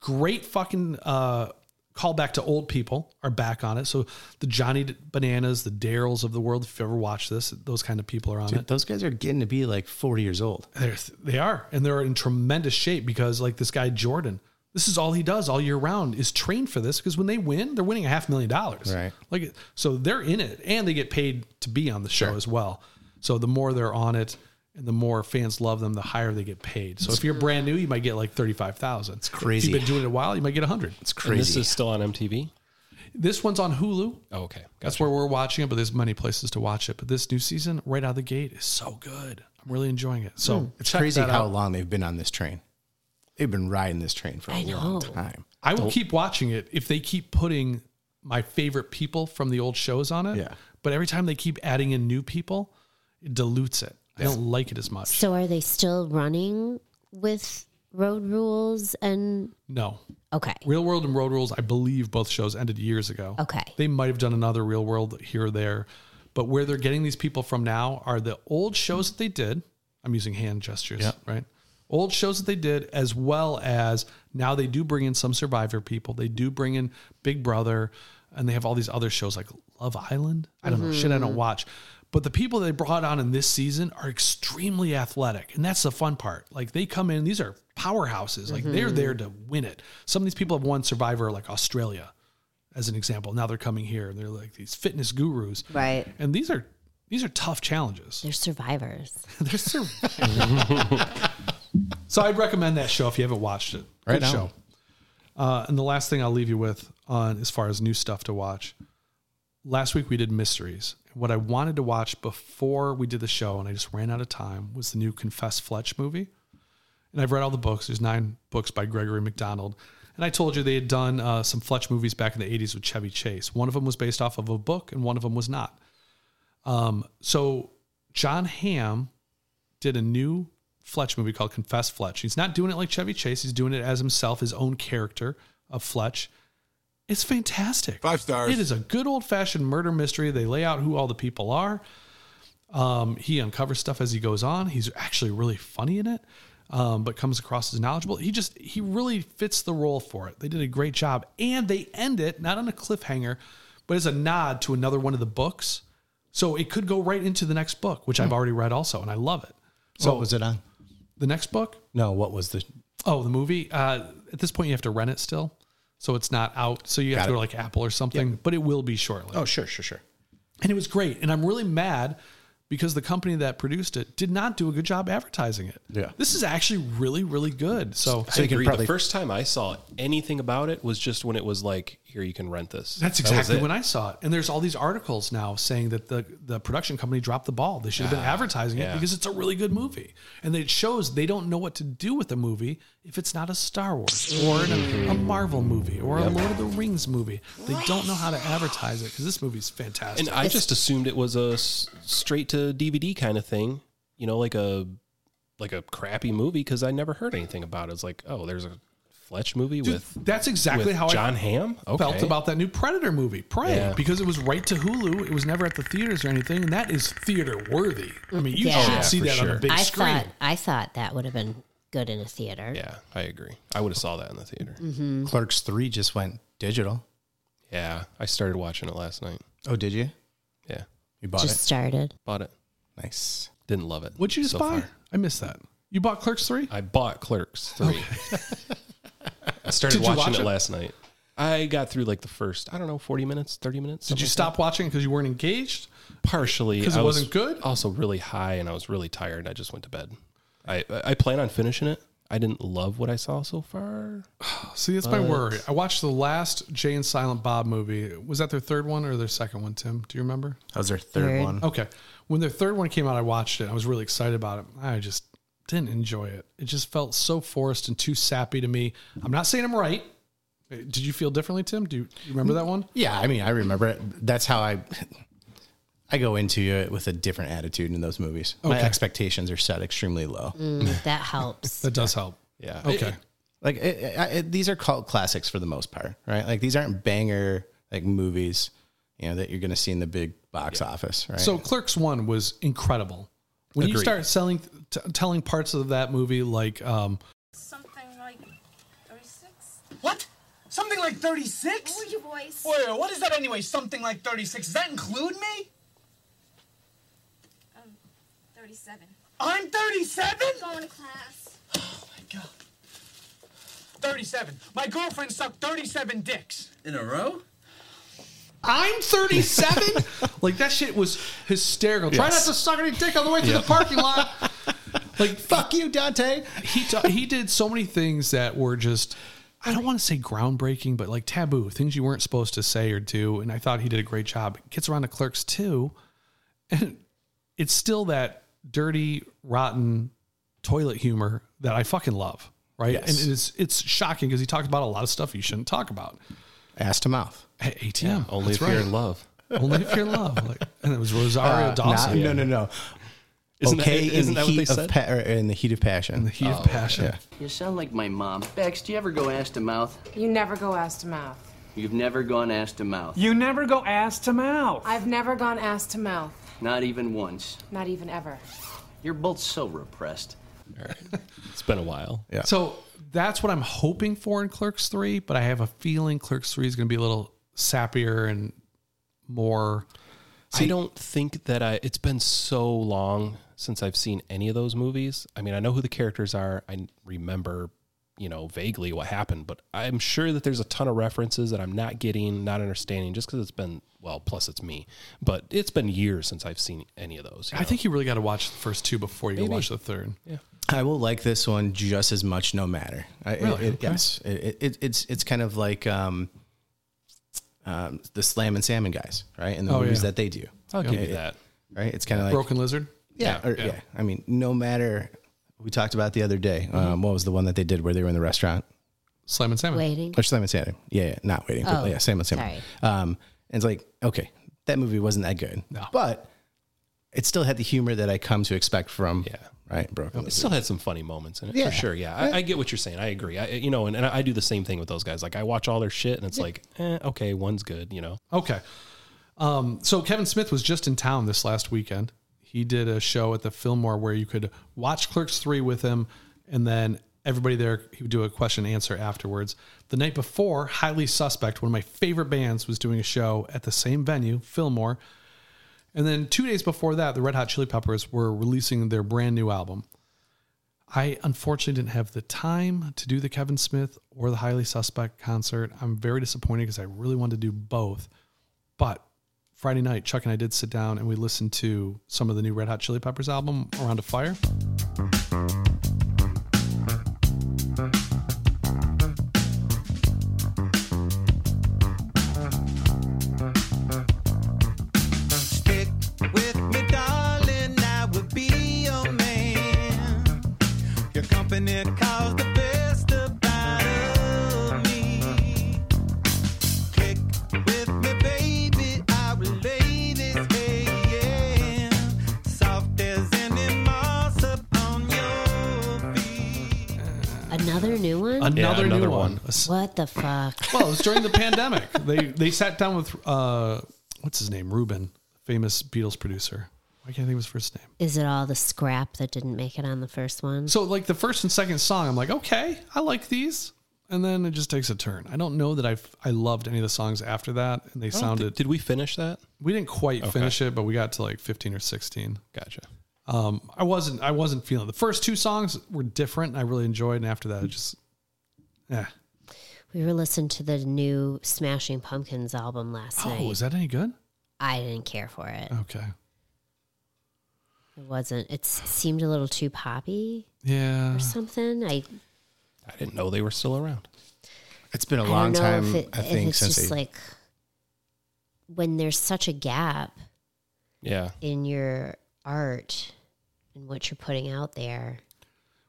[SPEAKER 2] Great fucking uh, callback to old people are back on it. So the Johnny Bananas, the Darrells of the world, if you ever watched this, those kind of people are on it.
[SPEAKER 4] Dude, those guys are getting to be like 40 years old.
[SPEAKER 2] They're, they are, and they're in tremendous shape because, like this guy Jordan, this is all he does all year round is train for this. Because when they win, they're winning a half million dollars.
[SPEAKER 4] Right.
[SPEAKER 2] Like so, they're in it, and they get paid to be on the show as well. So the more they're on it, and the more fans love them, the higher they get paid. So if you're brand new, you might get like thirty five thousand. It's
[SPEAKER 3] crazy.
[SPEAKER 2] If you've been doing it a while, you might get a hundred. It's
[SPEAKER 3] And this is still on MTV.
[SPEAKER 2] this one's on Hulu.
[SPEAKER 3] Oh, okay.
[SPEAKER 2] That's where we're watching it, but there's many places to watch it. But this new season, right out of the gate, is so good. I'm really enjoying it. So
[SPEAKER 4] Hmm. it's
[SPEAKER 2] check
[SPEAKER 4] crazy
[SPEAKER 2] that
[SPEAKER 4] how
[SPEAKER 2] out.
[SPEAKER 4] long they've been on this train. They've been riding this train for a long time.
[SPEAKER 2] I will
[SPEAKER 4] Don't-
[SPEAKER 2] keep watching it if they keep putting my favorite people from the old shows on it.
[SPEAKER 4] Yeah.
[SPEAKER 2] But every time they keep adding in new people, it dilutes it. I don't like it as much.
[SPEAKER 6] So are they still running with road rules and
[SPEAKER 2] No.
[SPEAKER 6] Okay.
[SPEAKER 2] Real World and Road Rules, I believe both shows ended years ago.
[SPEAKER 6] Okay.
[SPEAKER 2] They might have done another Real World here or there. But where they're getting these people from now are the old shows that they did. I'm using hand gestures, right? Old shows that they did, as well as now they do bring in some Survivor people. They do bring in Big Brother, and they have all these other shows like Love Island. I don't know. Shit, I don't
[SPEAKER 3] Mhm.
[SPEAKER 2] watch. But the people they brought on in this season are extremely athletic. And that's the fun part. Like they come in, these are powerhouses. Like they're
[SPEAKER 3] Mhm.
[SPEAKER 2] there to win it. Some of these people have won Survivor, like Australia, as an example. Now they're coming here and they're like these fitness gurus.
[SPEAKER 6] Right.
[SPEAKER 2] And these are these are tough challenges.
[SPEAKER 6] They're survivors.
[SPEAKER 2] They're survivors. so I'd recommend that show if you haven't watched it.
[SPEAKER 4] Right
[SPEAKER 2] Good
[SPEAKER 4] on.
[SPEAKER 2] show. Uh, and the last thing I'll leave you with on as far as new stuff to watch. Last week we did mysteries. What I wanted to watch before we did the show, and I just ran out of time, was the new Confess Fletch movie. And I've read all the books. There's nine books by Gregory McDonald. And I told you they had done uh, some Fletch movies back in the 80s with Chevy Chase. One of them was based off of a book, and one of them was not. Um, so John Hamm did a new Fletch movie called Confess Fletch. He's not doing it like Chevy Chase. He's doing it as himself, his own character of Fletch. It's fantastic. Five stars. It is a good old fashioned murder mystery. They lay out who all the people are. Um, he uncovers stuff as he goes on. He's actually really funny in it, um, but comes across as knowledgeable. He just he really fits the role for it. They did a great job, and they end it not on a cliffhanger, but as a nod to another one of the books. So it could go right into the next book, which I've
[SPEAKER 3] Hmm.
[SPEAKER 2] already read also, and I love it. So
[SPEAKER 4] what was it on?
[SPEAKER 2] the next book?
[SPEAKER 4] No, what was the
[SPEAKER 2] Oh, the movie. Uh, at this point, you have to rent it still, so it's not out. So you have
[SPEAKER 4] Got
[SPEAKER 2] to go
[SPEAKER 4] it.
[SPEAKER 2] to
[SPEAKER 3] Oh.
[SPEAKER 2] like Apple or something, but it will be shortly.
[SPEAKER 4] Oh, sure, sure, sure.
[SPEAKER 2] And it was great. And I'm really mad because the company that produced it did not do a good job advertising it.
[SPEAKER 3] Yeah.
[SPEAKER 2] This is actually really, really good. So,
[SPEAKER 3] I agree. the first time I saw anything about it was just when it was like, here you can rent this.
[SPEAKER 2] That's
[SPEAKER 3] That was
[SPEAKER 2] exactly
[SPEAKER 3] it.
[SPEAKER 2] when I saw it. And there's all these articles now saying that the, the production company dropped the ball. They should have been
[SPEAKER 3] Ah,
[SPEAKER 2] advertising
[SPEAKER 3] yeah.
[SPEAKER 2] it because it's a really good movie. And it shows they don't know what to do with a movie if it's not a Star Wars or an, a Marvel movie or a Lord of the Rings movie. They don't know how to advertise it because this movie's fantastic.
[SPEAKER 3] And I just assumed it was a straight to DVD kind of thing, you know, like a like a crappy movie because I never heard anything about it. It's like, oh, there's a Fletch movie
[SPEAKER 2] Dude,
[SPEAKER 3] with
[SPEAKER 2] that's exactly
[SPEAKER 3] with
[SPEAKER 2] how
[SPEAKER 3] John
[SPEAKER 2] I
[SPEAKER 3] Hamm
[SPEAKER 2] felt about that new Predator movie, Prey,
[SPEAKER 3] Yeah.
[SPEAKER 2] because it was right to Hulu. It was never at the theaters or anything, and that is theater worthy. I mean, you
[SPEAKER 6] Yeah.
[SPEAKER 2] should see
[SPEAKER 3] Oh, for
[SPEAKER 2] that on a
[SPEAKER 3] sure.
[SPEAKER 2] big
[SPEAKER 6] I
[SPEAKER 2] screen.
[SPEAKER 6] thought I thought that would have been good in a theater.
[SPEAKER 3] Yeah, I agree. I would have saw that in the theater.
[SPEAKER 6] hmm
[SPEAKER 4] Clerks three just went digital.
[SPEAKER 3] Yeah, I started watching it last night.
[SPEAKER 4] Oh, did you?
[SPEAKER 3] Yeah,
[SPEAKER 4] You bought
[SPEAKER 6] Just started.
[SPEAKER 3] bought it.
[SPEAKER 4] Nice.
[SPEAKER 3] Didn't love it.
[SPEAKER 2] What'd you just
[SPEAKER 3] so
[SPEAKER 2] buy?
[SPEAKER 3] far.
[SPEAKER 2] I missed that. You bought Clerks Three?
[SPEAKER 3] I bought Clerks three. I started
[SPEAKER 2] Did you
[SPEAKER 3] watching
[SPEAKER 2] watch
[SPEAKER 3] it,
[SPEAKER 2] it?
[SPEAKER 3] last night. I got through like the first, I don't know, forty minutes, thirty minutes.
[SPEAKER 2] Did
[SPEAKER 3] something
[SPEAKER 2] you
[SPEAKER 3] like
[SPEAKER 2] stop watching because you weren't engaged?
[SPEAKER 3] that. partially?
[SPEAKER 2] because it
[SPEAKER 3] I was
[SPEAKER 2] wasn't good?
[SPEAKER 3] Also, really high, and I was really tired. and I just went to bed. I I I plan on finishing it. I didn't love what I saw so far.
[SPEAKER 2] See, that's my
[SPEAKER 3] But-
[SPEAKER 2] worry. I watched the last Jay and Silent Bob movie. Was that their third one or their second one, Tim? Do you remember?
[SPEAKER 4] That was their third,
[SPEAKER 6] Third.
[SPEAKER 4] one.
[SPEAKER 2] Okay. When their third one came out, I watched it. I was really excited about it. I just didn't enjoy it. It just felt so forced and too sappy to me. I'm not saying I'm right. Uh, Did you feel differently, Tim? Do you you remember that one?
[SPEAKER 4] Yeah, I mean, I remember it. That's how I I go into it with a different attitude in those movies. My
[SPEAKER 2] Okay.
[SPEAKER 4] expectations are set extremely low.
[SPEAKER 6] Mm, that helps.
[SPEAKER 2] That does help.
[SPEAKER 3] Yeah.
[SPEAKER 2] Okay.
[SPEAKER 4] Like it, it, I- it, these are cult classics for the most part, right? Like these aren't banger like movies, you know, that you're going to see in the big box office, right?
[SPEAKER 2] So Clerks One was incredible. When you
[SPEAKER 4] Agreed.
[SPEAKER 2] start selling, t- telling parts of that movie like, um,
[SPEAKER 12] Something like 36?
[SPEAKER 13] What? Something like 36?
[SPEAKER 12] Lower your voice.
[SPEAKER 13] Wait, wait, what is that anyway? Something like 36? Does that include me?
[SPEAKER 12] Um, 37.
[SPEAKER 13] I'm 37?
[SPEAKER 12] Going to class.
[SPEAKER 13] 37. My girlfriend sucked 37 dicks.
[SPEAKER 14] In a row?
[SPEAKER 2] I'm 37. like that shit was hysterical. Try not
[SPEAKER 4] Yes.
[SPEAKER 2] to suck any dick on the way through
[SPEAKER 4] Yeah.
[SPEAKER 2] the parking lot. Like
[SPEAKER 4] fuck you, Dante.
[SPEAKER 2] he ta- he did so many things that were just I don't want to say groundbreaking, but like taboo things you weren't supposed to say or do. And I thought he did a great job. Gets around to Clerks too, and it's still that dirty, rotten toilet humor that I fucking love. Right,
[SPEAKER 4] Yes.
[SPEAKER 2] and it's it's shocking because he talked about a lot of stuff you shouldn't talk about.
[SPEAKER 4] ass to mouth.
[SPEAKER 2] Hey, ATM,
[SPEAKER 3] Only
[SPEAKER 2] that's
[SPEAKER 3] if you're in love.
[SPEAKER 2] only if you're in love. Like, and it was Rosario
[SPEAKER 4] Uh,
[SPEAKER 2] Dawson.
[SPEAKER 4] not- No, no, no.
[SPEAKER 3] Isn't that-
[SPEAKER 4] okay,
[SPEAKER 3] isn't
[SPEAKER 4] in the
[SPEAKER 3] that what
[SPEAKER 4] heat
[SPEAKER 3] they
[SPEAKER 4] of
[SPEAKER 3] said?
[SPEAKER 4] pa- or in the heat of passion.
[SPEAKER 2] The heat of passion.
[SPEAKER 14] You sound like my mom. Bex, do you ever go ass to mouth?
[SPEAKER 15] You never go ass to mouth.
[SPEAKER 14] You've never gone ass to mouth.
[SPEAKER 13] You never go ass to mouth.
[SPEAKER 15] I've never gone ass to mouth,
[SPEAKER 14] Not even once.
[SPEAKER 15] not even ever.
[SPEAKER 14] You're both so repressed.
[SPEAKER 3] It's been a while.
[SPEAKER 4] Yeah.
[SPEAKER 2] So that's what I'm hoping for in Clerks 3, but I have a feeling Clerks 3 is going to be a little sappier and more.
[SPEAKER 3] I don't think that I. It's been so long since I've seen any of those movies. I mean, I know who the characters are. I remember, you know, vaguely what happened, but I'm sure that there's a ton of references that I'm not getting, not understanding, just because it's been well. Plus, it's me, but it's been years since I've seen any of those. you
[SPEAKER 2] I
[SPEAKER 3] know?
[SPEAKER 2] think you really got to watch the first two before you go
[SPEAKER 3] Maybe.
[SPEAKER 2] watch the third.
[SPEAKER 4] I will like this one just as much, no matter. I,
[SPEAKER 2] Really?
[SPEAKER 4] It, it,
[SPEAKER 2] Okay.
[SPEAKER 4] Yes, it, it, it's it's kind of like um, um, the Slam and Salmon guys, right? And the
[SPEAKER 2] Oh,
[SPEAKER 4] movies
[SPEAKER 2] yeah.
[SPEAKER 4] that they do.
[SPEAKER 3] I'll give you
[SPEAKER 4] It-
[SPEAKER 3] that.
[SPEAKER 4] Right? It's kind of like
[SPEAKER 2] Broken Lizard?
[SPEAKER 4] Yeah,
[SPEAKER 2] Yeah,
[SPEAKER 4] or-
[SPEAKER 2] yeah.
[SPEAKER 4] yeah. I mean, no matter. We talked about it the other day. Um, what was the one that they did where they were in the restaurant?
[SPEAKER 2] Slam and Salmon.
[SPEAKER 6] Waiting.
[SPEAKER 4] Or Slam and Salmon. Yeah, yeah, not waiting.
[SPEAKER 6] Oh,
[SPEAKER 4] but yeah, Slam and Salmon.
[SPEAKER 6] sorry.
[SPEAKER 4] Um, and it's like, okay, that movie wasn't that good, but it still had the humor that I come to expect from.
[SPEAKER 3] Yeah.
[SPEAKER 4] Right, Broken.
[SPEAKER 3] It
[SPEAKER 4] Lizard.
[SPEAKER 3] still had some funny moments in it
[SPEAKER 4] Yeah.
[SPEAKER 3] for sure. Yeah, I, I get what you're saying. I agree. I, you know, and, and I do the same thing with those guys. Like I watch all their shit, and it's like, eh, okay, one's good. You know,
[SPEAKER 2] Okay. Um, so Kevin Smith was just in town this last weekend. He did a show at the Fillmore where you could watch Clerks 3 with him, and then everybody there, he would do a question and answer afterwards. The night before, Highly Suspect, one of my favorite bands, was doing a show at the same venue, Fillmore. And then two days before that, the Red Hot Chili Peppers were releasing their brand new album. I unfortunately didn't have the time to do the Kevin Smith or the Highly Suspect concert. I'm very disappointed because I really wanted to do both. But Friday night, Chuck and I did sit down and we listened to some of the new Red Hot Chili Peppers album, Around a Fire.
[SPEAKER 8] Stick with me, darling. I will be your man. Your company calls the best about of me. Kick with me, baby. I will lay this hand. Soft as an emulsion upon your
[SPEAKER 6] Another new one?
[SPEAKER 2] Another,
[SPEAKER 3] another
[SPEAKER 2] new one.
[SPEAKER 3] one.
[SPEAKER 6] What the fuck?
[SPEAKER 2] Well, it was during the pandemic. They they sat down with uh, what's his name, Ruben, famous Beatles producer. I can't think of his first name.
[SPEAKER 6] Is it all the scrap that didn't make it on the first one?
[SPEAKER 2] So like the first and second song, I'm like, okay, I like these, and then it just takes a turn. I don't know that I I loved any of the songs after that, and they
[SPEAKER 3] don't
[SPEAKER 2] sounded.
[SPEAKER 3] think- Oh, did we finish that?
[SPEAKER 2] We didn't quite
[SPEAKER 3] Okay.
[SPEAKER 2] finish it, but we got to like 15 or 16.
[SPEAKER 3] Gotcha.
[SPEAKER 2] Um, I wasn't I wasn't feeling it. the first two songs were different. And I really enjoyed, and after that, it just eh. yeah.
[SPEAKER 6] We were listening to the new Smashing Pumpkins album last night.
[SPEAKER 2] Oh, is that any good?
[SPEAKER 6] I didn't care for it.
[SPEAKER 2] Okay.
[SPEAKER 6] It wasn't. It s- seemed a little too poppy
[SPEAKER 2] Yeah.
[SPEAKER 4] Uh,
[SPEAKER 6] or something. I
[SPEAKER 3] I didn't know they were still around.
[SPEAKER 4] It's been a
[SPEAKER 6] I
[SPEAKER 4] long
[SPEAKER 6] don't know
[SPEAKER 4] time,
[SPEAKER 6] If it,
[SPEAKER 4] I
[SPEAKER 6] if
[SPEAKER 4] think,
[SPEAKER 6] it's
[SPEAKER 4] since
[SPEAKER 6] just
[SPEAKER 4] they-
[SPEAKER 6] like when there's such a gap
[SPEAKER 3] Yeah.
[SPEAKER 6] in your art and what you're putting out there.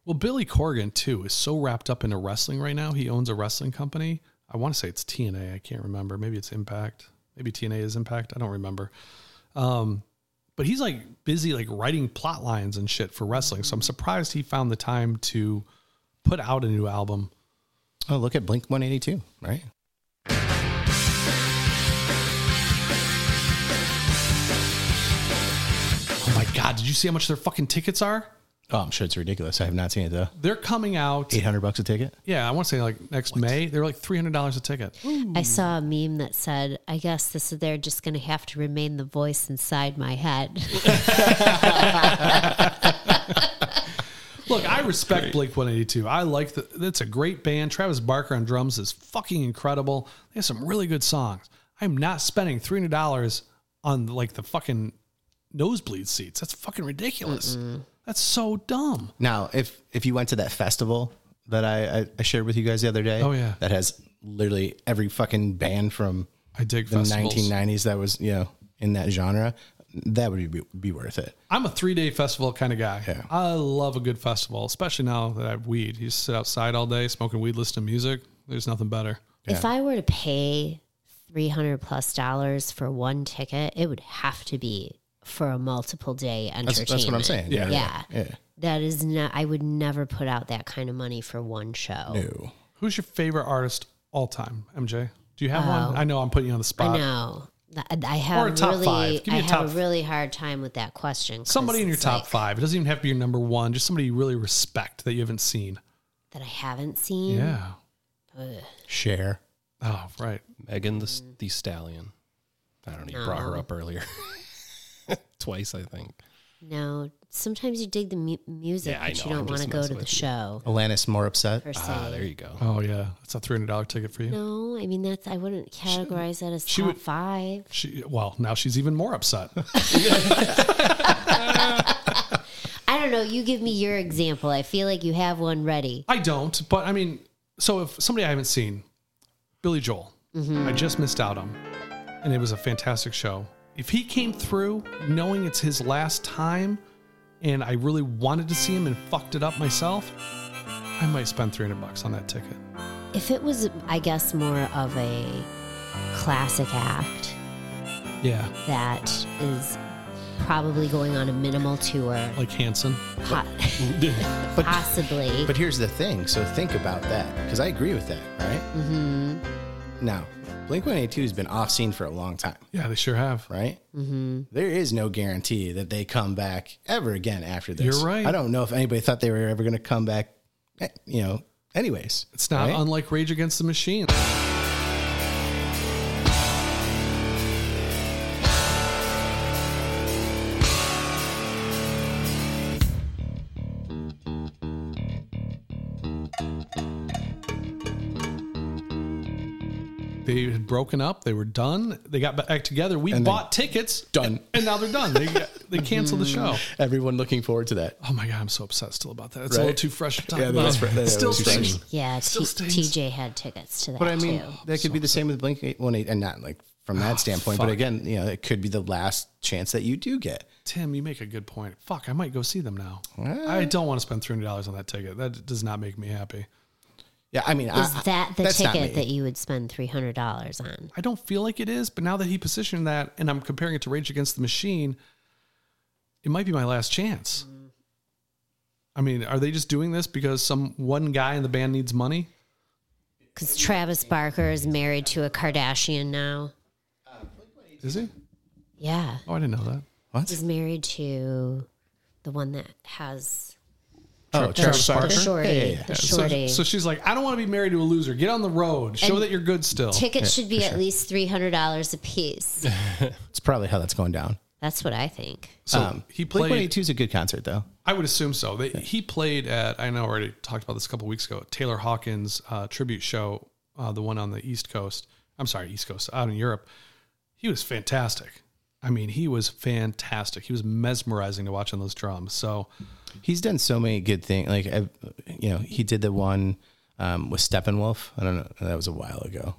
[SPEAKER 2] Well, Billy Corgan too is so wrapped up into wrestling right now. He owns a wrestling company. I want to say it's TNA. I can't remember. Maybe it's Impact. Maybe TNA is Impact. I don't remember. Um, but he's like busy like writing plot lines and shit for wrestling. So I'm surprised he found the time to put out a new album.
[SPEAKER 4] Oh, look at Blink 182, right?
[SPEAKER 2] Oh my god, did you see how much their fucking tickets are?
[SPEAKER 4] Oh, I'm sure it's ridiculous. I have not seen it though.
[SPEAKER 2] They're coming out.
[SPEAKER 4] 800 bucks a ticket.
[SPEAKER 2] Yeah, I want to say like next May. They're like three hundred dollars a ticket.
[SPEAKER 4] Hmm.
[SPEAKER 6] I saw a meme that said, "I guess this is they're just going to have to remain the voice inside my head."
[SPEAKER 2] Look, I respect Blink 182. I like that. That's a great band. Travis Barker on drums is fucking incredible. They have some really good songs. I'm not spending $300 on like the fucking nosebleed seats. That's fucking ridiculous. That's so dumb.
[SPEAKER 4] Now, if if you went to that festival that I, I, I shared with you guys the other day,
[SPEAKER 2] Oh, yeah.
[SPEAKER 4] that has literally every fucking band from
[SPEAKER 2] I dig
[SPEAKER 4] the
[SPEAKER 2] festivals.
[SPEAKER 4] 1990s that was you know in that genre, that would be be worth it.
[SPEAKER 2] I'm a three day festival kind of guy. I love a good festival, especially now that I have weed. You sit outside all day smoking weed, listening to music. There's nothing better.
[SPEAKER 6] If I were to pay three hundred plus dollars for one ticket, it would have to be for a multiple day
[SPEAKER 4] That's,
[SPEAKER 6] entertainment.
[SPEAKER 4] that's what I'm saying.
[SPEAKER 6] Yeah.
[SPEAKER 4] yeah.
[SPEAKER 6] That is not. I would never put out that kind of money for one show.
[SPEAKER 4] No.
[SPEAKER 2] Who's your favorite artist all time, MJ? Do you have one?
[SPEAKER 6] Oh.
[SPEAKER 2] I know I'm putting you on the spot.
[SPEAKER 6] I know. Th- I
[SPEAKER 2] Or a
[SPEAKER 6] have
[SPEAKER 2] top
[SPEAKER 6] really,
[SPEAKER 2] five. Give me
[SPEAKER 6] I
[SPEAKER 2] a
[SPEAKER 6] have
[SPEAKER 2] top
[SPEAKER 6] a
[SPEAKER 2] f-
[SPEAKER 6] really hard time with that question. 'cause
[SPEAKER 2] Somebody in your
[SPEAKER 6] it's
[SPEAKER 2] top
[SPEAKER 6] like
[SPEAKER 2] five. It doesn't even have to be your number one. Just somebody you really respect that you haven't seen.
[SPEAKER 6] that I haven't seen.
[SPEAKER 2] Yeah.
[SPEAKER 6] Ugh.
[SPEAKER 4] Share.
[SPEAKER 2] Oh, right.
[SPEAKER 3] Megan the, the Stallion. I don't know. You brought her
[SPEAKER 6] No.
[SPEAKER 3] up earlier. Twice, I think.
[SPEAKER 6] No, sometimes you dig the mu- music,
[SPEAKER 3] Yeah, I
[SPEAKER 6] but you
[SPEAKER 3] know. I'm
[SPEAKER 6] don't want
[SPEAKER 3] just
[SPEAKER 6] to go
[SPEAKER 3] messing
[SPEAKER 6] to the
[SPEAKER 3] with you.
[SPEAKER 6] show
[SPEAKER 4] Alanis more upset.
[SPEAKER 6] per se.
[SPEAKER 3] Ah, there you go.
[SPEAKER 2] Oh yeah, that's a three hundred dollar ticket for you.
[SPEAKER 6] No, I mean that's I wouldn't categorize that as
[SPEAKER 2] she
[SPEAKER 6] top
[SPEAKER 2] would-
[SPEAKER 6] five.
[SPEAKER 2] She well now she's even more upset.
[SPEAKER 6] I don't know. You give me your example. I feel like you have one ready.
[SPEAKER 2] I don't, but I mean, so if somebody I haven't seen, Billy Joel, I just missed out on, and it was a fantastic show. If he came through knowing it's his last time, and I really wanted to see him and fucked it up myself, I might spend three hundred bucks on that ticket.
[SPEAKER 6] If it was, I guess, more of a classic act
[SPEAKER 2] Yeah,
[SPEAKER 6] that is probably going on a minimal tour,
[SPEAKER 2] like Hanson.
[SPEAKER 6] pot, possibly.
[SPEAKER 4] But here's the thing. So think about that because I agree with that. Right
[SPEAKER 6] hmm
[SPEAKER 4] now, Blink 182 has been off scene for a long time.
[SPEAKER 2] Yeah, they sure have.
[SPEAKER 4] Right.
[SPEAKER 6] hmm
[SPEAKER 4] There is no guarantee that they come back ever again after this.
[SPEAKER 2] You're right.
[SPEAKER 4] I don't know if anybody thought they were ever going to come back. eh, You know. Anyways,
[SPEAKER 2] It's not
[SPEAKER 4] right?
[SPEAKER 2] unlike Rage Against the Machine. They had broken up. They were done. They got back together. We bought tickets. Done. And now they're done. They they canceled the show.
[SPEAKER 4] Everyone looking forward to that.
[SPEAKER 2] Oh my god, I'm so upset still about that. It's a little
[SPEAKER 4] Right?
[SPEAKER 2] too fresh to talk
[SPEAKER 4] Yeah, that
[SPEAKER 2] about.
[SPEAKER 4] is fre- that is
[SPEAKER 2] still
[SPEAKER 4] too
[SPEAKER 2] stinging.
[SPEAKER 4] fresh.
[SPEAKER 6] Yeah,
[SPEAKER 2] Still
[SPEAKER 6] T-
[SPEAKER 2] stings.
[SPEAKER 6] TJ had tickets to that.
[SPEAKER 4] But I mean,
[SPEAKER 6] too.
[SPEAKER 4] that could be the same with Blink 182 and not like from
[SPEAKER 6] Ah,
[SPEAKER 4] that standpoint. But
[SPEAKER 2] fuck.
[SPEAKER 4] again, you know, it could be the last chance that you do get.
[SPEAKER 2] Tim, you make a good point. Fuck, I might go see them now. I don't want to spend three hundred dollars on that ticket. That does not make me happy.
[SPEAKER 4] Yeah, I mean,
[SPEAKER 6] Is that the ticket that you would spend three hundred dollars on?
[SPEAKER 2] I don't feel like it is, but now that he positioned that and I'm comparing it to Rage Against the Machine, it might be my last chance. I mean, are they just doing this because some one guy in the band needs money?
[SPEAKER 6] Because Travis Barker is married to a Kardashian now.
[SPEAKER 2] Is he?
[SPEAKER 6] Yeah,
[SPEAKER 2] Oh, I didn't know that.
[SPEAKER 6] he's married to the one that has
[SPEAKER 2] Oh,
[SPEAKER 6] the-
[SPEAKER 2] Travis
[SPEAKER 6] the
[SPEAKER 2] Barker?
[SPEAKER 6] shorty,
[SPEAKER 2] Yeah, yeah, yeah.
[SPEAKER 6] the
[SPEAKER 2] So-
[SPEAKER 6] shorty.
[SPEAKER 2] So, she's like, I don't want to be married to a loser. Get on the road. Show
[SPEAKER 6] And
[SPEAKER 2] that you're good still.
[SPEAKER 6] Tickets should be at least three hundred dollars a piece.
[SPEAKER 4] It's probably how that's going down.
[SPEAKER 6] That's what I think.
[SPEAKER 2] So he
[SPEAKER 4] Um, Blink
[SPEAKER 2] played-
[SPEAKER 4] 182 is a good concert, though.
[SPEAKER 2] I would assume so. They, He played at, I know I already talked about this a couple weeks ago, Taylor Hawkins uh, tribute show, uh, the one on the East Coast. I'm sorry, East Coast, out in Europe. He was fantastic. I mean, he was fantastic. He was mesmerizing to watch on those drums. So,
[SPEAKER 4] He's done so many good things. Like, i you know, he did the one um, with Steppenwolf. I don't know. That was a while ago.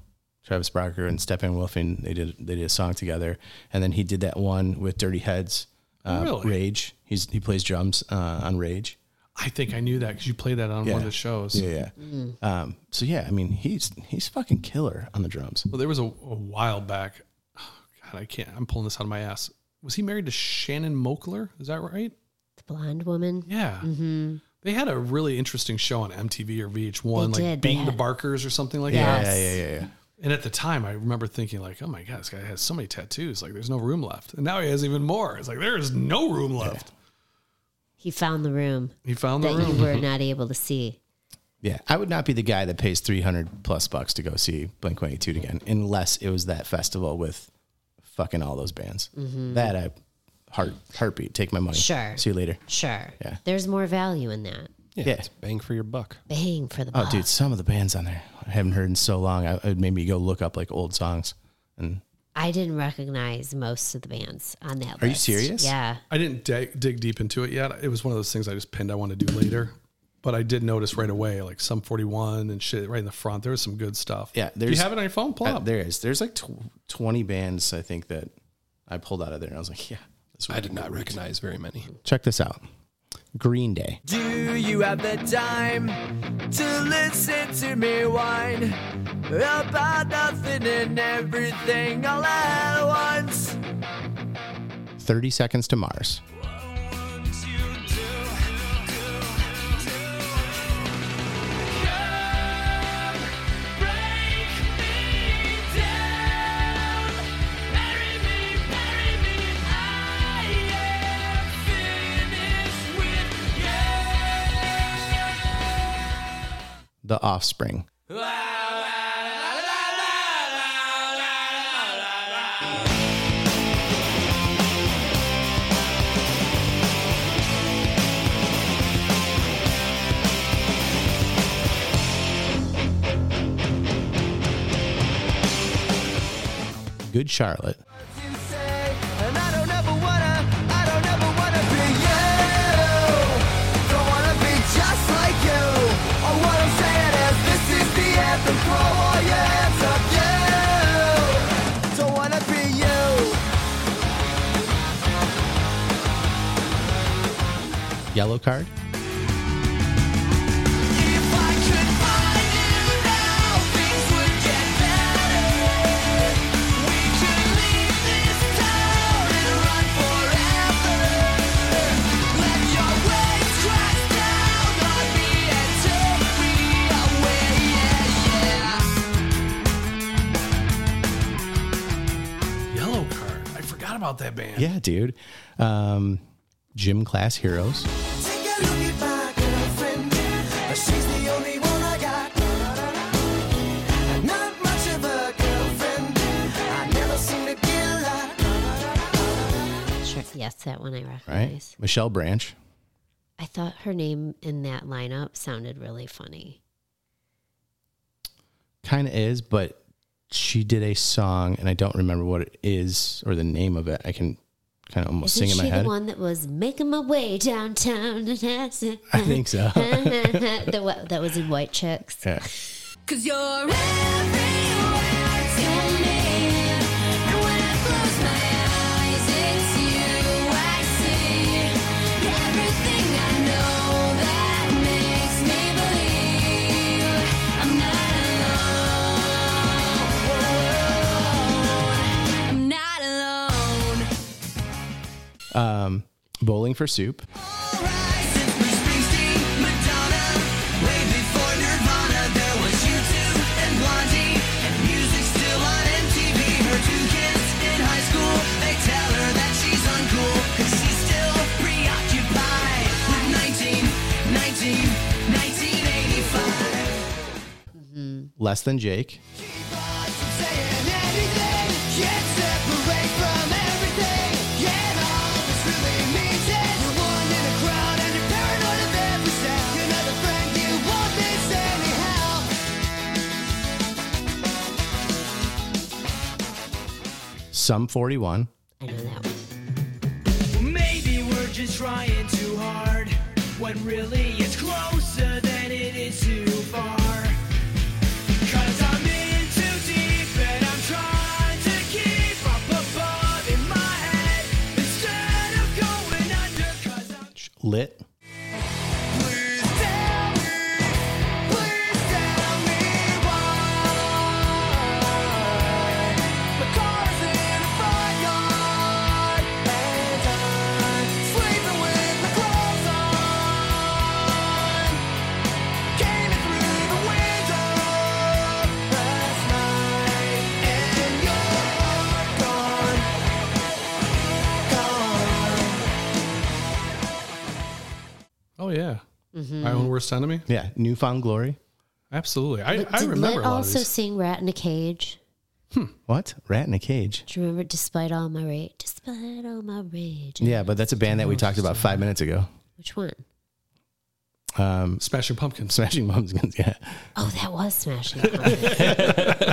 [SPEAKER 4] Travis Barker and Steppenwolf, and they did they did a song together. And then he did that one with Dirty Heads, uh,
[SPEAKER 2] Really?
[SPEAKER 4] Rage. He's he plays drums uh, on Rage.
[SPEAKER 2] I think I knew that because you played that on one of the shows.
[SPEAKER 4] Yeah, yeah. Um, so yeah, I mean, he's he's fucking killer on the drums.
[SPEAKER 2] Well, there was a, a while back. Oh, God, I can't. I'm pulling this out of my ass. Was he married to Shannon Mokler? Is that right?
[SPEAKER 6] The blonde woman.
[SPEAKER 2] Yeah.
[SPEAKER 6] Mm-hmm.
[SPEAKER 2] They had a really interesting show on MTV or VH1,
[SPEAKER 6] They
[SPEAKER 2] like
[SPEAKER 6] did. They
[SPEAKER 2] Being the
[SPEAKER 6] had-
[SPEAKER 2] Barkers or something like
[SPEAKER 6] Yeah,
[SPEAKER 2] that.
[SPEAKER 6] yeah, yeah,
[SPEAKER 4] yeah, yeah.
[SPEAKER 2] And at the time, I remember thinking, like, oh my God, this guy has so many tattoos. Like, there's no room left. And now he has even more. It's like, there is no room left.
[SPEAKER 6] He found the room
[SPEAKER 2] He found the
[SPEAKER 6] that
[SPEAKER 2] room.
[SPEAKER 6] you were not able to see.
[SPEAKER 4] Yeah, I would not be the guy that pays three hundred plus bucks to go see Blink One Eight Two again, unless it was that festival with fucking all those bands.
[SPEAKER 6] Mhm.
[SPEAKER 4] That I heart heartbeat. Take my money.
[SPEAKER 6] Sure.
[SPEAKER 4] See you later.
[SPEAKER 6] Sure.
[SPEAKER 4] Yeah.
[SPEAKER 6] There's more value in that.
[SPEAKER 4] Yeah. it's
[SPEAKER 3] bang for your buck.
[SPEAKER 6] Bang for the
[SPEAKER 4] Oh,
[SPEAKER 6] buck.
[SPEAKER 4] dude, some of the bands on there I haven't heard in so long. I, it made me go look up like old songs. And
[SPEAKER 6] I didn't recognize most of the bands on that list.
[SPEAKER 4] Are you serious?
[SPEAKER 6] Yeah.
[SPEAKER 2] I didn't dig, dig deep into it yet. It was one of those things I just pinned I want to do later. But I did notice right away, like some 41 and shit right in the front. There was some good stuff.
[SPEAKER 4] yeah,
[SPEAKER 2] Do
[SPEAKER 4] there's
[SPEAKER 2] you have it on your phone? Pull it
[SPEAKER 4] uh,
[SPEAKER 2] up.
[SPEAKER 4] there is. There's like tw- twenty bands I think that I pulled out of there, and I was like, yeah, this
[SPEAKER 3] I did not recognize very many.
[SPEAKER 4] Check this out. Green Day.
[SPEAKER 8] Do you have the time to listen to me whine about nothing and everything all at once?
[SPEAKER 4] 30 Seconds to Mars. The Offspring. Good Charlotte.
[SPEAKER 8] And I don't ever wanna, I don't ever wanna be you. Don't wanna be just like you. Oh, what I'm saying is this is the anthem for all your hands up, you. Don't wanna be you.
[SPEAKER 4] Yellow Card.
[SPEAKER 2] Yellow Card. I forgot about that band.
[SPEAKER 4] Yeah, dude. Um, gym Class Heroes.
[SPEAKER 8] She's the only one I got. Not much of a girlfriend. I never seem to get a lot.
[SPEAKER 6] Sure. Yes, that one I recognize.
[SPEAKER 4] Right. Michelle Branch.
[SPEAKER 6] I thought her name in that lineup sounded really funny.
[SPEAKER 4] Kind of is, but she did a song, and I don't remember what it is or the name of it. I can kind of almost
[SPEAKER 6] Isn't
[SPEAKER 4] sing in
[SPEAKER 6] she
[SPEAKER 4] my head.
[SPEAKER 6] the one that was making my way downtown? I
[SPEAKER 4] I think so.
[SPEAKER 6] that, wa- that was in White Chicks.
[SPEAKER 4] Yeah.
[SPEAKER 8] Cause you're everywhere to me. And when I close my eyes, it's you I see. Everything I know that makes me believe I'm not alone. I'm not alone.
[SPEAKER 4] Um, Bowling for Soup.
[SPEAKER 8] Way before Nirvana, there was you two and Blondie, and music still on MTV. Her two kids in high school, they tell her that she's uncool, 'cause she's still preoccupied with 19, 19, 1985.
[SPEAKER 4] Less than Jake. Some 41.
[SPEAKER 6] I know that one.
[SPEAKER 8] Maybe we're just trying too hard when really it's closer than it is too far. Cause I'm in too deep and I'm trying to keep up above in my head instead of going under. Cause I'm
[SPEAKER 4] Lit.
[SPEAKER 8] sleeping with my clothes on. Came in through the window last night, and you're gone, gone.
[SPEAKER 2] Oh yeah,
[SPEAKER 6] Mhm.
[SPEAKER 2] my own worst enemy.
[SPEAKER 4] Yeah, Newfound Glory.
[SPEAKER 2] Absolutely, I,
[SPEAKER 6] But
[SPEAKER 2] I
[SPEAKER 6] did
[SPEAKER 2] remember
[SPEAKER 6] Lit
[SPEAKER 2] a lot of
[SPEAKER 6] also
[SPEAKER 2] these.
[SPEAKER 6] sing Rat in a Cage.
[SPEAKER 4] What? Rat in a Cage.
[SPEAKER 6] Do you remember Despite All My Rage? Despite All My Rage.
[SPEAKER 4] Yeah, but that's a band that we talked about five minutes ago.
[SPEAKER 6] Which one?
[SPEAKER 4] Um,
[SPEAKER 2] Smashing Pumpkins.
[SPEAKER 4] Smashing Pumpkins. Yeah.
[SPEAKER 6] Oh, that was Smashing Pumpkins. okay.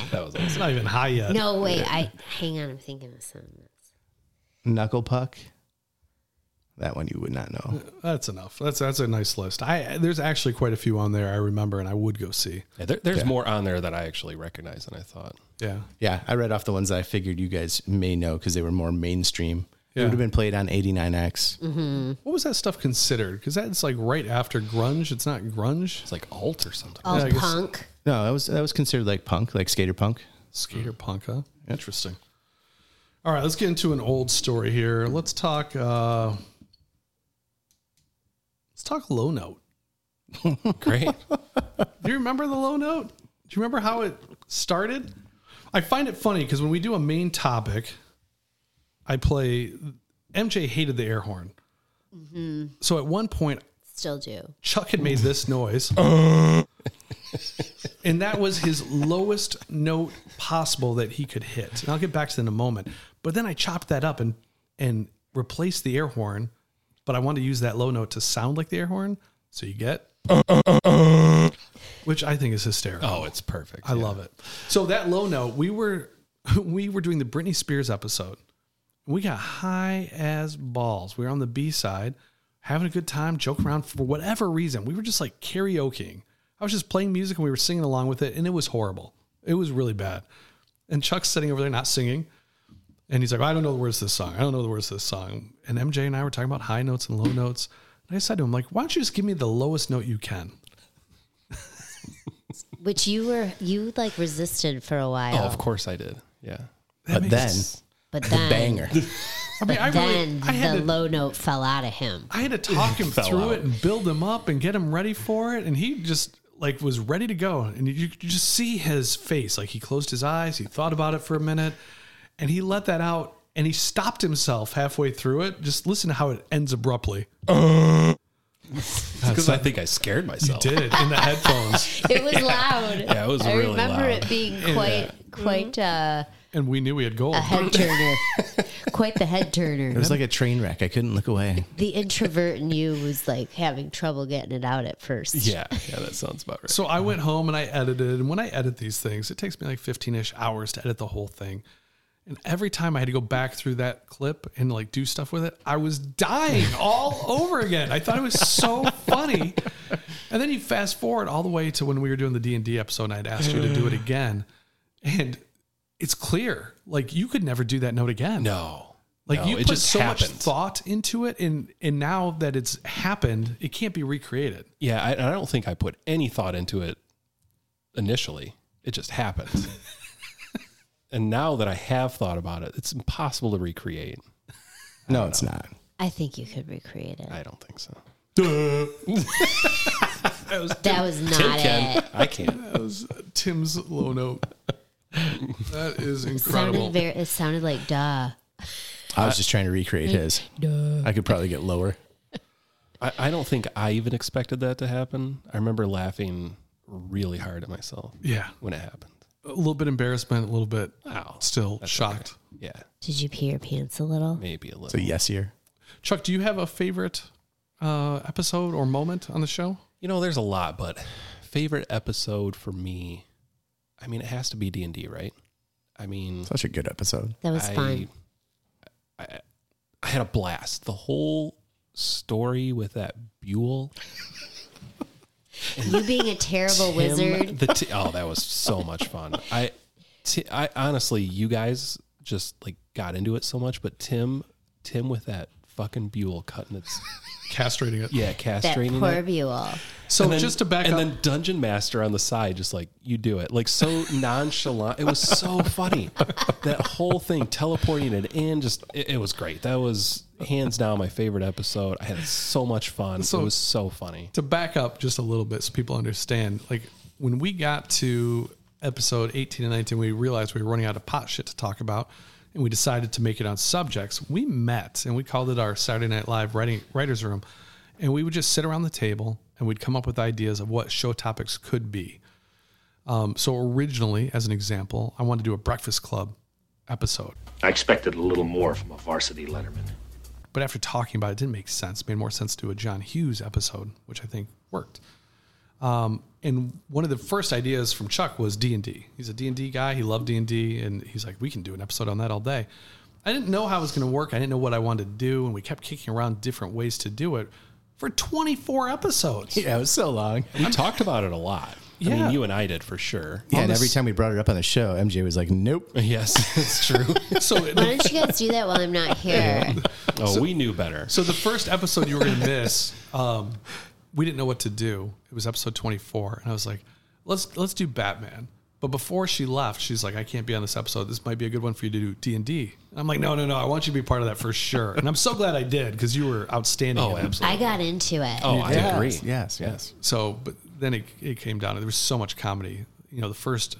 [SPEAKER 2] It's not even high yet.
[SPEAKER 6] No, wait. I hang on. I'm thinking of something.
[SPEAKER 4] Knuckle Puck. That one you would not know.
[SPEAKER 2] That's enough. That's that's a nice list. I there's actually quite a few on there I remember and I would go see.
[SPEAKER 3] Yeah, there, there's
[SPEAKER 2] Yeah.
[SPEAKER 3] more on there that I actually recognize than I thought.
[SPEAKER 2] Yeah.
[SPEAKER 4] Yeah, I read off the ones that I figured you guys may know because they were more mainstream. It
[SPEAKER 2] Yeah.
[SPEAKER 4] would have been played on 89X.
[SPEAKER 2] What was that stuff considered? Because that's like right after grunge. It's not grunge. It's
[SPEAKER 3] like alt or something.
[SPEAKER 6] Alt
[SPEAKER 2] I guess-
[SPEAKER 6] Oh, punk.
[SPEAKER 4] No, that was that was considered like punk, like skater punk.
[SPEAKER 2] Skater punk, huh? Interesting. All right, let's get into an old story here. Let's talk. Uh, let's talk low note.
[SPEAKER 3] Great.
[SPEAKER 2] Do you remember the low note? Do you remember how it started? I find it funny because when we do a main topic, I play. MJ hated the air horn,
[SPEAKER 6] Mm-hmm.
[SPEAKER 2] so at one point
[SPEAKER 6] Still do.
[SPEAKER 2] Chuck had made this noise. and that was his lowest note possible that he could hit. And I'll get back to that in a moment. But then I chopped that up and and replaced the air horn, but I wanted to use that low note to sound like the air horn. So you get which I think is hysterical.
[SPEAKER 3] Oh, it's perfect.
[SPEAKER 2] I love it. So that low note, we were we were doing the Britney Spears episode. We got high as balls. We were on the B side, having a good time, joke around for whatever reason. We were just like karaokeing. I was just playing music and we were singing along with it, and it was horrible. It was really bad. And Chuck's sitting over there not singing. And he's like, I don't know the words to this song. I don't know the words to this song. And MJ and I were talking about high notes and low notes. And I said to him, like, why don't you just give me the lowest note you can?
[SPEAKER 6] Which you were, you like resisted for a while.
[SPEAKER 3] Oh, of course I did. Yeah.
[SPEAKER 6] That
[SPEAKER 4] but then,
[SPEAKER 6] makes- But
[SPEAKER 4] the
[SPEAKER 6] then,
[SPEAKER 4] banger.
[SPEAKER 6] But
[SPEAKER 2] I really-
[SPEAKER 6] then
[SPEAKER 2] I had
[SPEAKER 6] the
[SPEAKER 2] to-
[SPEAKER 6] low note fell out of him.
[SPEAKER 2] I had to talk him
[SPEAKER 3] Fell
[SPEAKER 2] through
[SPEAKER 3] out.
[SPEAKER 2] it and build him up and get him ready for it. And he just like was ready to go. And you could just see his face. Like he closed his eyes, he thought about it for a minute, and he let that out and he stopped himself halfway through it. Just listen to how it ends abruptly.
[SPEAKER 3] Because I think I scared myself.
[SPEAKER 2] You did in the headphones.
[SPEAKER 6] It was loud.
[SPEAKER 3] Yeah, it was
[SPEAKER 6] I
[SPEAKER 3] really
[SPEAKER 6] remember
[SPEAKER 3] loud.
[SPEAKER 6] it being
[SPEAKER 3] Yeah.
[SPEAKER 6] quite, quite uh,
[SPEAKER 2] and we knew we had gold.
[SPEAKER 6] A head turner.
[SPEAKER 2] Mm-hmm.
[SPEAKER 6] Quite the head turner.
[SPEAKER 4] It was like a train wreck. I couldn't look away.
[SPEAKER 6] the introvert in you was like having trouble getting it out at first.
[SPEAKER 3] yeah, that sounds about right.
[SPEAKER 2] So I went home and I edited, and when I edit these things, it takes me like 15-ish hours to edit the whole thing. And every time I had to go back through that clip and like do stuff with it, I was dying all over again. I thought it was so funny. And then you fast forward all the way to when we were doing the D&D episode and I'd asked you to do it again. And it's clear, like you could never do that note again.
[SPEAKER 3] No.
[SPEAKER 2] Like
[SPEAKER 3] No,
[SPEAKER 2] you
[SPEAKER 3] it
[SPEAKER 2] put
[SPEAKER 3] just
[SPEAKER 2] so much
[SPEAKER 3] happened.
[SPEAKER 2] thought into it and and now that it's happened, it can't be recreated.
[SPEAKER 3] Yeah, I, I don't think I put any thought into it initially. It just happened. and now that I have thought about it, it's impossible to recreate.
[SPEAKER 4] No, it's not.
[SPEAKER 6] I think you could recreate it.
[SPEAKER 3] I don't think so.
[SPEAKER 2] That was,
[SPEAKER 6] That was not
[SPEAKER 3] Tim can.
[SPEAKER 6] it.
[SPEAKER 3] I can't.
[SPEAKER 2] That was Tim's low note. That is incredible.
[SPEAKER 6] Sounded very, it sounded like duh.
[SPEAKER 4] I was just trying to recreate his.
[SPEAKER 6] Duh.
[SPEAKER 4] I could probably get lower.
[SPEAKER 3] I, I don't think I even expected that to happen. I remember laughing really hard at myself.
[SPEAKER 2] Yeah. Oh,
[SPEAKER 3] When it happened.
[SPEAKER 2] a little bit embarrassment, a little bit still shocked.
[SPEAKER 3] Yeah.
[SPEAKER 6] Did you pee your pants a little?
[SPEAKER 3] Maybe a little.
[SPEAKER 4] So yes here.
[SPEAKER 2] Chuck, do you have a favorite uh, episode or moment on the show?
[SPEAKER 3] You know, there's a lot, but favorite episode for me, I mean, it has to be D and D, right? I mean,
[SPEAKER 4] Such a good episode.
[SPEAKER 6] That was
[SPEAKER 3] I-
[SPEAKER 6] fun.
[SPEAKER 3] I, I had a blast. The whole story with that Buell.
[SPEAKER 6] You being a terrible
[SPEAKER 3] Tim-
[SPEAKER 6] wizard.
[SPEAKER 3] The t- oh, that was so much fun. I, Ti- I honestly, you guys just like got into it so much, but Tim, Tim with that fucking Buell cutting its
[SPEAKER 2] Castrating it.
[SPEAKER 3] yeah
[SPEAKER 6] That
[SPEAKER 3] castrating
[SPEAKER 6] poor
[SPEAKER 3] it.
[SPEAKER 6] Buell.
[SPEAKER 2] So just to back
[SPEAKER 3] and
[SPEAKER 2] up,
[SPEAKER 3] then Dungeon Master on the side, just like you do it, like so nonchalant. It was so funny. that whole thing, teleporting it in, just it, it was great. That was hands down my favorite episode. I had so much fun.
[SPEAKER 2] So-
[SPEAKER 3] it was so funny.
[SPEAKER 2] to back up just a little bit so people understand, like when we got to episode 18 and 19, we realized we were running out of pot shit to talk about. And we decided to make it on subjects. We met and we called it our Saturday Night Live writing, writer's room. And we would just sit around the table and we'd come up with ideas of what show topics could be. Um, so originally, as an example, I wanted to do a Breakfast Club episode.
[SPEAKER 16] I expected a little more from a varsity letterman.
[SPEAKER 2] But after talking about it, it didn't make sense. It made more sense to do a John Hughes episode, which I think worked. Um, and one of the first ideas from Chuck was D and D. He's a D and D guy. He loved D and D, and he's like, we can do an episode on that all day. I didn't know how it was going to work. I didn't know what I wanted to do, and we kept kicking around different ways to do it for 24 episodes.
[SPEAKER 4] Yeah, it was so long.
[SPEAKER 3] We talked about it a lot. I
[SPEAKER 2] Yeah.
[SPEAKER 3] mean, you and I did for sure.
[SPEAKER 4] Yeah, and every time we brought it up on the show, MJ was like, "Nope."
[SPEAKER 3] Yes, it's true.
[SPEAKER 2] So
[SPEAKER 6] Why don't you guys do that while I'm not here?
[SPEAKER 3] oh, we knew better.
[SPEAKER 2] So the first episode you were going to miss, um, we didn't know what to do. It was episode 24, and I was like, "Let's let's do Batman." But before she left, she's like, "I can't be on this episode. This might be a good one for you to do D and D." I'm like, "No, no, no! I want you to be part of that for sure." And I'm so glad I did because you were outstanding.
[SPEAKER 3] Oh,
[SPEAKER 2] in it.
[SPEAKER 6] I got into it.
[SPEAKER 3] Oh, I
[SPEAKER 4] Yes,
[SPEAKER 3] agree.
[SPEAKER 4] Yes, yes.
[SPEAKER 2] So, but then it, it came down. to There was so much comedy. You know, the first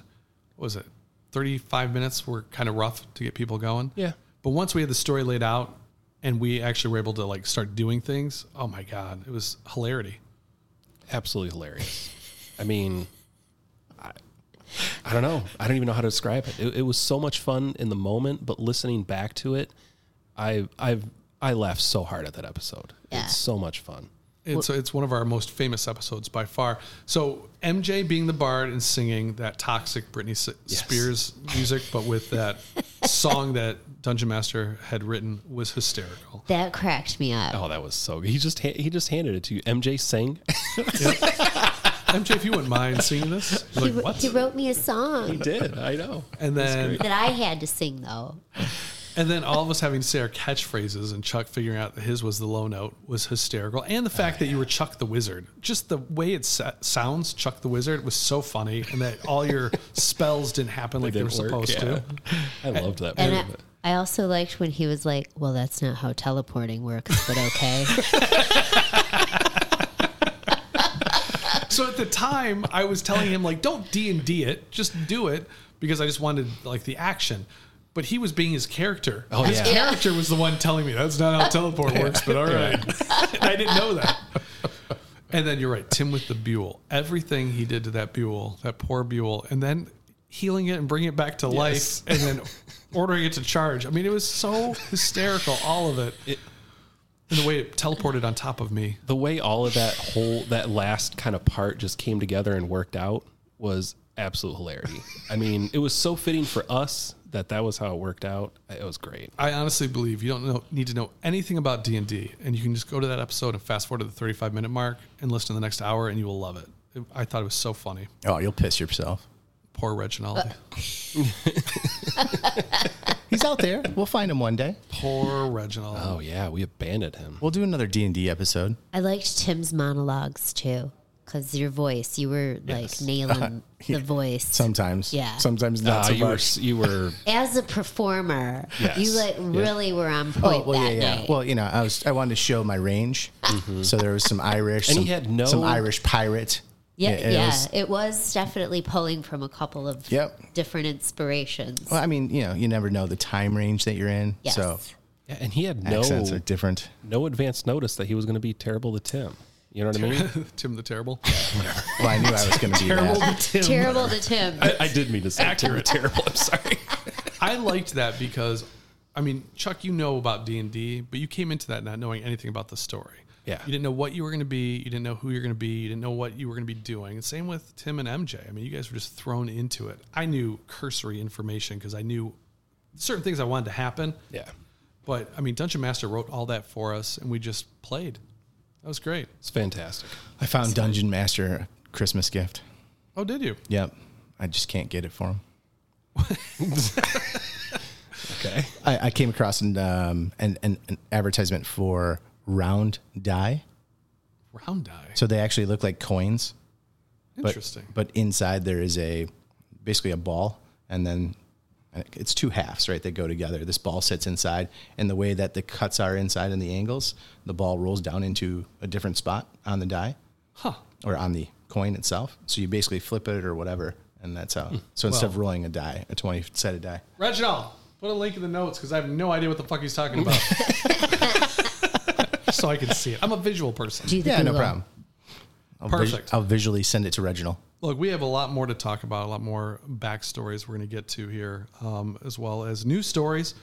[SPEAKER 2] what was it 35 minutes were kind of rough to get people going.
[SPEAKER 3] Yeah.
[SPEAKER 2] But once we had the story laid out and we actually were able to like start doing things, oh my god, it was hilarity.
[SPEAKER 3] Absolutely hilarious. I mean, I, I don't know. I don't even know how to describe it. it. It was so much fun in the moment, but listening back to it, I I've I laughed so hard at that episode.
[SPEAKER 6] Yeah.
[SPEAKER 3] It's so much fun.
[SPEAKER 2] And so it's one of our most famous episodes by far. So MJ being the bard and singing that toxic Britney S- Spears music, but with that song that Dungeon Master had written was hysterical.
[SPEAKER 6] That cracked me up.
[SPEAKER 3] Oh, that was so good. He just ha- he just handed it to you. MJ sang.
[SPEAKER 2] MJ, if you wouldn't mind singing this, You're
[SPEAKER 6] he,
[SPEAKER 2] like,
[SPEAKER 6] wr-
[SPEAKER 2] what?
[SPEAKER 6] he wrote me a song
[SPEAKER 3] did. I know.
[SPEAKER 2] And then
[SPEAKER 6] that I had to sing though.
[SPEAKER 2] And then all of us having to say our catchphrases and Chuck figuring out that his was the low note was hysterical. And the fact that you were Chuck the Wizard, just the way it sa- sounds, Chuck the Wizard, was so funny. And that all your spells didn't happen like they, were
[SPEAKER 3] didn't work,
[SPEAKER 2] supposed to.
[SPEAKER 3] I loved that.
[SPEAKER 6] And
[SPEAKER 3] part
[SPEAKER 6] I,
[SPEAKER 3] of it.
[SPEAKER 6] I also liked when he was like, "Well, that's not how teleporting works, but okay."
[SPEAKER 2] So at the time, I was telling him like, "Don't D and D it, just do it," because I just wanted like the action. But he was being his character.
[SPEAKER 3] Oh,
[SPEAKER 2] his
[SPEAKER 3] yeah.
[SPEAKER 2] character was the one telling me that's not how teleport works. But all right, and I didn't know that. And then you're right, Tim with the Buell. Everything he did to that Buell, that poor Buell, and then healing it and bringing it back to life, and then ordering it to charge. I mean, it was so hysterical, all of it. and the way it teleported on top of me.
[SPEAKER 3] The way all of that whole that last kind of part just came together and worked out was absolute hilarity. I mean, it was so fitting for us that that was how it worked out. It was great.
[SPEAKER 2] I honestly believe you don't know, need to know anything about D and D, and you can just go to that episode and fast forward to the thirty-five minute mark and listen to the next hour, and you will love it. It- I thought it was so funny.
[SPEAKER 4] Oh, you'll piss yourself.
[SPEAKER 2] Poor Reginaldi.
[SPEAKER 4] He's out there. We'll find him one day.
[SPEAKER 2] Poor Reginald.
[SPEAKER 3] Oh yeah, we abandoned him.
[SPEAKER 4] We'll do another D and D episode.
[SPEAKER 6] I liked Tim's monologues too, because your voice, you were like nailing the voice.
[SPEAKER 4] Sometimes.
[SPEAKER 6] Yeah.
[SPEAKER 4] Sometimes not
[SPEAKER 3] Ah,
[SPEAKER 4] so
[SPEAKER 3] you were-
[SPEAKER 4] much.
[SPEAKER 3] you were
[SPEAKER 6] As a performer,
[SPEAKER 4] Yes.
[SPEAKER 6] you like
[SPEAKER 4] Yeah. Oh,
[SPEAKER 6] really were on point
[SPEAKER 3] Oh,
[SPEAKER 4] well,
[SPEAKER 6] Oh, that
[SPEAKER 4] yeah, yeah.
[SPEAKER 6] night.
[SPEAKER 4] Well, you know, I was I wanted to show my range, so there was some Irish,
[SPEAKER 3] Mm-hmm. And he
[SPEAKER 4] some,
[SPEAKER 3] had no-
[SPEAKER 4] some Irish pirate.
[SPEAKER 6] yeah,
[SPEAKER 4] It- it
[SPEAKER 6] yeah,
[SPEAKER 4] was-
[SPEAKER 6] it was definitely pulling from a couple of
[SPEAKER 4] Yep.
[SPEAKER 6] different inspirations.
[SPEAKER 4] well, I mean, you know, you never know the time range that you're in.
[SPEAKER 6] Yes.
[SPEAKER 4] So
[SPEAKER 3] Yeah, and he had no
[SPEAKER 4] accents are different.
[SPEAKER 3] no advance notice that he was going to be terrible to Tim. You know what I mean?
[SPEAKER 2] Tim the Terrible.
[SPEAKER 4] Well, I knew I was going to be
[SPEAKER 2] Terrible
[SPEAKER 4] that.
[SPEAKER 2] to Tim.
[SPEAKER 6] Terrible to Tim.
[SPEAKER 3] I, I did mean to say Tim the
[SPEAKER 2] Accurate.
[SPEAKER 3] terrible. I'm sorry.
[SPEAKER 2] I liked that because, I mean, Chuck, you know about D and D, but you came into that not knowing anything about the story.
[SPEAKER 3] Yeah.
[SPEAKER 2] you didn't know what you were going to be. You didn't know who you're going to be. You didn't know what you were going to be doing. And same with Tim and MJ. I mean, you guys were just thrown into it. I knew cursory information because I knew certain things I wanted to happen.
[SPEAKER 3] Yeah.
[SPEAKER 2] But I mean, Dungeon Master wrote all that for us, and we just played. That was great.
[SPEAKER 3] It's fantastic.
[SPEAKER 4] I found Dungeon Master Christmas gift.
[SPEAKER 2] Oh, did you?
[SPEAKER 4] Yep. I just can't get it for him.
[SPEAKER 3] Okay.
[SPEAKER 4] I, I came across an, um, an, an an advertisement for round die.
[SPEAKER 2] Round die.
[SPEAKER 4] So they actually look like coins. but-
[SPEAKER 2] Interesting.
[SPEAKER 4] But, inside there is a basically a ball, and then it's two halves, right? That go together. This ball sits inside, and the way that the cuts are inside and the angles, the ball rolls down into a different spot on the die
[SPEAKER 2] huh.
[SPEAKER 4] or on the coin itself. So you basically flip it or whatever, and that's how.
[SPEAKER 2] Hmm.
[SPEAKER 4] So instead of rolling a die, a twenty sided die.
[SPEAKER 2] Reginald, put a link in the notes because I have no idea what the fuck he's talking about. so I can see it. I'm a visual person.
[SPEAKER 6] Do the
[SPEAKER 4] Yeah, no
[SPEAKER 6] Google.
[SPEAKER 4] problem. I'll vis-
[SPEAKER 2] Perfect.
[SPEAKER 4] I'll visually send it to Reginald.
[SPEAKER 2] Look, we have a lot more to talk about, a lot more backstories we're going to get to here, um, as well as new stories.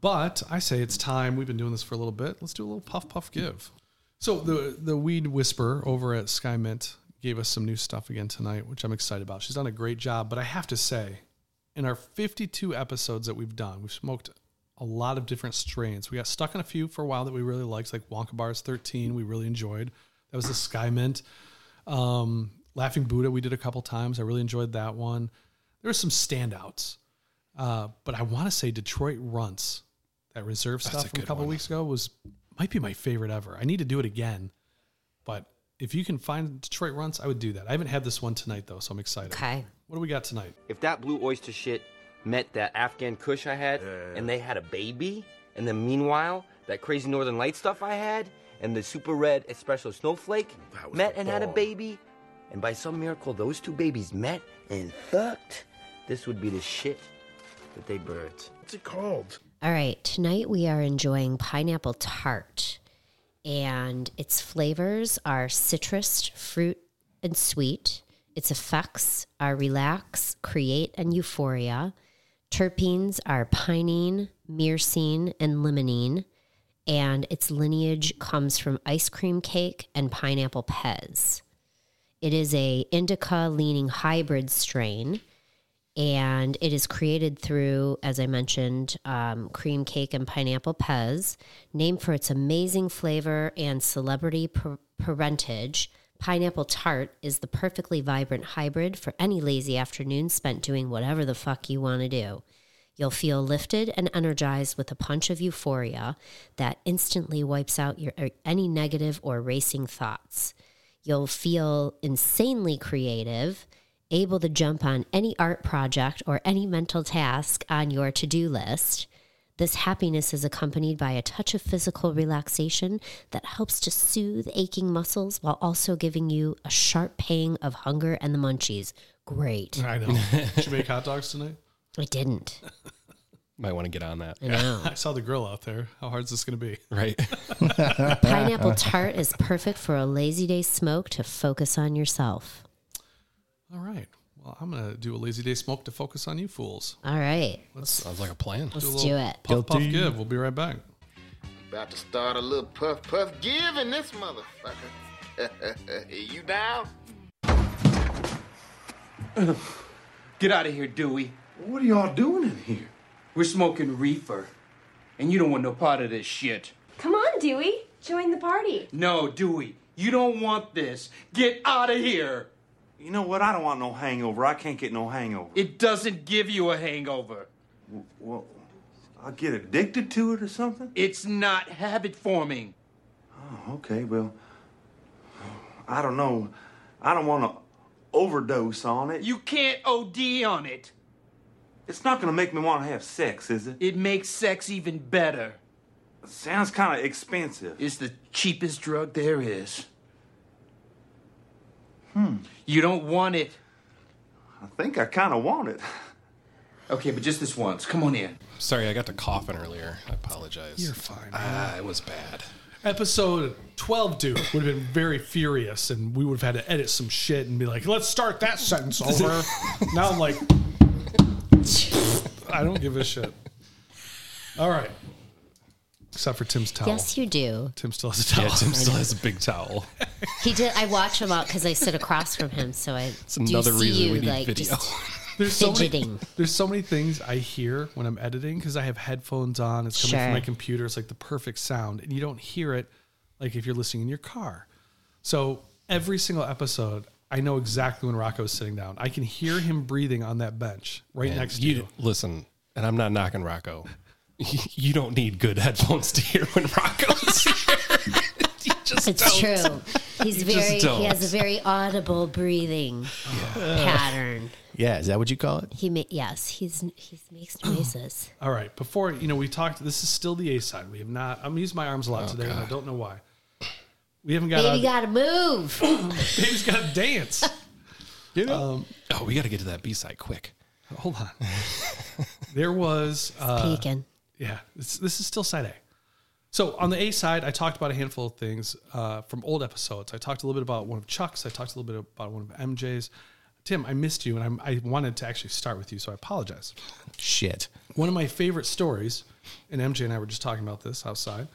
[SPEAKER 2] But I say it's time. We've been doing this for a little bit. Let's do a little puff, puff, give. So the the weed whisperer over at Sky Mint gave us some new stuff again tonight, which I'm excited about. She's done a great job, but I have to say, in our 52 episodes that we've done, we've smoked a lot of different strains. We got stuck on a few for a while that we really liked, like Wonka Bars 13. We really enjoyed. That was the Sky Mint. Um, Laughing Buddha, we did a couple times. I really enjoyed that one. There were some standouts, uh, but I want to say Detroit Runts, that reserve
[SPEAKER 3] That's
[SPEAKER 2] stuff
[SPEAKER 3] a
[SPEAKER 2] from a
[SPEAKER 3] good
[SPEAKER 2] couple
[SPEAKER 3] one.
[SPEAKER 2] weeks ago was might be my favorite ever. I need to do it again, but if you can find Detroit Runts, I would do that. I haven't had this one tonight though, so I'm excited.
[SPEAKER 6] Okay.
[SPEAKER 2] What do we got tonight?
[SPEAKER 17] If that blue oyster shit met that Afghan Kush I had, and they had a baby, and then meanwhile that crazy Northern Light stuff I had, and the super red espresso snowflake met and had a baby, and by some miracle those two babies met and fucked, this would be the shit that they birds.
[SPEAKER 7] What's it called?
[SPEAKER 6] All right, tonight we are enjoying pineapple tart, and its flavors are citrus, fruit, and sweet. Its effects are relax, create, and euphoria. Terpenes are pinene, myrcene, and limonene, and its lineage comes from ice cream cake and pineapple pez. It is a indica leaning hybrid strain and it is created through, as I mentioned, um, cream cake and pineapple pez. Named for its amazing flavor and celebrity par- parentage, pineapple tart is the perfectly vibrant hybrid for any lazy afternoon spent doing whatever the fuck you want to do. You'll feel lifted and energized with a punch of euphoria that instantly wipes out your er, any negative or racing thoughts. You'll feel insanely creative, able to jump on any art project or any mental task on your to do list. This happiness is accompanied by a touch of physical relaxation that helps to soothe aching muscles while also giving you a sharp pang of hunger and the munchies. Great.
[SPEAKER 2] I know. Did you make hot dogs tonight?
[SPEAKER 6] I didn't.
[SPEAKER 3] Might want to get on that.
[SPEAKER 6] I know.
[SPEAKER 2] I saw the grill out there. How hard is this going to be?
[SPEAKER 3] Right.
[SPEAKER 6] Pineapple tart is perfect for a lazy day smoke to focus on yourself.
[SPEAKER 2] All right. Well, Well, I'm gonna do a lazy day smoke to focus on you fools.
[SPEAKER 6] All right.
[SPEAKER 2] Let's, sounds like a plan.
[SPEAKER 6] Let's
[SPEAKER 2] a
[SPEAKER 6] do,
[SPEAKER 2] little
[SPEAKER 6] it.
[SPEAKER 2] Puff, puff, give. We'll be right back.
[SPEAKER 18] About to start a little puff puff give in this motherfucker. you down?
[SPEAKER 14] Get out of here, Dewey.
[SPEAKER 19] What are y'all doing in here?
[SPEAKER 14] We're smoking reefer. And you don't want no part of this shit.
[SPEAKER 20] Come on, Dewey. Join the party.
[SPEAKER 14] No, Dewey, you don't want this. Get out of here.
[SPEAKER 19] You know what? I don't want no hangover. I can't get no hangover.
[SPEAKER 14] It doesn't give you a hangover.
[SPEAKER 19] Well, I get addicted to it or something?
[SPEAKER 14] It's not habit forming.
[SPEAKER 19] Oh, okay. Well, I don't know. I don't want to overdose on it.
[SPEAKER 14] You can't OD on it.
[SPEAKER 19] It's not going to make me want to have sex, is it?
[SPEAKER 14] It makes sex even better.
[SPEAKER 19] Sounds kind of expensive.
[SPEAKER 14] It's the cheapest drug there is. Hmm. You don't want it.
[SPEAKER 19] I think I kind of want it.
[SPEAKER 14] Okay, but just this once. Come on in.
[SPEAKER 3] Sorry, I got to coughing earlier. I apologize.
[SPEAKER 2] You're fine.
[SPEAKER 3] Ah, it was bad.
[SPEAKER 2] Uh, Episode 12, dude, would have been very furious, and we would have had to edit some shit and be like, let's start that sentence over. now I'm like, I don't give a shit. All right. Except for Tim's towel.
[SPEAKER 6] Yes, you do.
[SPEAKER 2] Tim still has a towel.
[SPEAKER 3] Yeah, Tim still has a big towel.
[SPEAKER 6] He did. I watch him out because I sit across from him, so I
[SPEAKER 3] It's
[SPEAKER 6] do
[SPEAKER 3] another
[SPEAKER 6] see
[SPEAKER 3] reason
[SPEAKER 6] you
[SPEAKER 3] we need
[SPEAKER 6] like
[SPEAKER 3] video.
[SPEAKER 6] just
[SPEAKER 2] There's so, many,
[SPEAKER 6] fidgeting.
[SPEAKER 2] there's so many things I hear when I'm editing because I have headphones on. It's coming
[SPEAKER 6] Sure.
[SPEAKER 2] from my computer. It's like the perfect sound, and you don't hear it like if you're listening in your car. So every single episode, I know exactly when Rocco's sitting down. I can hear him breathing on that bench right
[SPEAKER 3] And
[SPEAKER 2] next to
[SPEAKER 3] you,
[SPEAKER 2] you.
[SPEAKER 3] Listen, and I'm not knocking Rocco. You don't need good headphones to hear when Rocco's here.
[SPEAKER 6] it's true. He's
[SPEAKER 3] just
[SPEAKER 6] very. He
[SPEAKER 3] don't.
[SPEAKER 6] has a very audible breathing pattern.
[SPEAKER 4] Yeah, is that what you call it?
[SPEAKER 6] He ma- yes, he's he makes noises.
[SPEAKER 2] All right. Before you know, we talked. This is still the A side. We have not. I'm using my arms a lot
[SPEAKER 3] Oh,
[SPEAKER 2] today, and I don't know why. We haven't got.
[SPEAKER 6] Baby,
[SPEAKER 2] on-
[SPEAKER 6] gotta move.
[SPEAKER 2] Baby's got to dance. Um,
[SPEAKER 3] You know? oh, we got to get to that B side quick.
[SPEAKER 2] Hold on. there was uh,
[SPEAKER 6] peeking.
[SPEAKER 2] Yeah, this, this is still side A. So on the A side, I talked about a handful of things uh, from old episodes. I talked a little bit about one of Chuck's. I talked a little bit about one of MJ's. Tim, I missed you, and I'm, I wanted to actually start with you, so I apologize.
[SPEAKER 4] Shit.
[SPEAKER 2] One of my favorite stories, and MJ and I were just talking about this outside,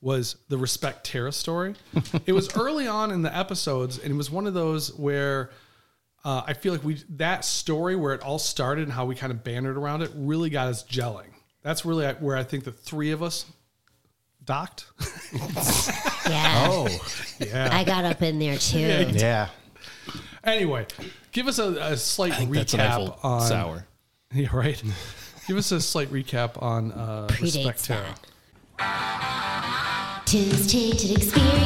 [SPEAKER 2] was the Respect Terra story. it was early on in the episodes, and it was one of those where uh, I feel like we that story where it all started and how we kind of bannered around it really got us gelling. That's really where I think the three of us docked.
[SPEAKER 6] Yeah.
[SPEAKER 2] oh, yeah.
[SPEAKER 6] I got up in there too.
[SPEAKER 2] Yeah, you did. Anyway, give us a, a slight recap
[SPEAKER 3] that's an Eiffel
[SPEAKER 2] on
[SPEAKER 3] sour.
[SPEAKER 2] Yeah, right. give us a slight recap on uh,
[SPEAKER 6] Predates
[SPEAKER 2] Respect Terra.
[SPEAKER 6] Tim's tainted experience.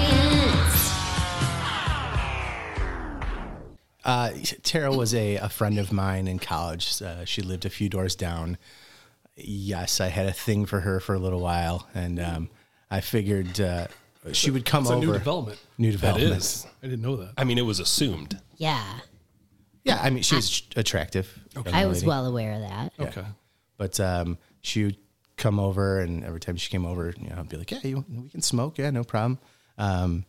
[SPEAKER 4] Uh, Tara was a, a friend of mine in college. Uh, she lived a few doors down. Yes, I had a thing for her for a little while, and um, I figured uh, she would come
[SPEAKER 2] It's a
[SPEAKER 4] over.
[SPEAKER 2] new development.
[SPEAKER 4] New development.
[SPEAKER 3] That is.
[SPEAKER 2] I didn't know that.
[SPEAKER 3] I mean, it was assumed.
[SPEAKER 6] Yeah,
[SPEAKER 4] Yeah, I mean, she was attractive. young
[SPEAKER 6] I was
[SPEAKER 4] lady.
[SPEAKER 6] well aware of that.
[SPEAKER 4] Yeah. But um, she would come over, and every time she came over, you know, I'd be like, "Yeah, you, we can smoke. Yeah, no problem." Um,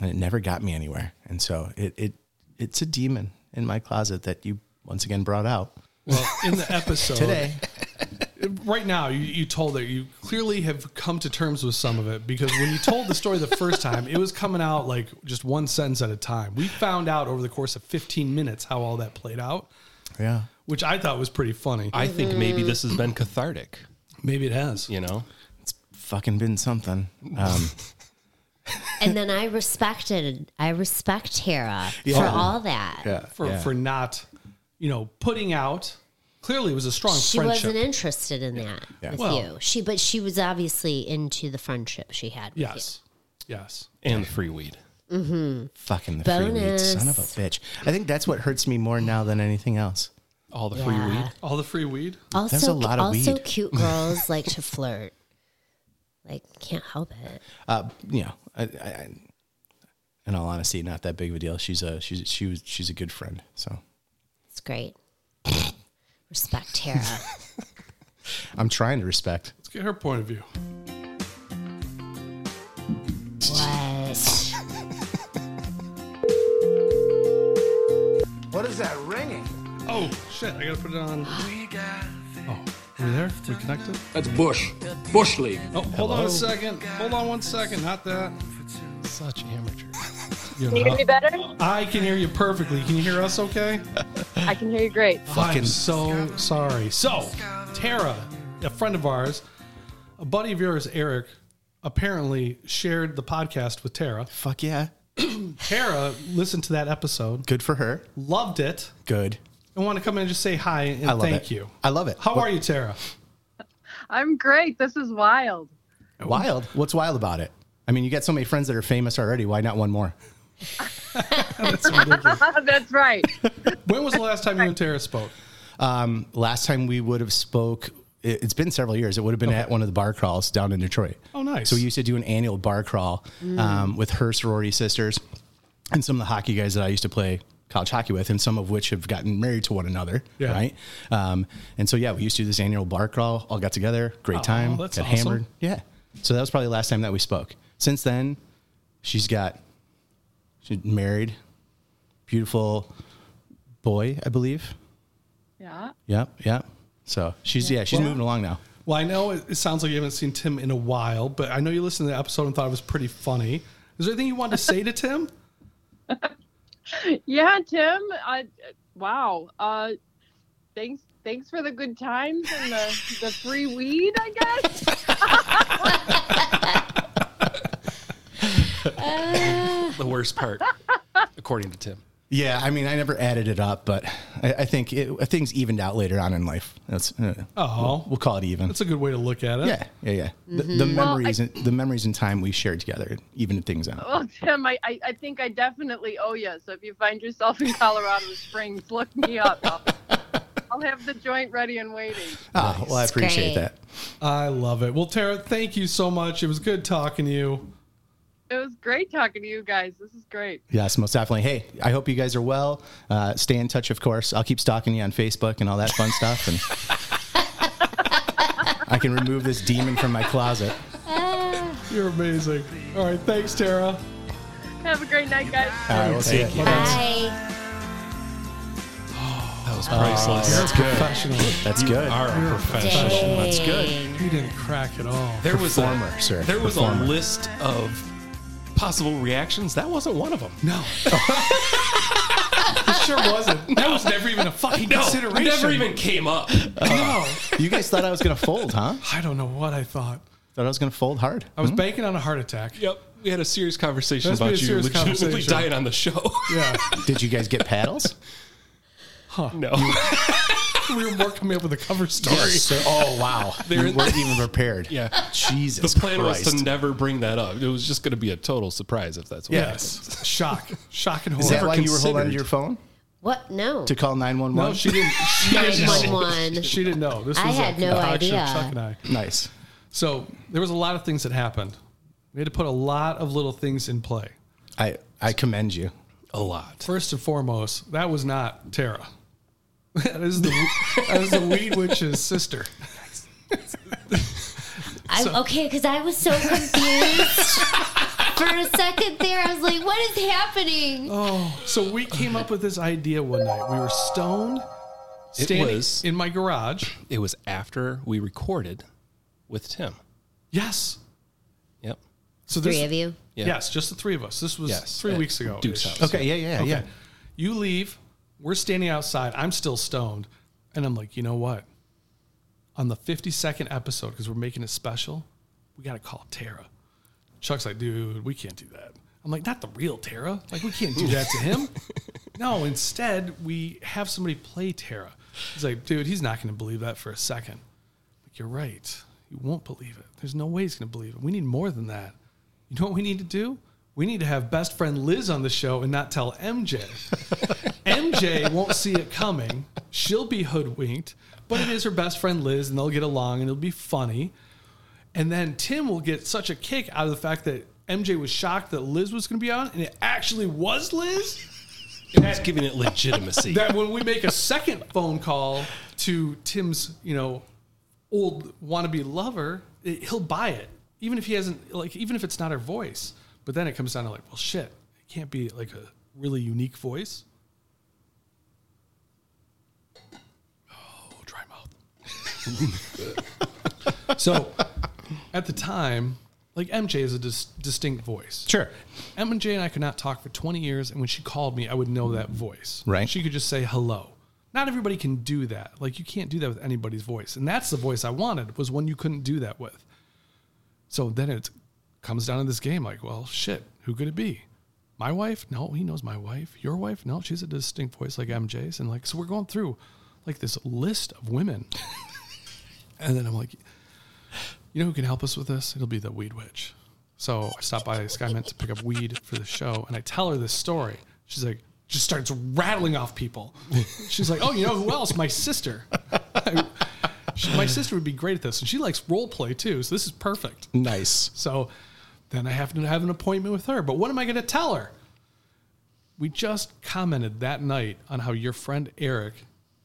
[SPEAKER 4] and it never got me anywhere. And so it it it's a demon in my closet that you once again brought out.
[SPEAKER 2] Well, in the episode
[SPEAKER 4] Today.
[SPEAKER 2] right now, you, you told that you clearly have come to terms with some of it because when you told the story the first time, it was coming out like just one sentence at a time. We found out over the course of 15 minutes how all that played out,
[SPEAKER 4] Yeah.
[SPEAKER 2] which I thought was pretty funny.
[SPEAKER 3] I think maybe this has been cathartic.
[SPEAKER 2] Maybe it has.
[SPEAKER 3] You know,
[SPEAKER 4] It's fucking been something. Um,
[SPEAKER 6] And then I respected. I respect Tara for
[SPEAKER 2] Yeah.
[SPEAKER 6] all that.
[SPEAKER 2] for for not, you know, putting out. Clearly, it was a strong
[SPEAKER 6] She
[SPEAKER 2] Oh, friendship.
[SPEAKER 6] wasn't interested in that
[SPEAKER 2] Yeah.
[SPEAKER 6] with
[SPEAKER 2] Well-
[SPEAKER 6] you. She, but she was obviously into the friendship she had. With
[SPEAKER 2] yes, yes.
[SPEAKER 3] and the free weed.
[SPEAKER 6] You. Mm-hmm.
[SPEAKER 4] fucking the free weed,
[SPEAKER 6] Bonus.
[SPEAKER 4] son of a bitch. I think that's what hurts me more now than anything else.
[SPEAKER 3] All the
[SPEAKER 6] free Yeah. weed?
[SPEAKER 2] All the free weed.
[SPEAKER 6] Also,
[SPEAKER 4] There's a lot of
[SPEAKER 6] also
[SPEAKER 4] weed.
[SPEAKER 6] cute girls like to flirt. Like, can't help it.
[SPEAKER 4] Uh, you know, I, I, I, in all honesty, not that big of a deal. She's a she's she was she's a good friend. So
[SPEAKER 6] It's great. Respect Tara.
[SPEAKER 4] I'm trying to respect.
[SPEAKER 2] Let's get her point of view.
[SPEAKER 6] what?
[SPEAKER 7] What is that ringing?
[SPEAKER 2] Oh shit! I gotta put it on. Oh, are we there? We connected?
[SPEAKER 21] That's Bush. Bush League.
[SPEAKER 2] Oh, hold on a second. Hold on one second. Not that. Such amateur. You
[SPEAKER 22] Can you hear me better?
[SPEAKER 2] I can hear you perfectly. Can you hear us okay?
[SPEAKER 22] I can hear you great.
[SPEAKER 2] I'm so sorry. So, Tara, a friend of ours, a buddy of yours, Eric, apparently shared the podcast with Tara.
[SPEAKER 4] Fuck yeah.
[SPEAKER 2] Tara listened to that episode.
[SPEAKER 4] Good for her.
[SPEAKER 2] Loved it.
[SPEAKER 4] Good.
[SPEAKER 2] And want to come in and just say hi and
[SPEAKER 4] I love
[SPEAKER 2] thank
[SPEAKER 4] it.
[SPEAKER 2] you.
[SPEAKER 4] I love it.
[SPEAKER 2] How
[SPEAKER 4] What-
[SPEAKER 2] are you, Tara?
[SPEAKER 22] I'm great. This is wild.
[SPEAKER 4] Wild. What's wild about it? I mean, you got so many friends that are famous already. Why not one more?
[SPEAKER 22] That's right.
[SPEAKER 2] When was the last time you and Tara spoke?
[SPEAKER 4] Um, last time we would have spoke. it- It's been several years. It would have been at one of the bar crawls down in Detroit.
[SPEAKER 2] Oh, nice.
[SPEAKER 4] So we used to do an annual bar crawl
[SPEAKER 2] Mm.
[SPEAKER 4] um, with her sorority sisters and some of the hockey guys that I used to play college hockey with, and some of which have gotten married to one another.
[SPEAKER 2] Yeah.
[SPEAKER 4] Right. Um, and so yeah, we used to do this annual bar crawl. All got together. Great
[SPEAKER 2] Oh,
[SPEAKER 4] time.
[SPEAKER 2] that's
[SPEAKER 4] got
[SPEAKER 2] awesome.
[SPEAKER 4] hammered. Yeah. So that was probably the last time that we spoke. Since then, she's got she's married, beautiful boy, I believe.
[SPEAKER 22] Yeah.
[SPEAKER 4] Yep, yep. So she's yeah, she's
[SPEAKER 2] Well-
[SPEAKER 4] moving along now.
[SPEAKER 2] Well, I know it, it sounds like you haven't seen Tim in a while, but I know you listened to the episode and thought it was pretty funny. Is there anything you wanted to say to Tim?
[SPEAKER 22] Yeah, Tim. I, wow. Uh, thanks. Thanks for the good times and the, the free weed. I guess.
[SPEAKER 3] the worst part, according to Tim.
[SPEAKER 4] Yeah, I mean, I never added it up, but I, I think it, things evened out later on in life. That's uh,
[SPEAKER 2] Oh.
[SPEAKER 4] we'll, we'll call it even.
[SPEAKER 2] That's a good way to look at it.
[SPEAKER 4] yeah, yeah, yeah. The, the
[SPEAKER 22] Mhm. Well, I- Oh,
[SPEAKER 4] memories, and the memories and time we shared together, it evened things out.
[SPEAKER 22] Well, Tim, I, I, I think I definitely owe you. So if you find yourself in Colorado Springs, look me up. I'll, I'll have the joint ready and waiting.
[SPEAKER 4] Ah, well, I appreciate
[SPEAKER 22] Great.
[SPEAKER 4] that.
[SPEAKER 2] I love it. Well, Tara, thank you so much. It was good talking to you.
[SPEAKER 22] It was great talking to you guys. This is great.
[SPEAKER 4] Yes, most definitely. Hey, I hope you guys are well. Uh, stay in touch, of course. I'll keep stalking you on Facebook and all that fun stuff, and I can remove this demon from my closet.
[SPEAKER 2] You're amazing. All right, thanks, Tara.
[SPEAKER 22] Have a great night, guys.
[SPEAKER 4] All right, we'll see you.
[SPEAKER 2] Thank you.
[SPEAKER 6] Bye.
[SPEAKER 3] That was
[SPEAKER 2] Oh,
[SPEAKER 3] priceless.
[SPEAKER 2] you're a professional.
[SPEAKER 4] That's good.
[SPEAKER 3] All right,
[SPEAKER 2] You're a
[SPEAKER 3] professional.
[SPEAKER 2] professional.
[SPEAKER 3] That's good.
[SPEAKER 2] You didn't crack at all.
[SPEAKER 3] There was
[SPEAKER 4] Performer,
[SPEAKER 3] a
[SPEAKER 4] sir.
[SPEAKER 3] there was
[SPEAKER 4] Performer.
[SPEAKER 3] a list of possible reactions. That wasn't one of them.
[SPEAKER 2] No, it sure wasn't. That was never even a fucking
[SPEAKER 3] no,
[SPEAKER 2] consideration.
[SPEAKER 3] never even came up.
[SPEAKER 2] No,
[SPEAKER 4] You guys thought I was gonna fold, huh?
[SPEAKER 2] I don't know what I thought.
[SPEAKER 4] Thought I was gonna fold hard.
[SPEAKER 3] Oh.
[SPEAKER 2] I was banking on a heart attack.
[SPEAKER 3] Yep, we had a serious conversation
[SPEAKER 2] That's been
[SPEAKER 3] about
[SPEAKER 2] a
[SPEAKER 3] you
[SPEAKER 2] serious
[SPEAKER 3] legitimately
[SPEAKER 2] conversation.
[SPEAKER 3] dying on the show.
[SPEAKER 2] Yeah.
[SPEAKER 4] Did you guys get paddles?
[SPEAKER 2] Huh.
[SPEAKER 3] No.
[SPEAKER 2] we were more coming up with a cover story.
[SPEAKER 4] sir. Oh wow,
[SPEAKER 3] They're-
[SPEAKER 4] you weren't even prepared.
[SPEAKER 3] Yeah.
[SPEAKER 4] Jesus.
[SPEAKER 3] the plan
[SPEAKER 4] Christ.
[SPEAKER 3] was to never bring that up. It was just going to be a total surprise if that's what happened.
[SPEAKER 2] Yes. Shock. Shock and horror.
[SPEAKER 4] Is that
[SPEAKER 3] Never
[SPEAKER 4] why you were holding
[SPEAKER 3] considered.
[SPEAKER 4] onto your phone
[SPEAKER 6] What? No.
[SPEAKER 4] to call nine one one?
[SPEAKER 2] No, she didn't. She didn't know.
[SPEAKER 6] 911.
[SPEAKER 2] She didn't know. This
[SPEAKER 6] I
[SPEAKER 2] was
[SPEAKER 6] had
[SPEAKER 2] a
[SPEAKER 6] no
[SPEAKER 2] concoction of
[SPEAKER 6] idea.
[SPEAKER 2] Chuck and I.
[SPEAKER 4] Nice.
[SPEAKER 2] So there was a lot of things that happened. We had to put a lot of little things in play.
[SPEAKER 4] I I commend you.
[SPEAKER 3] A lot.
[SPEAKER 2] First and foremost, that was not Tara. That is the that is the weed witch's sister.
[SPEAKER 6] I, okay, because I was so confused for a second there. I was like, what is happening?
[SPEAKER 2] Oh, so we came up with this idea one night. We were stoned, standing
[SPEAKER 3] was-
[SPEAKER 2] in my garage.
[SPEAKER 3] It was after we recorded with Tim.
[SPEAKER 2] Yes.
[SPEAKER 3] Yep.
[SPEAKER 2] So
[SPEAKER 6] Three of you?
[SPEAKER 3] Yeah.
[SPEAKER 2] Yes, just the three of us. This was
[SPEAKER 3] Yes,
[SPEAKER 2] three
[SPEAKER 3] at
[SPEAKER 2] weeks ago.
[SPEAKER 3] Duke's house.
[SPEAKER 4] Okay, yeah, yeah, yeah.
[SPEAKER 2] You leave. We're standing outside. I'm still stoned, and I'm like, you know what? On the 52nd episode, because we're making it special, we got to call Tara. Chuck's like, dude, we can't do that. I'm like, not the real Tara. Like, we can't do that to him. no, instead, we have somebody play Tara. He's like, dude, he's not going to believe that for a second. Like, you're right. You won't believe it. There's no way he's going to believe it. We need more than that. You know what we need to do? We need to have best friend Liz on the show and not tell MJ. MJ won't see it coming. She'll be hoodwinked, but it is her best friend Liz, and they'll get along and it'll be funny. And then Tim will get such a kick out of the fact that MJ was shocked that Liz was going to be on, and it actually was Liz.
[SPEAKER 3] It was giving it legitimacy.
[SPEAKER 2] That when we make a second phone call to Tim's, you know, old wannabe lover, it, he'll buy it, even if he hasn't, like, even if it's not her voice. But then it comes down to like, well, shit, it can't be like a really unique voice. Oh, so at the time, like MJ is a dis- distinct voice.
[SPEAKER 4] Sure.
[SPEAKER 2] MJ and I could not talk for 20 years, and when she called me, I would know that voice.
[SPEAKER 4] Right.
[SPEAKER 2] She could just say hello. Not everybody can do that. Like you can't do that with anybody's voice, and that's the voice I wanted was one you couldn't do that with. So then it comes down to this game, like, well, shit, who could it be? My wife? No, he knows my wife. Your wife? No, she's a distinct voice like MJ's, and like so we're going through like this list of women, and then I'm like, you know who can help us with this? It'll be the weed witch. So I stopped by Skymint to pick up weed for the show, and I tell her this story. She's like, just starts rattling off people. She's like, oh, you know who else? My sister. She- my sister would be great at this, and she likes role play too. So this is perfect.
[SPEAKER 4] Nice.
[SPEAKER 2] So then I have to have an appointment with her. But what am I going to tell her? We just commented that night on how your friend Eric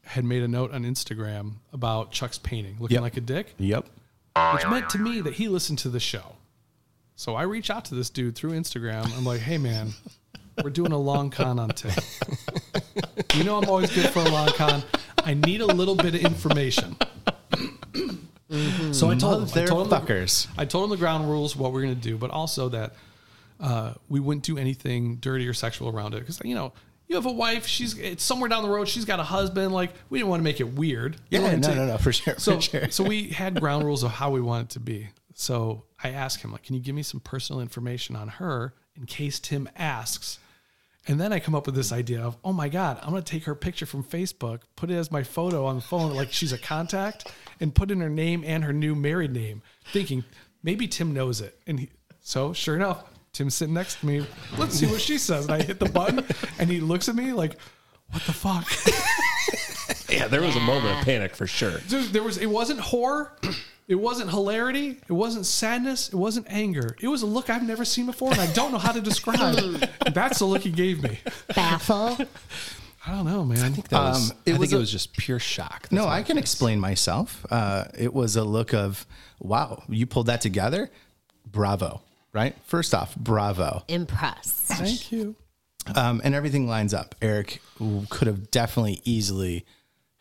[SPEAKER 2] had made a note on Instagram about Chuck's painting looking
[SPEAKER 4] Yep.
[SPEAKER 2] like a dick
[SPEAKER 4] Yep.
[SPEAKER 2] which meant to me that he listened to the show. So I reach out to this dude through Instagram. I'm like, hey, man, we're doing a long con on tape. You know, I'm always good for a long con. I need a little bit of information. So I told him, I told him,
[SPEAKER 4] Motherfuckers.
[SPEAKER 2] the, I told him the ground rules, what we're going to do, but also that uh, we wouldn't do anything dirty or sexual around it because you know you have a wife. She's it's somewhere down the road. She's got a husband. Like we didn't want to make it weird. We
[SPEAKER 4] Yeah,
[SPEAKER 2] wanted
[SPEAKER 4] no,
[SPEAKER 2] to-
[SPEAKER 4] no, no, for sure, for
[SPEAKER 2] So
[SPEAKER 4] sure.
[SPEAKER 2] so we had ground rules of how we want it to be. So I asked him like, can you give me some personal information on her in case Tim asks? And then I come up with this idea of, oh my God, I'm gonna take her picture from Facebook, put it as my photo on the phone, like she's a contact, and put in her name and her new married name, thinking maybe Tim knows it. And he, so, sure enough, Tim's sitting next to me. Let's see what she says. And I hit the button, and he looks at me like, what the fuck?
[SPEAKER 3] Yeah, there was a moment of panic for sure.
[SPEAKER 2] Dude, there was. It wasn't horror. It wasn't hilarity. It wasn't sadness. It wasn't anger. It was a look I've never seen before, and I don't know how to describe. That's the look he gave me.
[SPEAKER 6] Baffle.
[SPEAKER 2] I don't know, man. I think
[SPEAKER 3] That was,
[SPEAKER 4] Um,
[SPEAKER 3] I think
[SPEAKER 4] was
[SPEAKER 3] it
[SPEAKER 4] a-
[SPEAKER 3] was just pure shock.
[SPEAKER 4] No, I can explain myself. Uh, it was a look of, wow, you pulled that together. Bravo. Right? First off, bravo.
[SPEAKER 6] Impressed.
[SPEAKER 2] Thank you.
[SPEAKER 4] Um, and everything lines up. Eric could have definitely easily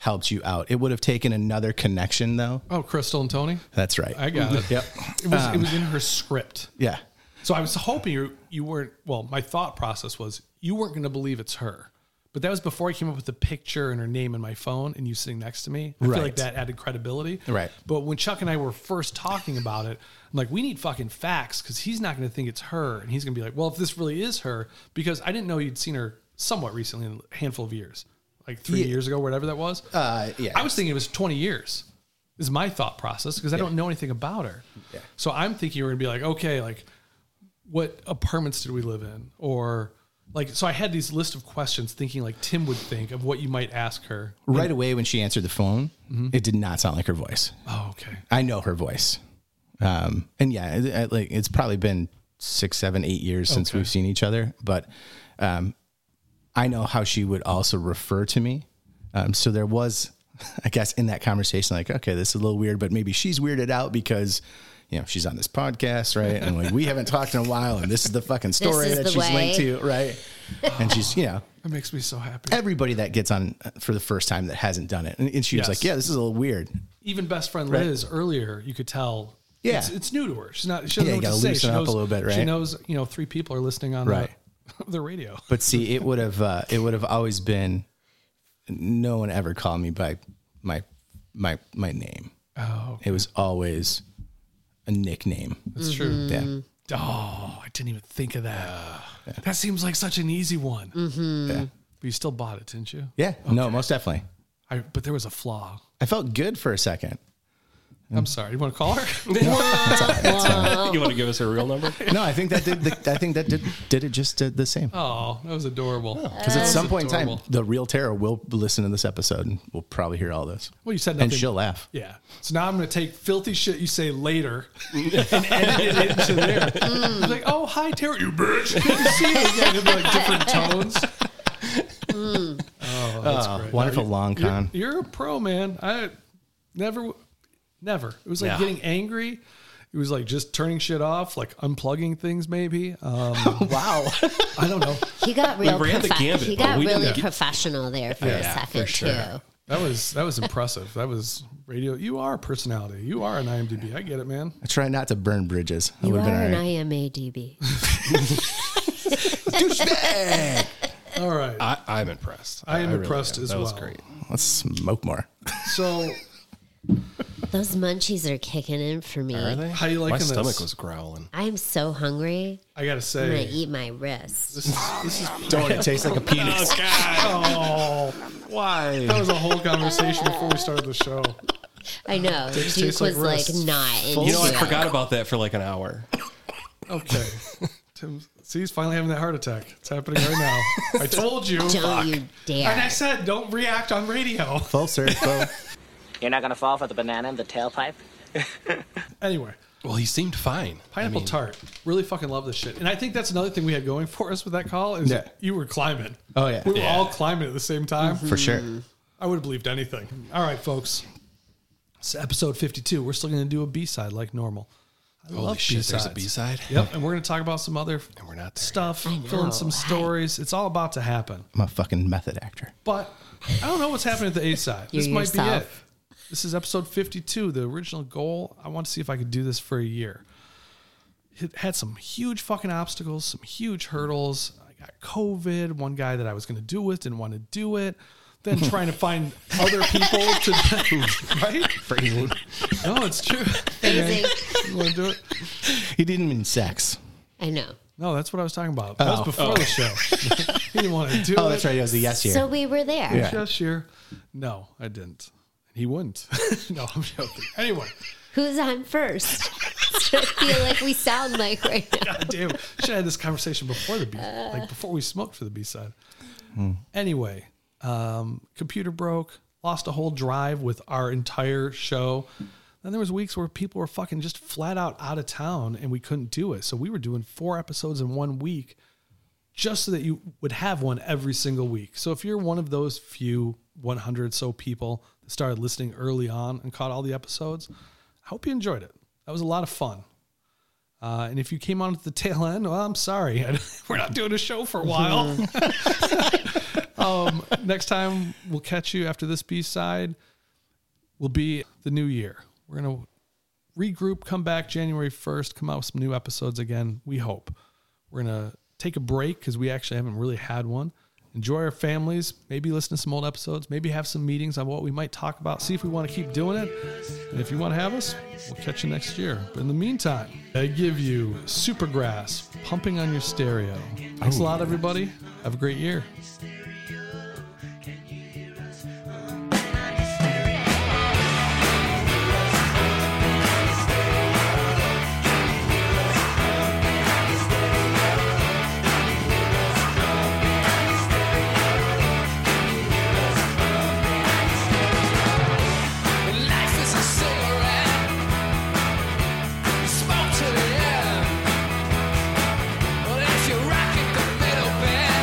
[SPEAKER 4] helped you out. It would have taken another connection, though.
[SPEAKER 2] Oh, Crystal and Tony.
[SPEAKER 4] That's right.
[SPEAKER 2] I got it.
[SPEAKER 4] Yep.
[SPEAKER 2] It was. it
[SPEAKER 4] Um,
[SPEAKER 2] was in her script.
[SPEAKER 4] yeah.
[SPEAKER 2] So I was hoping you you weren't. Well, my thought process was you weren't going to believe it's her. But that was before I came up with the picture and her name in my phone and you sitting next to me. I feel like
[SPEAKER 4] Right.
[SPEAKER 2] that added credibility.
[SPEAKER 4] Right.
[SPEAKER 2] But when Chuck and I were first talking about it, I'm like, we need fucking facts because he's not going to think it's her. And he's going to be like, well, if this really is her, because I didn't know you'd seen her somewhat recently in a handful of years, like three
[SPEAKER 4] Yeah.
[SPEAKER 2] years ago, whatever that was.
[SPEAKER 4] Uh, yeah.
[SPEAKER 2] I was thinking it was 20 years. Is my thought process because I don't know anything about her.
[SPEAKER 4] Yeah.
[SPEAKER 2] So I'm thinking we're gonna be like, okay, like what apartments did we live in, or like so I had these list of questions thinking like Tim would think of what you might ask her.
[SPEAKER 4] Right away when she answered the phone,
[SPEAKER 2] Mm-hmm.
[SPEAKER 4] it did not sound like her voice.
[SPEAKER 2] Oh, okay.
[SPEAKER 4] I know her voice. Um, and yeah, it, it- like it's probably been six, seven, eight years since
[SPEAKER 2] Okay.
[SPEAKER 4] we've seen each other, but um, I know how she would also refer to me. Um, so there was, I guess, in that conversation, like, okay, this is a little weird, but maybe she's weirded out because. You know, she's on this podcast, right? And like we haven't talked in a while, and this is the fucking story
[SPEAKER 6] is
[SPEAKER 4] that
[SPEAKER 6] the
[SPEAKER 4] she's linked
[SPEAKER 6] way.
[SPEAKER 4] to, right? And she's, you know,
[SPEAKER 2] That makes me so happy.
[SPEAKER 4] everybody that gets on for the first time that hasn't done it. And, and she
[SPEAKER 2] Yes.
[SPEAKER 4] was like, yeah, this is a little weird.
[SPEAKER 2] Even best friend
[SPEAKER 4] Right.
[SPEAKER 2] Liz earlier, you could tell.
[SPEAKER 4] Yeah.
[SPEAKER 2] it's, it's new to her. She's not. She doesn't
[SPEAKER 4] Yeah,
[SPEAKER 2] know
[SPEAKER 4] you gotta
[SPEAKER 2] what to say.
[SPEAKER 4] loosen
[SPEAKER 2] She
[SPEAKER 4] up a
[SPEAKER 2] knows,
[SPEAKER 4] little bit,
[SPEAKER 2] She
[SPEAKER 4] right?
[SPEAKER 2] knows. You know, three people are listening on
[SPEAKER 4] Right.
[SPEAKER 2] the, the radio.
[SPEAKER 4] But see, it would have uh, it would have always been no one ever called me by my my my name.
[SPEAKER 2] Oh,
[SPEAKER 4] It was always a nickname.
[SPEAKER 2] That's true.
[SPEAKER 6] Mm-hmm.
[SPEAKER 4] Yeah.
[SPEAKER 2] Oh, I didn't even think of that. That seems like such an easy one.
[SPEAKER 4] Yeah.
[SPEAKER 2] But you still bought it, didn't you?
[SPEAKER 4] Yeah. No, most definitely.
[SPEAKER 2] I, but there was a flaw.
[SPEAKER 4] I felt good for a second.
[SPEAKER 2] I'm sorry. You want to call her?
[SPEAKER 3] you want to give us her real number?
[SPEAKER 4] No, I think that did the, I think that did did it just did the same.
[SPEAKER 2] oh, that was adorable.
[SPEAKER 4] Because at some point in time,
[SPEAKER 2] adorable.
[SPEAKER 4] the real Tara will listen to this episode and we'll probably hear all this.
[SPEAKER 2] Well, you said
[SPEAKER 4] And
[SPEAKER 2] nothing.
[SPEAKER 4] she'll laugh.
[SPEAKER 2] Yeah. So now I'm going to take filthy shit you say later and edit it into there. It's like, oh, hi, Terry, you bitch. Good to see you again. It'll be like different tones. Oh, that's
[SPEAKER 4] Oh,
[SPEAKER 2] great.
[SPEAKER 4] wonderful
[SPEAKER 2] No,
[SPEAKER 4] long
[SPEAKER 2] you're-
[SPEAKER 4] con.
[SPEAKER 2] You're, a pro, man. I never, never. It was like
[SPEAKER 3] Yeah.
[SPEAKER 2] getting angry. It was like just turning shit off, like unplugging things, maybe. Um,
[SPEAKER 4] Wow.
[SPEAKER 2] I don't know.
[SPEAKER 6] He got real.
[SPEAKER 3] ran the
[SPEAKER 6] profe-
[SPEAKER 3] gambit,
[SPEAKER 6] he
[SPEAKER 3] but
[SPEAKER 6] got
[SPEAKER 3] we
[SPEAKER 6] really
[SPEAKER 3] didn't get-
[SPEAKER 6] professional there for a
[SPEAKER 3] Yeah,
[SPEAKER 6] second
[SPEAKER 3] for sure.
[SPEAKER 6] too.
[SPEAKER 2] That was that was impressive. That was radio. You are a personality. You are an IMDb. I get it, man.
[SPEAKER 4] I try not to burn bridges. I
[SPEAKER 6] You are
[SPEAKER 4] would've been all
[SPEAKER 6] an
[SPEAKER 4] right.
[SPEAKER 6] IMADB.
[SPEAKER 2] All right.
[SPEAKER 3] I, I'm impressed.
[SPEAKER 2] I am
[SPEAKER 3] really
[SPEAKER 2] impressed as
[SPEAKER 3] that was
[SPEAKER 2] well.
[SPEAKER 3] great.
[SPEAKER 4] Let's smoke more.
[SPEAKER 2] So
[SPEAKER 6] Those munchies are kicking in for me.
[SPEAKER 3] Are they?
[SPEAKER 2] How you liking
[SPEAKER 3] My
[SPEAKER 2] this?
[SPEAKER 3] stomach was growling.
[SPEAKER 6] I'm so hungry.
[SPEAKER 2] I gotta
[SPEAKER 6] I'm gonna
[SPEAKER 2] say,
[SPEAKER 6] eat my wrist.
[SPEAKER 2] this is, this is
[SPEAKER 4] Don't it taste like a penis?
[SPEAKER 2] oh,
[SPEAKER 3] why?
[SPEAKER 2] that was a whole conversation before we started the show.
[SPEAKER 6] I know.
[SPEAKER 2] Tastes-
[SPEAKER 6] Duke
[SPEAKER 2] tastes like
[SPEAKER 6] was like,
[SPEAKER 2] wrist.
[SPEAKER 6] not into
[SPEAKER 3] You know, I
[SPEAKER 6] it.
[SPEAKER 3] forgot about that for like an hour.
[SPEAKER 2] Okay, Tim, see, he's finally having that heart attack. It's happening right now. I told you.
[SPEAKER 6] Don't you dare.
[SPEAKER 2] And I said, don't react on radio.
[SPEAKER 4] Full circle.
[SPEAKER 1] You're not gonna fall for the banana and the tailpipe?
[SPEAKER 2] Anyway,
[SPEAKER 3] Well, he seemed fine.
[SPEAKER 2] pineapple
[SPEAKER 3] mean-
[SPEAKER 2] tart. Really fucking love this shit. And I think that's another thing we had going for us with that call is
[SPEAKER 4] Yeah.
[SPEAKER 2] you were climbing.
[SPEAKER 4] Oh, yeah.
[SPEAKER 2] we were
[SPEAKER 3] Yeah. Mm-hmm.
[SPEAKER 2] all climbing at the same time.
[SPEAKER 4] For sure.
[SPEAKER 2] I would have believed anything. All right, folks. It's episode 52. We're still going to do a B side like normal. I
[SPEAKER 3] Holy
[SPEAKER 2] love
[SPEAKER 3] shit, there's a
[SPEAKER 2] B-sides.
[SPEAKER 3] B-side?
[SPEAKER 2] Yep. And we're going to talk about some other
[SPEAKER 3] And we're not there.
[SPEAKER 2] stuff,
[SPEAKER 6] I know,
[SPEAKER 2] fill in some
[SPEAKER 6] right?
[SPEAKER 2] stories. It's all about to happen.
[SPEAKER 4] I'm a fucking method actor.
[SPEAKER 2] But I don't know what's happening at the A side.
[SPEAKER 6] You're
[SPEAKER 2] this might be
[SPEAKER 6] yourself.
[SPEAKER 2] it. This is episode 52, the original goal. I want to see if I could do this for a year. It had some huge fucking obstacles, some huge hurdles. I got COVID. One guy that I was going to do with didn't want to do it. Then trying to find other people to right?
[SPEAKER 4] Phrasing.
[SPEAKER 2] No, it's true. Hey, man, you want to do it?
[SPEAKER 4] He didn't mean sex.
[SPEAKER 6] I know.
[SPEAKER 2] No, that's what I was talking about. That was
[SPEAKER 4] Oh.
[SPEAKER 2] before the show. he didn't want to do it.
[SPEAKER 4] Oh, that's right. It was a yes here.
[SPEAKER 6] So we were there.
[SPEAKER 4] Yeah.
[SPEAKER 2] Yes, year. No, I didn't. He wouldn't. no, I'm joking. Anyway,
[SPEAKER 6] Who's on first? I feel like we sound like right now.
[SPEAKER 2] God damn, should have had this conversation before the B, like before we smoked for the B side. Anyway, um, computer broke, lost a whole drive with our entire show. Then there was weeks where people were fucking just flat out out of town and we couldn't do it. So we were doing four episodes in one week just so that you would have one every single week. So if you're one of those few 100 so people that started listening early on and caught all the episodes, I hope you enjoyed it. That was a lot of fun. Uh, and if you came on at the tail end, well, I'm sorry. We're not doing a show for a while. um, next time we'll catch you after this B side will be the new year. We're going to regroup, come back January 1st, come out with some new episodes again. We hope. We're going to take a break because we actually haven't really had one. Enjoy our families, maybe listen to some old episodes, maybe have some meetings on what we might talk about, see if we want to keep doing it. And if you want to have us, we'll catch you next year. But in the meantime, I give you Supergrass pumping on your stereo. Thanks a lot, everybody. Have a great year.
[SPEAKER 8] Life is a cigarette. Smoke to the end. Well, if you rock it a little bit,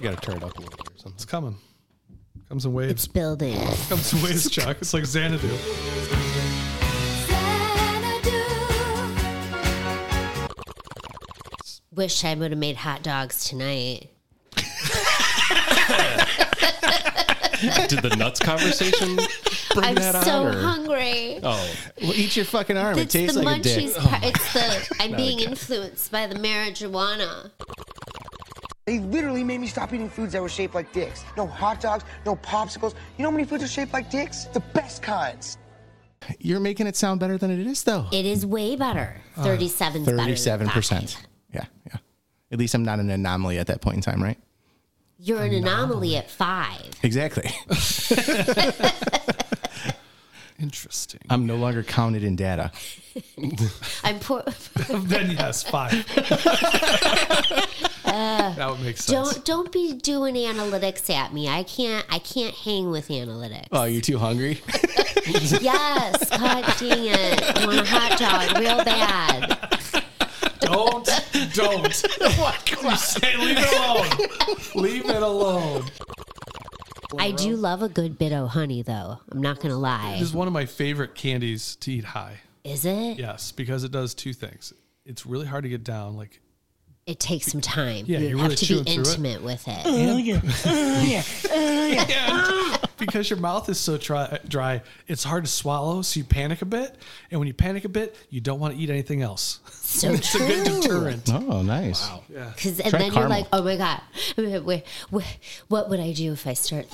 [SPEAKER 3] You got to turn it up a little bit or something.
[SPEAKER 2] It's coming. Comes in waves. It's
[SPEAKER 6] building.
[SPEAKER 2] Comes in waves, Chuck. It's like Xanadu.
[SPEAKER 6] Wish I would have made hot dogs tonight.
[SPEAKER 3] Did the nuts conversation bring
[SPEAKER 6] I'm
[SPEAKER 3] that
[SPEAKER 6] so
[SPEAKER 3] out? or-
[SPEAKER 6] hungry.
[SPEAKER 3] Oh,
[SPEAKER 4] Well, eat your fucking arm.
[SPEAKER 6] That's
[SPEAKER 4] it tastes
[SPEAKER 6] the
[SPEAKER 4] like a dick. Oh
[SPEAKER 6] munchies part. It's the I'm
[SPEAKER 4] Not
[SPEAKER 6] being
[SPEAKER 4] again.
[SPEAKER 6] influenced by the marijuana.
[SPEAKER 5] They literally made me stop eating foods that were shaped like dicks. No hot dogs, no popsicles. You know how many foods are shaped like dicks? The best kinds.
[SPEAKER 4] You're making it sound better than it is, though.
[SPEAKER 6] It is way better. Thirty seven.
[SPEAKER 4] Uh, Thirty-seven percent. Yeah, yeah. At least I'm not an anomaly at that point in time, right?
[SPEAKER 6] You're an anomaly at five.
[SPEAKER 4] Exactly.
[SPEAKER 2] Interesting.
[SPEAKER 4] I'm no longer counted in data.
[SPEAKER 6] I'm poor.
[SPEAKER 2] then yes, five.
[SPEAKER 6] Uh,
[SPEAKER 2] That would make sense.
[SPEAKER 6] don't don't be doing analytics at me. I can't I can't hang with analytics.
[SPEAKER 4] Oh, you're too hungry.
[SPEAKER 6] yes, god dang it! I want a hot dog real bad.
[SPEAKER 2] Don't, don't. You say leave it alone. Leave it alone.
[SPEAKER 6] I do love a good bit of honey, though. I'm not gonna lie.
[SPEAKER 2] It is one of my favorite candies to eat high.
[SPEAKER 6] Is it?
[SPEAKER 2] Yes, because it does two things. It's really hard to get down. Like
[SPEAKER 6] It takes some time.
[SPEAKER 2] Yeah,
[SPEAKER 6] you
[SPEAKER 2] you're
[SPEAKER 6] have
[SPEAKER 2] really
[SPEAKER 6] to
[SPEAKER 2] chewing
[SPEAKER 6] be
[SPEAKER 2] through it.
[SPEAKER 6] intimate with it.
[SPEAKER 2] Oh, yeah.
[SPEAKER 6] yeah.
[SPEAKER 2] because your mouth is so dry, dry, it's hard to swallow, so you panic a bit. And when you panic a bit, you don't want to eat anything else.
[SPEAKER 6] So
[SPEAKER 2] it's a good
[SPEAKER 6] true.
[SPEAKER 2] deterrent.
[SPEAKER 4] Oh, nice. Wow.
[SPEAKER 2] Yeah.
[SPEAKER 6] Because and
[SPEAKER 2] Try
[SPEAKER 6] then you're
[SPEAKER 2] caramel.
[SPEAKER 6] like, oh my god, wait, wait, what would I do if I start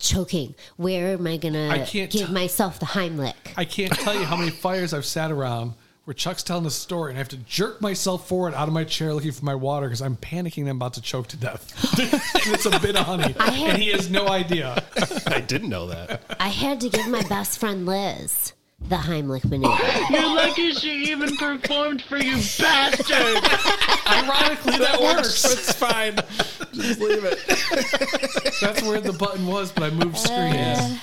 [SPEAKER 6] choking? Where am I gonna
[SPEAKER 2] I can't
[SPEAKER 6] give myself the Heimlich?
[SPEAKER 2] I can't tell you how many fires I've sat around where Chuck's telling a story and I have to jerk myself forward out of my chair looking for my water because I'm panicking and I'm about to choke to death. and it's a bit of honey. and he has no idea.
[SPEAKER 3] I didn't know that.
[SPEAKER 6] I had to give my best friend Liz the Heimlich maneuver.
[SPEAKER 8] You're lucky she even performed for you, bastard.
[SPEAKER 2] Ironically, that works.
[SPEAKER 8] It's
[SPEAKER 2] fine. Just leave it. That's where the button was, but I moved screen.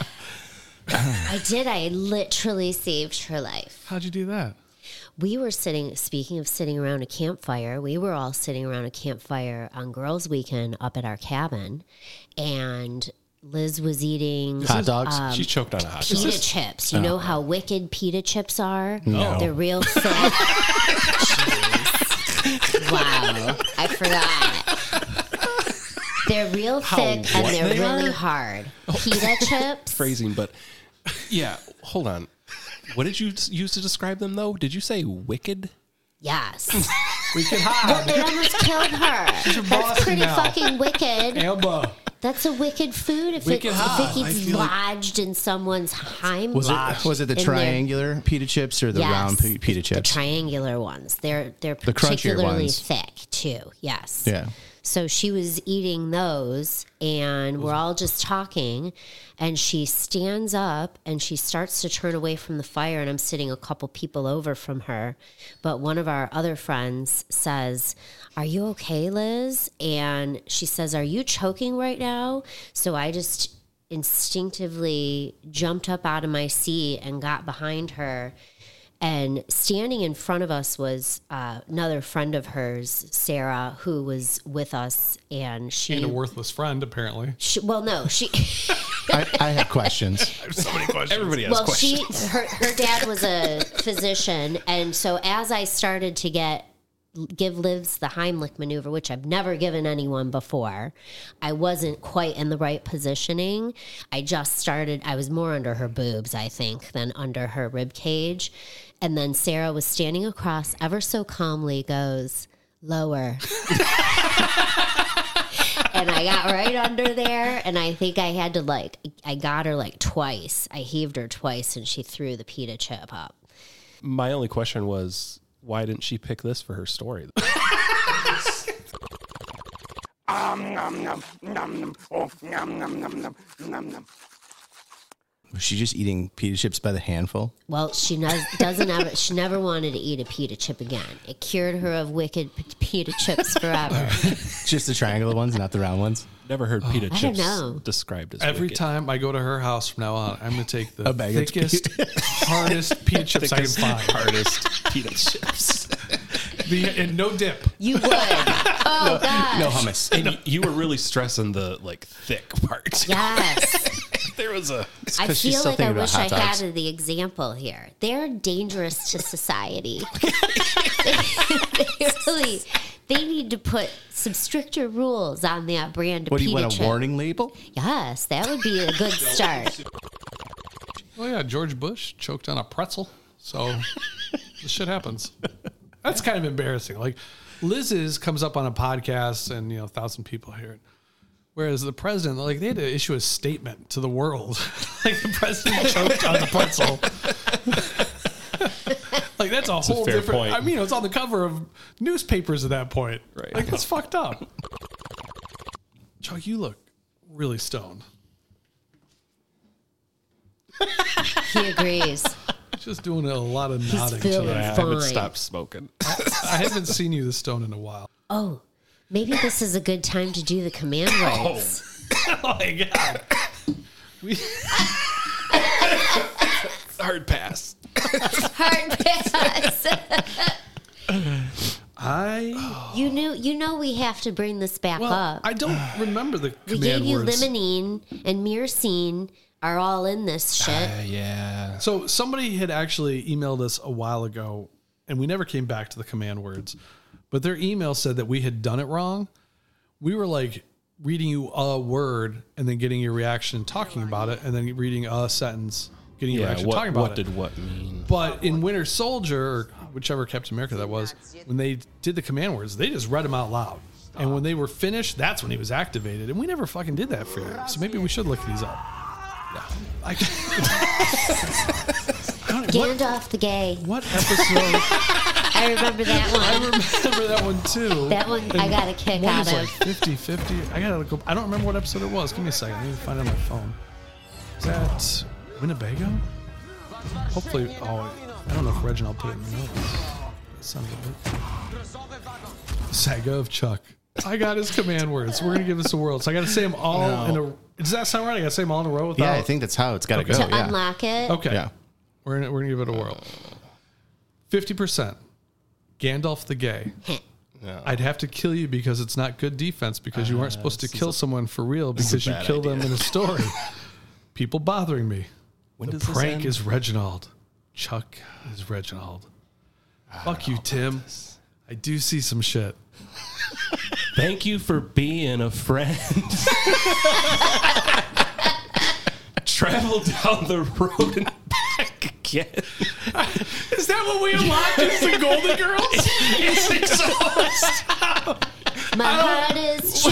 [SPEAKER 6] I did. I literally saved her life.
[SPEAKER 2] How'd you do that?
[SPEAKER 6] We were sitting, speaking of sitting around a campfire, we were all sitting around a campfire on Girls' Weekend up at our cabin. And Liz was eating
[SPEAKER 3] Hot dogs?
[SPEAKER 6] Um,
[SPEAKER 3] She choked on a hot
[SPEAKER 6] pita
[SPEAKER 3] dog. Is this-
[SPEAKER 6] chips. You
[SPEAKER 3] Oh.
[SPEAKER 6] know how wicked pita chips are?
[SPEAKER 3] No.
[SPEAKER 6] They're real thick. Jeez. wow. I forgot. They're real
[SPEAKER 3] How
[SPEAKER 6] thick and
[SPEAKER 3] what
[SPEAKER 6] they're
[SPEAKER 3] they
[SPEAKER 6] really
[SPEAKER 3] are? Oh.
[SPEAKER 6] hard. Pita chip?
[SPEAKER 3] Phrasing, but yeah. Hold on. What did you s- use to describe them though? Did you say wicked?
[SPEAKER 6] Yes.
[SPEAKER 2] We can
[SPEAKER 6] Well, it almost killed her.
[SPEAKER 3] She's your boss
[SPEAKER 6] That's pretty
[SPEAKER 3] now.
[SPEAKER 6] fucking wicked.
[SPEAKER 2] Elbow.
[SPEAKER 6] That's a wicked food if,
[SPEAKER 4] Wicked
[SPEAKER 6] it,
[SPEAKER 4] hot.
[SPEAKER 6] if it
[SPEAKER 4] I
[SPEAKER 6] gets
[SPEAKER 4] feel like-
[SPEAKER 6] lodged in someone's heim.
[SPEAKER 4] Was it was it the
[SPEAKER 6] in their-
[SPEAKER 4] triangular pita chips or the
[SPEAKER 6] Yes.
[SPEAKER 4] round p- pita chips?
[SPEAKER 6] triangular ones? They're they're
[SPEAKER 4] The crunchier
[SPEAKER 6] particularly
[SPEAKER 4] ones.
[SPEAKER 6] thick too. Yes.
[SPEAKER 4] yeah.
[SPEAKER 6] So she was eating those, and we're all just talking. And she stands up and she starts to turn away from the fire. And I'm sitting a couple people over from her. But one of our other friends says, Are you okay, Liz? And she says, Are you choking right now? So I just instinctively jumped up out of my seat and got behind her. And standing in front of us was uh, another friend of hers, Sarah, who was with us, and she.
[SPEAKER 2] And a worthless friend, apparently.
[SPEAKER 6] she- well, no, she.
[SPEAKER 4] I, I have questions.
[SPEAKER 2] I have so many questions. Everybody
[SPEAKER 6] well, she her her dad was a physician, and so as I started to get give Livs the Heimlich maneuver, which I've never given anyone before, I wasn't quite in the right positioning. I just started. I was more under her boobs, I think, than under her rib cage. And then Sarah was standing across, ever so calmly, goes lower. and I got right under there, and I think I had to like I got her like twice. I heaved her twice, and she threw the pita chip up.
[SPEAKER 3] My only question was why didn't she pick this for her story?
[SPEAKER 8] Um, nom, nom, nom, nom, oh, nom, nom, nom, nom, nom, nom.
[SPEAKER 4] Was she just eating pita chips by the handful?
[SPEAKER 6] Well, she knows, doesn't ever. She never wanted to eat a pita chip again. It cured her of wicked p- pita chips forever.
[SPEAKER 4] Just the triangular ones, not the round ones.
[SPEAKER 3] Never heard
[SPEAKER 6] Oh,
[SPEAKER 3] pita
[SPEAKER 6] I don't chips know.
[SPEAKER 3] described as
[SPEAKER 2] Every
[SPEAKER 3] wicked.
[SPEAKER 2] time I go to her house from now on, I'm going to take the
[SPEAKER 3] A bag of
[SPEAKER 2] thickest, hardest pita chips I can
[SPEAKER 3] Thickest,
[SPEAKER 2] find.
[SPEAKER 3] Hardest pita chips.
[SPEAKER 2] The, and no dip.
[SPEAKER 6] You would. Oh, gosh.
[SPEAKER 3] No hummus. And y- you were really stressing the like thick part.
[SPEAKER 6] Yes.
[SPEAKER 3] there was a.
[SPEAKER 6] I feel like I wish I had the example here. They're dangerous to society. they really, they need to put some stricter rules on that brand. of
[SPEAKER 4] What do you
[SPEAKER 6] pita
[SPEAKER 4] want a
[SPEAKER 6] chip.
[SPEAKER 4] warning label?
[SPEAKER 6] Yes, that would be a good start.
[SPEAKER 2] Oh yeah, George Bush choked on a pretzel. So this shit happens. That's kind of embarrassing. Like Liz's comes up on a podcast and you know, a thousand people hear it. Whereas the president, like they had to issue a statement to the world. like the president choked on the pretzel. like that's a
[SPEAKER 3] a
[SPEAKER 2] whole
[SPEAKER 3] fair
[SPEAKER 2] different
[SPEAKER 3] point.
[SPEAKER 2] I mean, it's on the cover of newspapers at that point. Right. Like that's fucked up. Chuck, you look really stoned.
[SPEAKER 6] He agrees.
[SPEAKER 2] Just doing a lot of
[SPEAKER 6] He's
[SPEAKER 2] nodding.
[SPEAKER 6] feeling
[SPEAKER 2] tonight.
[SPEAKER 6] Yeah, I haven't fine. stopped
[SPEAKER 3] smoking.
[SPEAKER 2] I haven't seen you this stoned in a while.
[SPEAKER 6] Oh, maybe this is a good time to do the command words.
[SPEAKER 2] oh my god. Hard pass.
[SPEAKER 6] Hard pass.
[SPEAKER 2] I
[SPEAKER 6] you knew. You know we have to bring this back
[SPEAKER 2] well,
[SPEAKER 6] up.
[SPEAKER 2] I don't remember the
[SPEAKER 6] we
[SPEAKER 2] command
[SPEAKER 6] gave you
[SPEAKER 2] words.
[SPEAKER 6] limonene and myrcene are all in this
[SPEAKER 2] Ah,
[SPEAKER 6] shit.
[SPEAKER 3] yeah.
[SPEAKER 2] So somebody had actually emailed us a while ago, and we never came back to the command words, but their email said that we had done it wrong. We were like reading you a word and then getting your reaction and talking about it, and then reading a sentence, getting your
[SPEAKER 3] Yeah.
[SPEAKER 2] reaction,
[SPEAKER 3] What,
[SPEAKER 2] talking about
[SPEAKER 3] what
[SPEAKER 2] it.
[SPEAKER 3] did what mean?
[SPEAKER 2] But in Winter Soldier, or whichever Captain America that was, when they did the command words, they just read them out loud. And when they were finished, that's when he was activated. And we never fucking did that for you. So maybe we should look these up. I
[SPEAKER 6] Gandalf the gay.
[SPEAKER 2] What episode?
[SPEAKER 6] I remember that
[SPEAKER 2] I
[SPEAKER 6] one.
[SPEAKER 2] remember that one too.
[SPEAKER 6] That one I got a kick
[SPEAKER 2] One
[SPEAKER 6] out
[SPEAKER 2] was
[SPEAKER 6] of.
[SPEAKER 2] like 50 50. I gotta go. I don't remember what episode it was. Give me a second. Let me find it on my phone. Is that Winnebago? Hopefully. Oh, I don't know if Reginald put it in the notes. That sounds a bit. Saga of Chuck. I got his command words. We're gonna give this a whirl. So I gotta say them all
[SPEAKER 4] No.
[SPEAKER 2] in a. Does that sound right? I gotta say them all in a row. Without,
[SPEAKER 4] Yeah, I think that's how it's got to
[SPEAKER 2] Okay.
[SPEAKER 4] go.
[SPEAKER 6] to
[SPEAKER 4] yeah.
[SPEAKER 6] unlock it.
[SPEAKER 2] Okay.
[SPEAKER 4] Yeah.
[SPEAKER 2] We're gonna, we're gonna give it a whirl. Fifty percent. Gandalf the Gay. I'd have to kill you because it's not good defense because you weren't
[SPEAKER 3] Uh,
[SPEAKER 2] supposed to kill someone for real
[SPEAKER 3] this is
[SPEAKER 2] because
[SPEAKER 3] a
[SPEAKER 2] you
[SPEAKER 3] bad
[SPEAKER 2] kill them in a story. People bothering me.
[SPEAKER 3] When
[SPEAKER 2] the
[SPEAKER 3] does this
[SPEAKER 2] prank
[SPEAKER 3] end?
[SPEAKER 2] is Reginald. Chuck is Reginald. Fuck you, Tim. I do see some shit.
[SPEAKER 3] Thank you for being a friend. Travel down the road and back again.
[SPEAKER 2] Is that what we unlocked? Is the Golden Girls? Is it
[SPEAKER 6] My
[SPEAKER 2] Oh.
[SPEAKER 6] heart is true.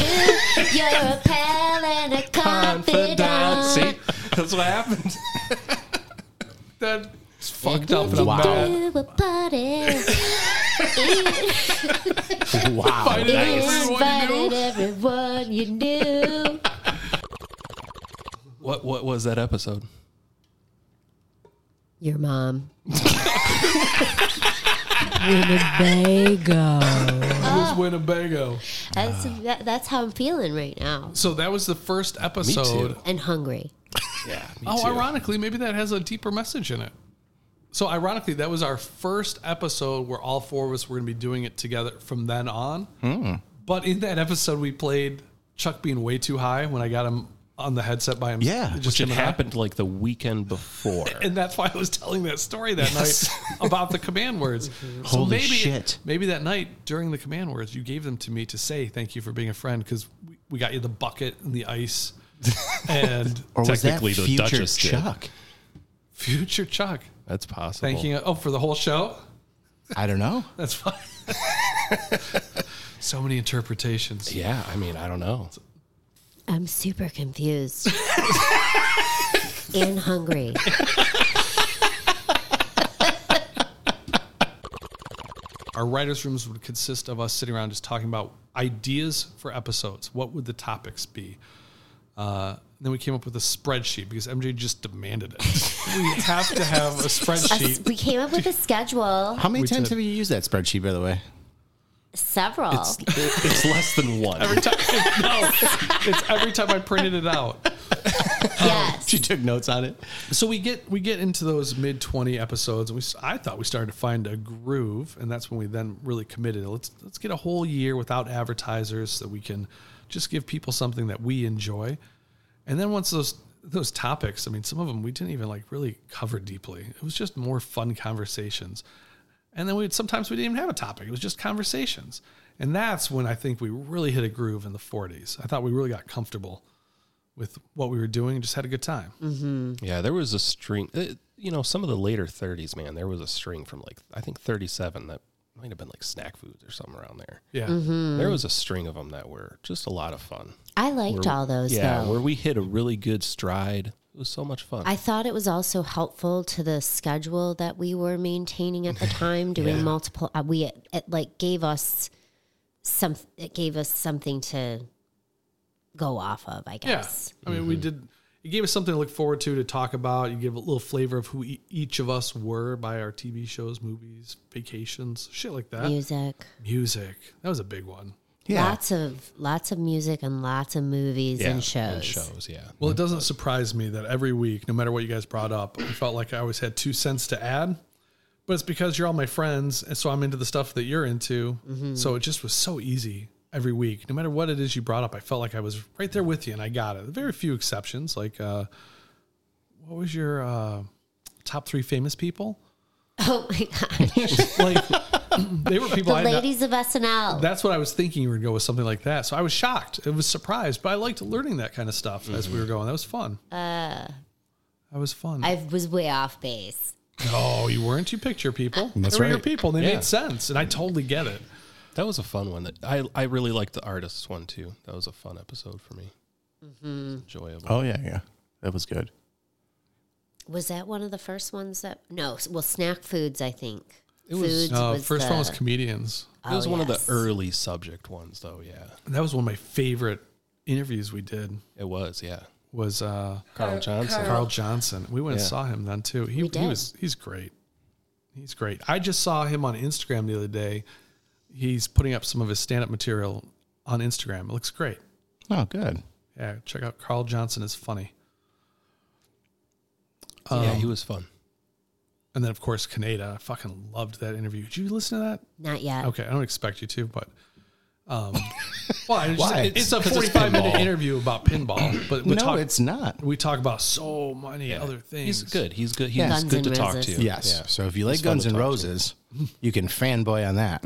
[SPEAKER 6] You're a pal and a confidant.
[SPEAKER 3] See, that's what happened.
[SPEAKER 2] That's fucked up and I'm mad.
[SPEAKER 6] Do a party.
[SPEAKER 2] Wow.
[SPEAKER 6] You invited everyone you knew.
[SPEAKER 3] What what was that episode?
[SPEAKER 6] Your mom. Winnebago.
[SPEAKER 3] Ah.
[SPEAKER 2] It was Winnebago.
[SPEAKER 6] That's, that, that's how I'm feeling right now.
[SPEAKER 2] So that was the first episode.
[SPEAKER 6] And hungry.
[SPEAKER 3] Yeah. me
[SPEAKER 2] Oh,
[SPEAKER 3] too.
[SPEAKER 2] ironically, maybe that has a deeper message in it. So, ironically, that was our first episode where all four of us were going to be doing it together from then on. But in that episode, we played Chuck being way too high when I got him on the headset by himself.
[SPEAKER 4] Yeah,
[SPEAKER 3] Which had
[SPEAKER 2] him and I.
[SPEAKER 3] happened like the weekend before.
[SPEAKER 2] And that's why I was telling that story that night
[SPEAKER 3] Yes.
[SPEAKER 2] about the command words. So
[SPEAKER 4] Holy
[SPEAKER 2] maybe,
[SPEAKER 4] shit.
[SPEAKER 2] Maybe that night during the command words, you gave them to me to say thank you for being a friend because we, we got you the bucket and the ice and
[SPEAKER 4] Or was that
[SPEAKER 3] Technically, the
[SPEAKER 4] future
[SPEAKER 3] Duchess did.
[SPEAKER 4] Chuck?
[SPEAKER 2] future Chuck.
[SPEAKER 3] That's possible.
[SPEAKER 2] Thanking oh for the whole show.
[SPEAKER 4] I don't know.
[SPEAKER 2] That's fine. so many interpretations.
[SPEAKER 3] Yeah, I mean, I don't know.
[SPEAKER 6] I'm super confused. and hungry.
[SPEAKER 2] Our writers' rooms would consist of us sitting around just talking about ideas for episodes. What would the topics be? Uh, then we came up with a spreadsheet because MJ just demanded it. we have to have a
[SPEAKER 6] Us-
[SPEAKER 2] spreadsheet.
[SPEAKER 6] we came up with a schedule.
[SPEAKER 4] How many
[SPEAKER 2] We
[SPEAKER 4] times
[SPEAKER 2] did.
[SPEAKER 4] have you used that spreadsheet, by the way?
[SPEAKER 6] Several.
[SPEAKER 3] It's, um, it's less than one.
[SPEAKER 2] Every time, no, it's every time I printed it out.
[SPEAKER 6] Yes.
[SPEAKER 2] she took notes on it. So we get we get into those mid twenty episodes, and we s- I thought we started to find a groove, and that's when we then really committed. Let's let's get a whole year without advertisers, so we can just give people something that we enjoy. And then once those those topics, I mean, some of them we didn't even like really cover deeply. It was just more fun conversations. And then we would sometimes we didn't even have a topic. It was just conversations. And that's when I think we really hit a groove in the 40s. I thought we really got comfortable with what we were doing and just had a good time.
[SPEAKER 6] Mm-hmm.
[SPEAKER 3] Yeah, there was a string. It, you know, some of the later 30s, man, there was a string from like I think 37 that might have been like snack foods or something around there.
[SPEAKER 2] Yeah,
[SPEAKER 6] Mhm.
[SPEAKER 3] there was a string of them that were just a lot of fun.
[SPEAKER 6] I liked
[SPEAKER 3] Where-
[SPEAKER 6] all those,
[SPEAKER 3] Yeah,
[SPEAKER 6] though.
[SPEAKER 3] where we hit a really good stride. It was so much fun.
[SPEAKER 6] I thought it was also helpful to the schedule that we were maintaining at the time, doing
[SPEAKER 3] Yeah.
[SPEAKER 6] multiple. Uh, we it, it like gave us some. It gave us something to go off of, I guess.
[SPEAKER 2] Yeah. I mean, we did. It gave us something to look forward to to talk about. You give a little flavor of who e- each of us were by our TV shows, movies, vacations, shit like that.
[SPEAKER 6] Music.
[SPEAKER 2] Music. That was a big one.
[SPEAKER 6] Lots of lots of music and lots of movies
[SPEAKER 2] Yeah,
[SPEAKER 6] and
[SPEAKER 2] and
[SPEAKER 6] shows.
[SPEAKER 3] shows, yeah.
[SPEAKER 2] Well, it doesn't surprise me that every week, no matter what you guys brought up, I felt like I always had two cents to add. But it's because you're all my friends, and so I'm into the stuff that you're into. So it just was so easy every week. No matter what it is you brought up, I felt like I was right there with you, and I got it. Very few exceptions. Like, uh, what was your uh, top three famous people?
[SPEAKER 6] Oh my gosh.
[SPEAKER 2] like, they were people
[SPEAKER 6] the
[SPEAKER 2] I
[SPEAKER 6] ladies of SNL.
[SPEAKER 2] that's what I was thinking you were going to go with something like that. So I was shocked. It was surprised, but I liked learning that kind of stuff as we were
[SPEAKER 3] Mm-hmm.
[SPEAKER 2] going. That was fun.
[SPEAKER 6] uh,
[SPEAKER 2] That was fun.
[SPEAKER 6] I was way off base.
[SPEAKER 2] No, you weren't. You picture people.
[SPEAKER 3] That's
[SPEAKER 2] they were your
[SPEAKER 3] right.
[SPEAKER 2] people. And they
[SPEAKER 3] Yeah.
[SPEAKER 2] made sense, and I totally get it.
[SPEAKER 3] That was a fun one. That I I really liked the artists one too. That was a fun episode for me.
[SPEAKER 6] Mm-hmm.
[SPEAKER 3] Enjoyable.
[SPEAKER 9] Oh yeah, yeah, that was good.
[SPEAKER 6] Was that one of the first ones that? No, s- well, snack foods. I think
[SPEAKER 3] It was- uh,
[SPEAKER 6] foods
[SPEAKER 2] No, uh, first one was
[SPEAKER 6] the-
[SPEAKER 2] comedians.
[SPEAKER 3] It was
[SPEAKER 6] Oh,
[SPEAKER 3] one of
[SPEAKER 6] yes.
[SPEAKER 3] the early subject ones though. Yeah,
[SPEAKER 2] And that was one of my favorite interviews we did.
[SPEAKER 3] it was. Yeah,
[SPEAKER 2] Was uh,
[SPEAKER 3] Carl Johnson.
[SPEAKER 2] Carl, Johnson. We went and
[SPEAKER 3] Yeah.
[SPEAKER 2] saw him then too. He,
[SPEAKER 6] We
[SPEAKER 2] he
[SPEAKER 6] did.
[SPEAKER 2] was he's great. He's great. I just saw him on Instagram the other day. He's putting up some of his stand up material on Instagram. It looks great.
[SPEAKER 9] Oh, good.
[SPEAKER 2] Yeah, check out Carl Johnson is funny.
[SPEAKER 3] yeah,
[SPEAKER 2] Um,
[SPEAKER 3] he was fun.
[SPEAKER 2] And then, of course, Kaneda. I fucking loved that interview. Did you listen to that?
[SPEAKER 6] Not yet.
[SPEAKER 2] Okay, I don't expect you to, but um, well, I just-
[SPEAKER 9] Why?
[SPEAKER 2] it- it's a
[SPEAKER 9] Because it's
[SPEAKER 2] forty-five minute
[SPEAKER 9] pinball.
[SPEAKER 2] interview about pinball, but we
[SPEAKER 9] no,
[SPEAKER 2] talk
[SPEAKER 9] it's not.
[SPEAKER 2] we talk about so many other things.
[SPEAKER 3] He's good. He's good. He's
[SPEAKER 9] Yeah.
[SPEAKER 6] Guns
[SPEAKER 3] good to
[SPEAKER 6] N'
[SPEAKER 3] talk
[SPEAKER 6] Roses.
[SPEAKER 3] to.
[SPEAKER 9] Yes.
[SPEAKER 3] Yeah.
[SPEAKER 9] So if you like
[SPEAKER 3] He's fun
[SPEAKER 9] Guns
[SPEAKER 3] to
[SPEAKER 9] N'
[SPEAKER 3] talk to.
[SPEAKER 9] Roses, you can fanboy on that.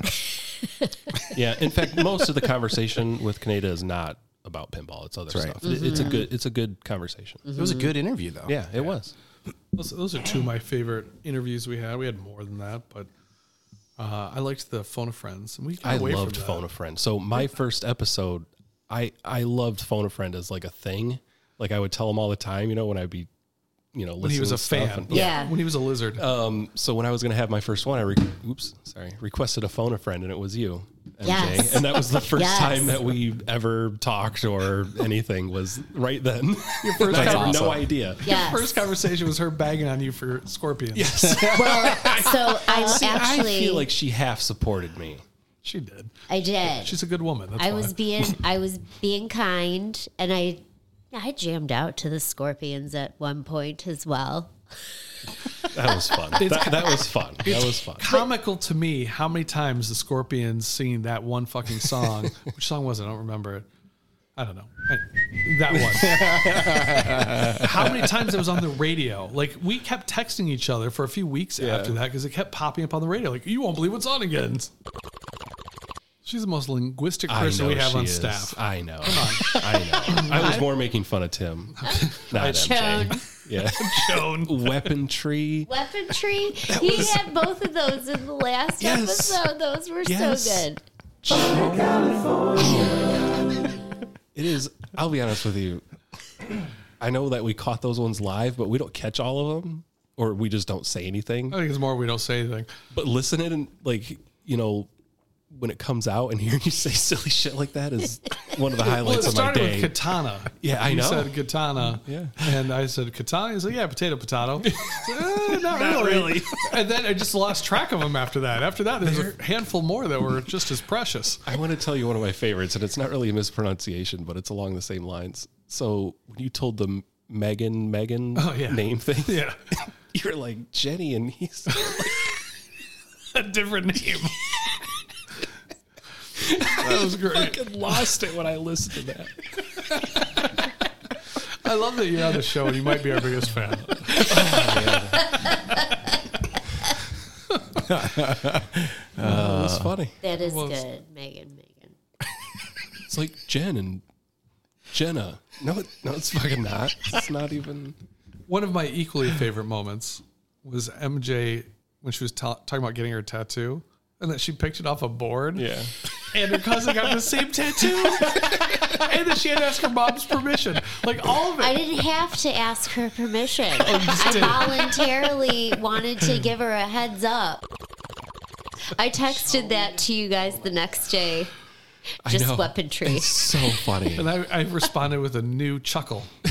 [SPEAKER 3] yeah. In fact, most of the conversation with Kaneda is not about pinball. It's other
[SPEAKER 9] That's right.
[SPEAKER 3] stuff. It- It's a
[SPEAKER 6] Mm-hmm.
[SPEAKER 3] good. It's a good conversation.
[SPEAKER 9] It was a good interview though.
[SPEAKER 3] Yeah, it was.
[SPEAKER 2] Those, those are two of my favorite interviews we had. We had more than that, but uh, I liked the phone of friends, and we got
[SPEAKER 3] I
[SPEAKER 2] away
[SPEAKER 3] loved
[SPEAKER 2] from that.
[SPEAKER 3] Phone a Friend. So my first episode, I I loved Phone a Friend as like a thing. Like I would tell him all the time, you know, when I'd be, you know,
[SPEAKER 2] when he
[SPEAKER 3] listening
[SPEAKER 2] was
[SPEAKER 3] to
[SPEAKER 2] a
[SPEAKER 3] stuff
[SPEAKER 2] fan.
[SPEAKER 3] and-
[SPEAKER 6] Yeah.
[SPEAKER 2] when he was a lizard.
[SPEAKER 3] Um, so when I was gonna have my first one, I re- oops, sorry, requested a phone a friend, and it was you, MJ,
[SPEAKER 6] Yes.
[SPEAKER 3] and that was the first
[SPEAKER 6] Yes.
[SPEAKER 3] time that we ever talked or anything was right then. Your
[SPEAKER 2] first
[SPEAKER 3] I had
[SPEAKER 2] time.
[SPEAKER 3] no idea.
[SPEAKER 6] Yes.
[SPEAKER 2] First conversation was her bagging on you for scorpions. Yes,
[SPEAKER 6] so I
[SPEAKER 3] See,
[SPEAKER 6] actually
[SPEAKER 3] I feel like she half supported me.
[SPEAKER 2] she did.
[SPEAKER 6] I did.
[SPEAKER 2] She's a good woman. That's
[SPEAKER 6] I
[SPEAKER 2] why.
[SPEAKER 6] was being I was being kind, and I I jammed out to the Scorpions at one point as well.
[SPEAKER 3] That was fun. that, that was fun. That was fun.
[SPEAKER 2] comical to me how many times the Scorpions singing that one fucking song. Which song was it? I don't remember it. I don't know. I- that one. how many times it was on the radio? Like we kept texting each other for a few weeks after that because it kept popping up on the radio. Like you won't believe what's on again. She's the most linguistic
[SPEAKER 3] I
[SPEAKER 2] person
[SPEAKER 3] know
[SPEAKER 2] we have
[SPEAKER 3] she
[SPEAKER 2] on
[SPEAKER 3] is.
[SPEAKER 2] staff.
[SPEAKER 3] I know. I know. I was more making fun of Tim, not MJ.
[SPEAKER 6] Joan.
[SPEAKER 3] Yeah,
[SPEAKER 2] Joan.
[SPEAKER 3] weapon tree.
[SPEAKER 6] Weaponry. He had both of those in the last
[SPEAKER 3] Yes.
[SPEAKER 6] episode. Those were
[SPEAKER 3] Yes.
[SPEAKER 6] so good.
[SPEAKER 3] It is. I'll be honest with you. I know that we caught those ones live, but we don't catch all of them, or we just don't say anything.
[SPEAKER 2] I think it's more we don't say anything.
[SPEAKER 3] But listen it and like you know when it comes out and hearing you say silly shit like that is one of the
[SPEAKER 2] Well, it
[SPEAKER 3] highlights of my
[SPEAKER 2] started
[SPEAKER 3] day.
[SPEAKER 2] with katana.
[SPEAKER 3] Yeah, I
[SPEAKER 2] you
[SPEAKER 3] know.
[SPEAKER 2] said katana.
[SPEAKER 3] Yeah.
[SPEAKER 2] and I said katana. He's like, yeah, potato, potato. I said, "Eh, not,
[SPEAKER 3] Not
[SPEAKER 2] really.
[SPEAKER 3] really.
[SPEAKER 2] and then I just lost track of them after that. After that, there's a handful more that were just as precious.
[SPEAKER 3] I want to tell you one of my favorites, and it's not really a mispronunciation, but it's along the same lines. So when you told them Megan Megan name thing.
[SPEAKER 2] Yeah.
[SPEAKER 3] You're like Jenny and he's
[SPEAKER 2] a different name. that was great.
[SPEAKER 3] fucking lost it when I listened to that.
[SPEAKER 2] I love that you're on the show and you might be our biggest fan.
[SPEAKER 3] that was funny.
[SPEAKER 6] That is
[SPEAKER 3] Well,
[SPEAKER 6] good, Megan. Megan.
[SPEAKER 3] It's like Jen and Jenna. No, it, no, it's fucking not. It's not even.
[SPEAKER 2] One of my equally favorite moments was MJ when she was ta- talking about getting her tattoo and that she picked it off a board.
[SPEAKER 3] Yeah.
[SPEAKER 2] And her cousin got the same tattoo. and then she had to ask her mom's permission. Like all of it.
[SPEAKER 6] I didn't have to ask her permission.
[SPEAKER 2] you just
[SPEAKER 6] I
[SPEAKER 2] did.
[SPEAKER 6] voluntarily wanted to give her a heads up. I texted that to you guys the next day.
[SPEAKER 2] I
[SPEAKER 6] Just
[SPEAKER 2] know.
[SPEAKER 6] weaponry.
[SPEAKER 3] so funny.
[SPEAKER 2] And I, I responded with a new chuckle.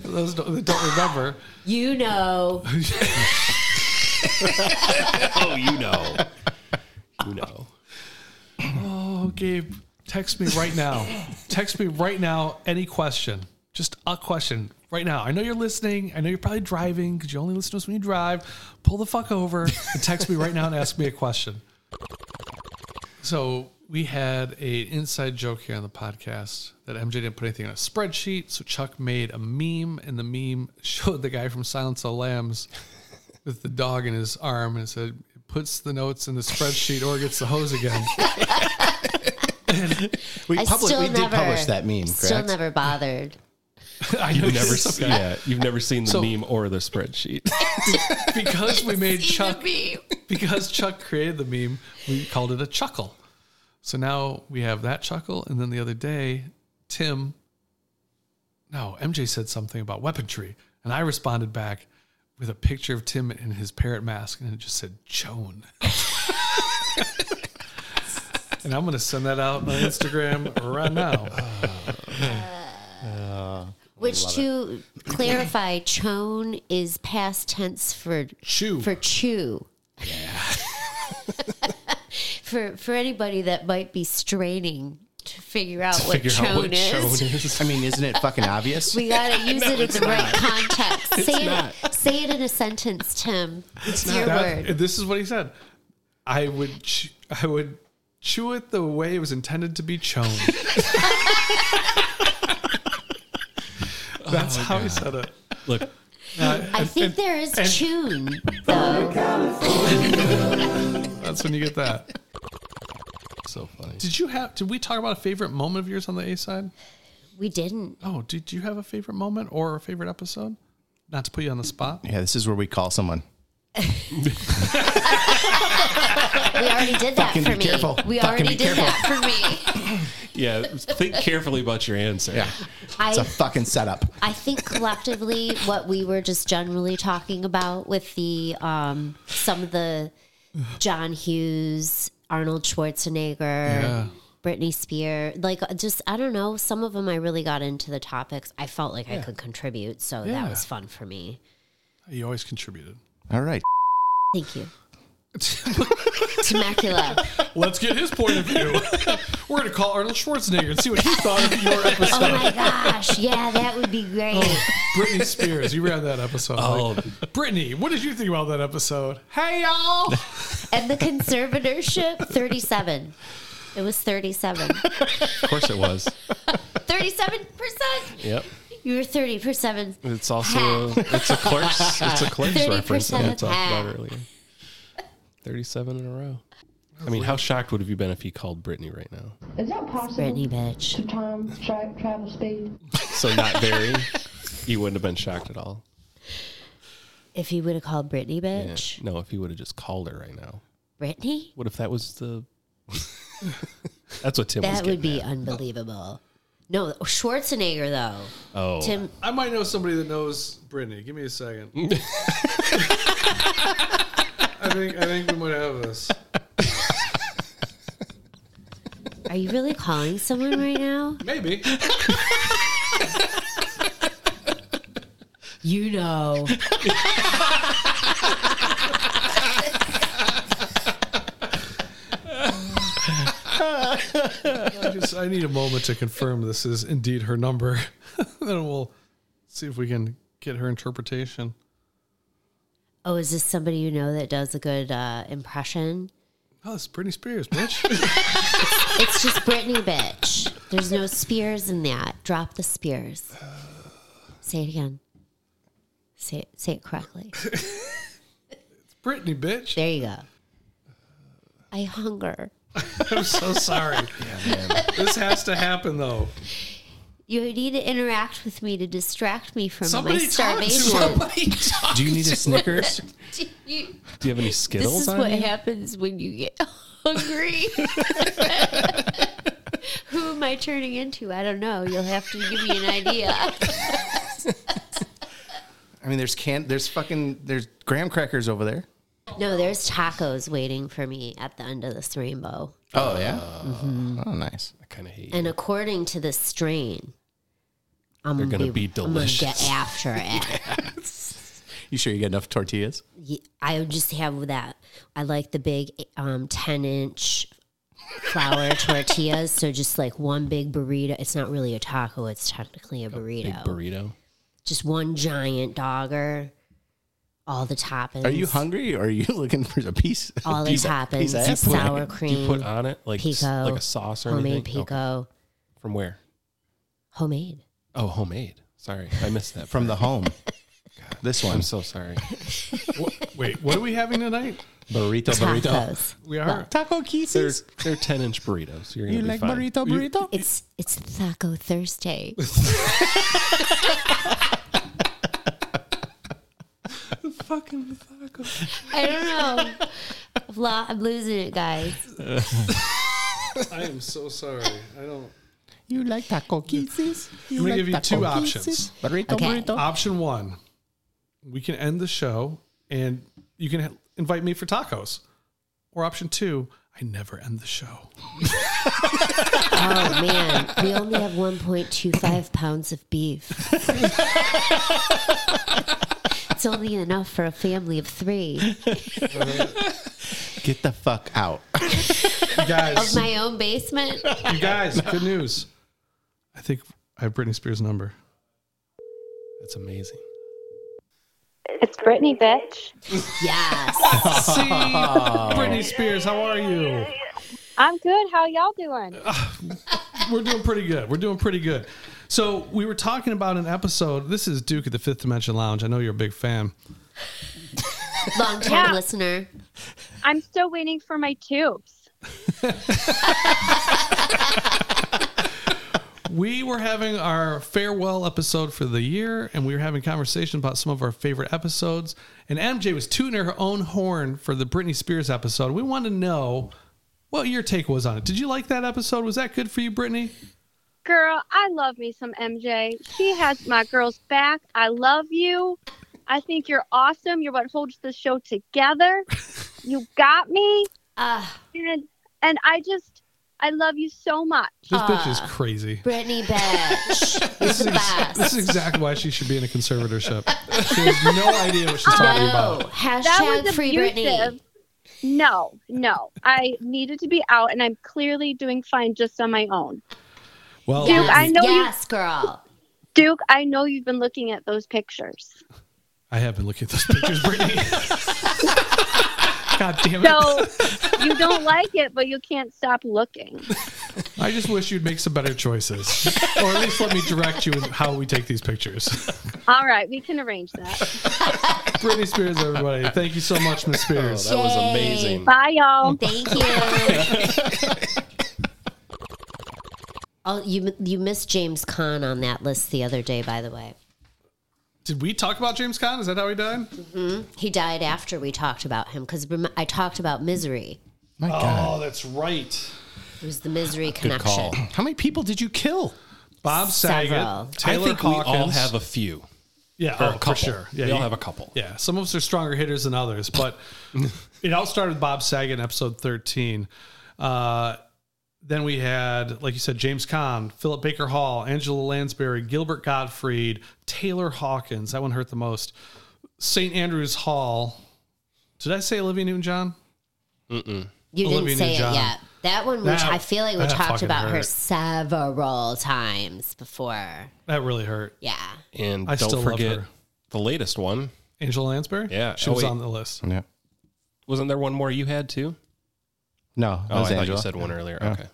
[SPEAKER 2] For those don't- that don't remember,
[SPEAKER 6] You know.
[SPEAKER 3] oh, you know. You know.
[SPEAKER 2] oh, Gabe, text me right now. text me right now any question. Just a question right now. I know you're listening. I know you're probably driving because you only listen to us when you drive. Pull the fuck over and text me right now and ask me a question. So we had a inside joke here on the podcast that MJ didn't put anything on a spreadsheet. So Chuck made a meme, and the meme showed the guy from Silence of the Lambs with the dog in his arm, and it said, "Puts the notes in the spreadsheet or gets the hose again."
[SPEAKER 9] We
[SPEAKER 6] I
[SPEAKER 9] public-
[SPEAKER 6] still
[SPEAKER 9] we did
[SPEAKER 6] never,
[SPEAKER 9] publish that meme,
[SPEAKER 6] Still
[SPEAKER 9] correct?
[SPEAKER 6] never bothered.
[SPEAKER 2] I
[SPEAKER 3] You've
[SPEAKER 2] know
[SPEAKER 3] never,
[SPEAKER 2] you're
[SPEAKER 3] s-
[SPEAKER 2] so-
[SPEAKER 3] yeah, you've never seen the
[SPEAKER 2] So-
[SPEAKER 3] meme or the spreadsheet.
[SPEAKER 2] because we made Chuck because Chuck created the meme, we called it a chuckle. So now we have that chuckle, and then the other day, Tim, no, MJ said something about weaponry, and I responded back with a picture of Tim in his parrot mask, and it just said Joan. and I'm gonna send that out on Instagram right now.
[SPEAKER 6] Which to clarify, chone is past tense for
[SPEAKER 2] chew.
[SPEAKER 6] For chew. for for anybody that might be straining to figure out what chone is.
[SPEAKER 9] I mean, isn't it fucking obvious?
[SPEAKER 6] We gotta use it in the right context. say it,
[SPEAKER 9] not.
[SPEAKER 6] say it in a sentence, Tim. It's, your
[SPEAKER 2] That-
[SPEAKER 6] word.
[SPEAKER 2] This is what he said. I would, ch- I would chew it the way it was intended to be chown. That's
[SPEAKER 6] Oh,
[SPEAKER 2] how he said it.
[SPEAKER 3] Look,
[SPEAKER 6] I think there is tune though.
[SPEAKER 2] that's when you get that.
[SPEAKER 3] So funny.
[SPEAKER 2] Did you have? Did we talk about a favorite moment of yours on the A side?
[SPEAKER 6] We didn't.
[SPEAKER 2] Oh, did you have a favorite moment or a favorite episode? Not to put you on the spot.
[SPEAKER 9] Yeah, this is where we call someone.
[SPEAKER 6] We already did that
[SPEAKER 9] Fucking
[SPEAKER 6] for
[SPEAKER 9] be
[SPEAKER 6] me.
[SPEAKER 9] careful.
[SPEAKER 6] We
[SPEAKER 9] Fucking
[SPEAKER 6] already
[SPEAKER 9] be
[SPEAKER 6] did
[SPEAKER 9] careful.
[SPEAKER 6] that for me.
[SPEAKER 3] Yeah, think carefully about your answer. Yeah.
[SPEAKER 6] I
[SPEAKER 9] It's a fucking setup.
[SPEAKER 6] I think collectively, what we were just generally talking about with the um, some of the John Hughes, Arnold Schwarzenegger,
[SPEAKER 2] Yeah.
[SPEAKER 6] Britney Spears, like just I don't know. Some of them I really got into the topics. I felt like I
[SPEAKER 2] Yeah.
[SPEAKER 6] could contribute, so
[SPEAKER 2] Yeah.
[SPEAKER 6] that was fun for me.
[SPEAKER 2] You always contributed.
[SPEAKER 9] All right.
[SPEAKER 6] Thank you, Temecula.
[SPEAKER 2] Let's get his point of view. We're gonna call Arnold Schwarzenegger and see what he thought of your episode.
[SPEAKER 6] Oh my gosh, yeah, that would be great.
[SPEAKER 2] Oh. Britney Spears, you ran that episode.
[SPEAKER 3] Oh.
[SPEAKER 2] Like, Britney, what did you think about that episode? Hey y'all!
[SPEAKER 6] And the conservatorship, thirty-seven. It was thirty-seven.
[SPEAKER 3] Of course it was.
[SPEAKER 6] Thirty-seven percent.
[SPEAKER 3] Yep.
[SPEAKER 6] You were thirty percent.
[SPEAKER 3] It's also a, it's a clerk's it's a clerk's
[SPEAKER 6] 30%
[SPEAKER 3] reference that I
[SPEAKER 6] half.
[SPEAKER 3] talked about earlier. Thirty-seven in a row. I mean, how shocked would have you been if he called Brittany right now?
[SPEAKER 10] Is that possible
[SPEAKER 6] Britney, bitch.
[SPEAKER 10] to time tra- travel speed?
[SPEAKER 3] So not very. you wouldn't have been shocked at all.
[SPEAKER 6] If he would have called Britney,
[SPEAKER 3] Yeah.
[SPEAKER 6] bitch.
[SPEAKER 3] No, if he would have just called her right now.
[SPEAKER 6] Britney?
[SPEAKER 3] What if that was the? That's what Tim was
[SPEAKER 6] that
[SPEAKER 3] getting.
[SPEAKER 6] would be unbelievable. No, Schwarzenegger, though.
[SPEAKER 3] Oh,
[SPEAKER 6] Tim,
[SPEAKER 2] I might know somebody that knows Britney. Give me a second. I think I think we might have this.
[SPEAKER 6] are you really calling someone right now?
[SPEAKER 2] Maybe.
[SPEAKER 6] You know.
[SPEAKER 2] I just I need a moment to confirm this is indeed her number. then we'll see if we can get her interpretation.
[SPEAKER 6] Oh, is this somebody you know that does a good uh, impression?
[SPEAKER 2] Oh, it's Britney Spears, bitch.
[SPEAKER 6] it's just Britney, bitch. There's no spears in that. Drop the spears. Say it again. Say it, say it correctly.
[SPEAKER 2] Brittany, bitch.
[SPEAKER 6] There you go. I hunger.
[SPEAKER 2] I'm so sorry. This has to happen though.
[SPEAKER 6] You need to interact with me to distract me from
[SPEAKER 2] Somebody
[SPEAKER 6] my
[SPEAKER 2] talk to
[SPEAKER 6] starvation.
[SPEAKER 2] her.
[SPEAKER 3] Do you need a Snickers?
[SPEAKER 6] Do you-
[SPEAKER 3] Do you have any Skittles
[SPEAKER 6] This is
[SPEAKER 3] on
[SPEAKER 6] what
[SPEAKER 3] you?
[SPEAKER 6] happens when you get hungry. Who am I turning into? I don't know. You'll have to give me an idea.
[SPEAKER 4] I mean, there's can there's fucking there's graham crackers over there.
[SPEAKER 6] No, there's tacos waiting for me at the end of this rainbow.
[SPEAKER 4] Oh yeah.
[SPEAKER 6] Mhm.
[SPEAKER 4] Oh nice.
[SPEAKER 3] I kind of hate.
[SPEAKER 6] And according to the strain, I'm
[SPEAKER 4] They're
[SPEAKER 6] gonna
[SPEAKER 4] gonna be
[SPEAKER 6] I'm gonna
[SPEAKER 4] delicious.
[SPEAKER 6] get after it.
[SPEAKER 4] You sure you got enough tortillas?
[SPEAKER 6] Ye- I would just have that. I like the big um, 10 inch flour tortillas. So just like one big burrito. It's not really a taco, it's technically a burrito.
[SPEAKER 3] Big burrito.
[SPEAKER 6] Just one giant dogger, all the toppings.
[SPEAKER 4] Are you hungry or are you looking for a piece? a
[SPEAKER 6] All the
[SPEAKER 4] piece of-
[SPEAKER 6] toppings,
[SPEAKER 4] piece of ass?
[SPEAKER 6] sour
[SPEAKER 3] Do you
[SPEAKER 6] cream,
[SPEAKER 3] put on it like s-
[SPEAKER 6] pico,
[SPEAKER 3] like a sauce or
[SPEAKER 6] homemade
[SPEAKER 3] anything? Okay.
[SPEAKER 6] pico,
[SPEAKER 3] From where?
[SPEAKER 6] homemade.
[SPEAKER 3] Oh, homemade. Sorry, I missed that.
[SPEAKER 4] From the home.
[SPEAKER 3] this one. I'm so sorry.
[SPEAKER 2] Wait, what are we having tonight?
[SPEAKER 4] Burrito, burrito.
[SPEAKER 2] We are
[SPEAKER 4] taco kisses.
[SPEAKER 3] They're, they're ten inch burritos. You're gonna be fine.
[SPEAKER 6] It's it's Taco Thursday.
[SPEAKER 3] Fucking
[SPEAKER 6] I don't know. I've lo- I'm losing it, guys.
[SPEAKER 2] I am so sorry. I don't.
[SPEAKER 4] You like taco kisses?
[SPEAKER 2] I'm gonna give you two options.
[SPEAKER 4] kisses? Burrito, Okay. burrito.
[SPEAKER 2] Option one: we can end the show, and you can ha- invite me for tacos. Or option two: I never end the show.
[SPEAKER 6] Oh man, we only have 1.25 pounds of beef. it's only enough for a family of three.
[SPEAKER 4] Get the fuck out.
[SPEAKER 2] You
[SPEAKER 6] Of
[SPEAKER 2] guys,
[SPEAKER 6] my own basement.
[SPEAKER 2] you guys, good news. I think I have Britney Spears' number.
[SPEAKER 3] That's amazing.
[SPEAKER 9] It's Brittany, bitch.
[SPEAKER 6] Yes.
[SPEAKER 2] See, Britney Spears, how are you?
[SPEAKER 9] I'm good. How y'all doing?
[SPEAKER 2] We're doing pretty good. We're doing pretty good. So we were talking about an episode. This is Duke at the Fifth Dimension Lounge. I know you're a big fan.
[SPEAKER 6] Long time
[SPEAKER 9] Yeah.
[SPEAKER 6] listener.
[SPEAKER 9] I'm still waiting for my tubes.
[SPEAKER 2] We were having our farewell episode for the year, and we were having conversation about some of our favorite episodes. And MJ was tuning her own horn for the Britney Spears episode. We wanted to know what your take was on it. Did you like that episode? Was that good for you, Brittany?
[SPEAKER 9] Girl, I love me some MJ. She has my girl's back. I love you. I think you're awesome. You're what holds the show together. You got me.
[SPEAKER 6] Ah.
[SPEAKER 9] and, and I just, I love you so much.
[SPEAKER 2] This bitch is crazy.
[SPEAKER 6] Brittany bitch.
[SPEAKER 2] This is, ex- this is exactly why she should be in a conservatorship. She has no idea what she's talking about.
[SPEAKER 9] that
[SPEAKER 6] Hashtag
[SPEAKER 9] was
[SPEAKER 6] free Britney.
[SPEAKER 9] abusive. No, no. I needed to be out, and I'm clearly doing fine just on my own.
[SPEAKER 2] Well,
[SPEAKER 9] Duke, I know you-
[SPEAKER 6] yes, girl.
[SPEAKER 9] Duke, I know you've been looking at those pictures.
[SPEAKER 2] I have been looking at those pictures, Brittany. God damn it.
[SPEAKER 9] So you don't like it, but you can't stop looking.
[SPEAKER 2] I just wish you'd make some better choices. or at least let me direct you in how we take these pictures.
[SPEAKER 9] All right, we can arrange that.
[SPEAKER 2] Britney Spears, everybody. Thank you so much, Miss Spears.
[SPEAKER 9] Oh, that was Yay. amazing. Bye, y'all.
[SPEAKER 6] Thank you. oh, you you missed James Caan on that list the other day, by the way.
[SPEAKER 2] Did we talk about James Conn? Is that how he died?
[SPEAKER 6] hmm He died after we talked about him because I talked about misery.
[SPEAKER 2] My Oh, that's right.
[SPEAKER 6] It was the misery connection.
[SPEAKER 4] How many people did you kill?
[SPEAKER 2] Bob Saget,
[SPEAKER 6] Several.
[SPEAKER 2] Taylor
[SPEAKER 3] I think
[SPEAKER 2] Hawkins.
[SPEAKER 3] we all have a few.
[SPEAKER 2] Yeah,
[SPEAKER 3] Or a
[SPEAKER 2] oh,
[SPEAKER 3] couple.
[SPEAKER 2] for sure. Yeah,
[SPEAKER 3] we all
[SPEAKER 2] you-
[SPEAKER 3] have a couple.
[SPEAKER 2] Yeah, some of us are stronger hitters than others, but it all started with Bob Saget in episode 13. Uh, then we had, like you said, James Caan, Philip Baker Hall, Angela Lansbury, Gilbert Gottfried, Taylor Hawkins. That one hurt the most. St. Andrew's Hall. Did I say Olivia Newton John?
[SPEAKER 3] Mm-mm.
[SPEAKER 6] You
[SPEAKER 2] Olivia
[SPEAKER 6] didn't say
[SPEAKER 2] Newton-John.
[SPEAKER 6] it yet. That one, which
[SPEAKER 2] That-
[SPEAKER 6] I feel like we
[SPEAKER 2] that
[SPEAKER 6] talked
[SPEAKER 2] fucking
[SPEAKER 6] about her
[SPEAKER 2] hurt.
[SPEAKER 6] several times before.
[SPEAKER 2] That really hurt.
[SPEAKER 6] Yeah.
[SPEAKER 3] And
[SPEAKER 2] I
[SPEAKER 3] don't
[SPEAKER 2] still love
[SPEAKER 3] forget
[SPEAKER 2] her.
[SPEAKER 3] the latest one.
[SPEAKER 2] Angela Lansbury?
[SPEAKER 3] Yeah.
[SPEAKER 2] She
[SPEAKER 3] Oh,
[SPEAKER 2] was
[SPEAKER 3] wait.
[SPEAKER 2] on the list.
[SPEAKER 3] Yeah. Wasn't there one more you had too?
[SPEAKER 4] No,
[SPEAKER 3] Oh, I thought you said one earlier. Okay.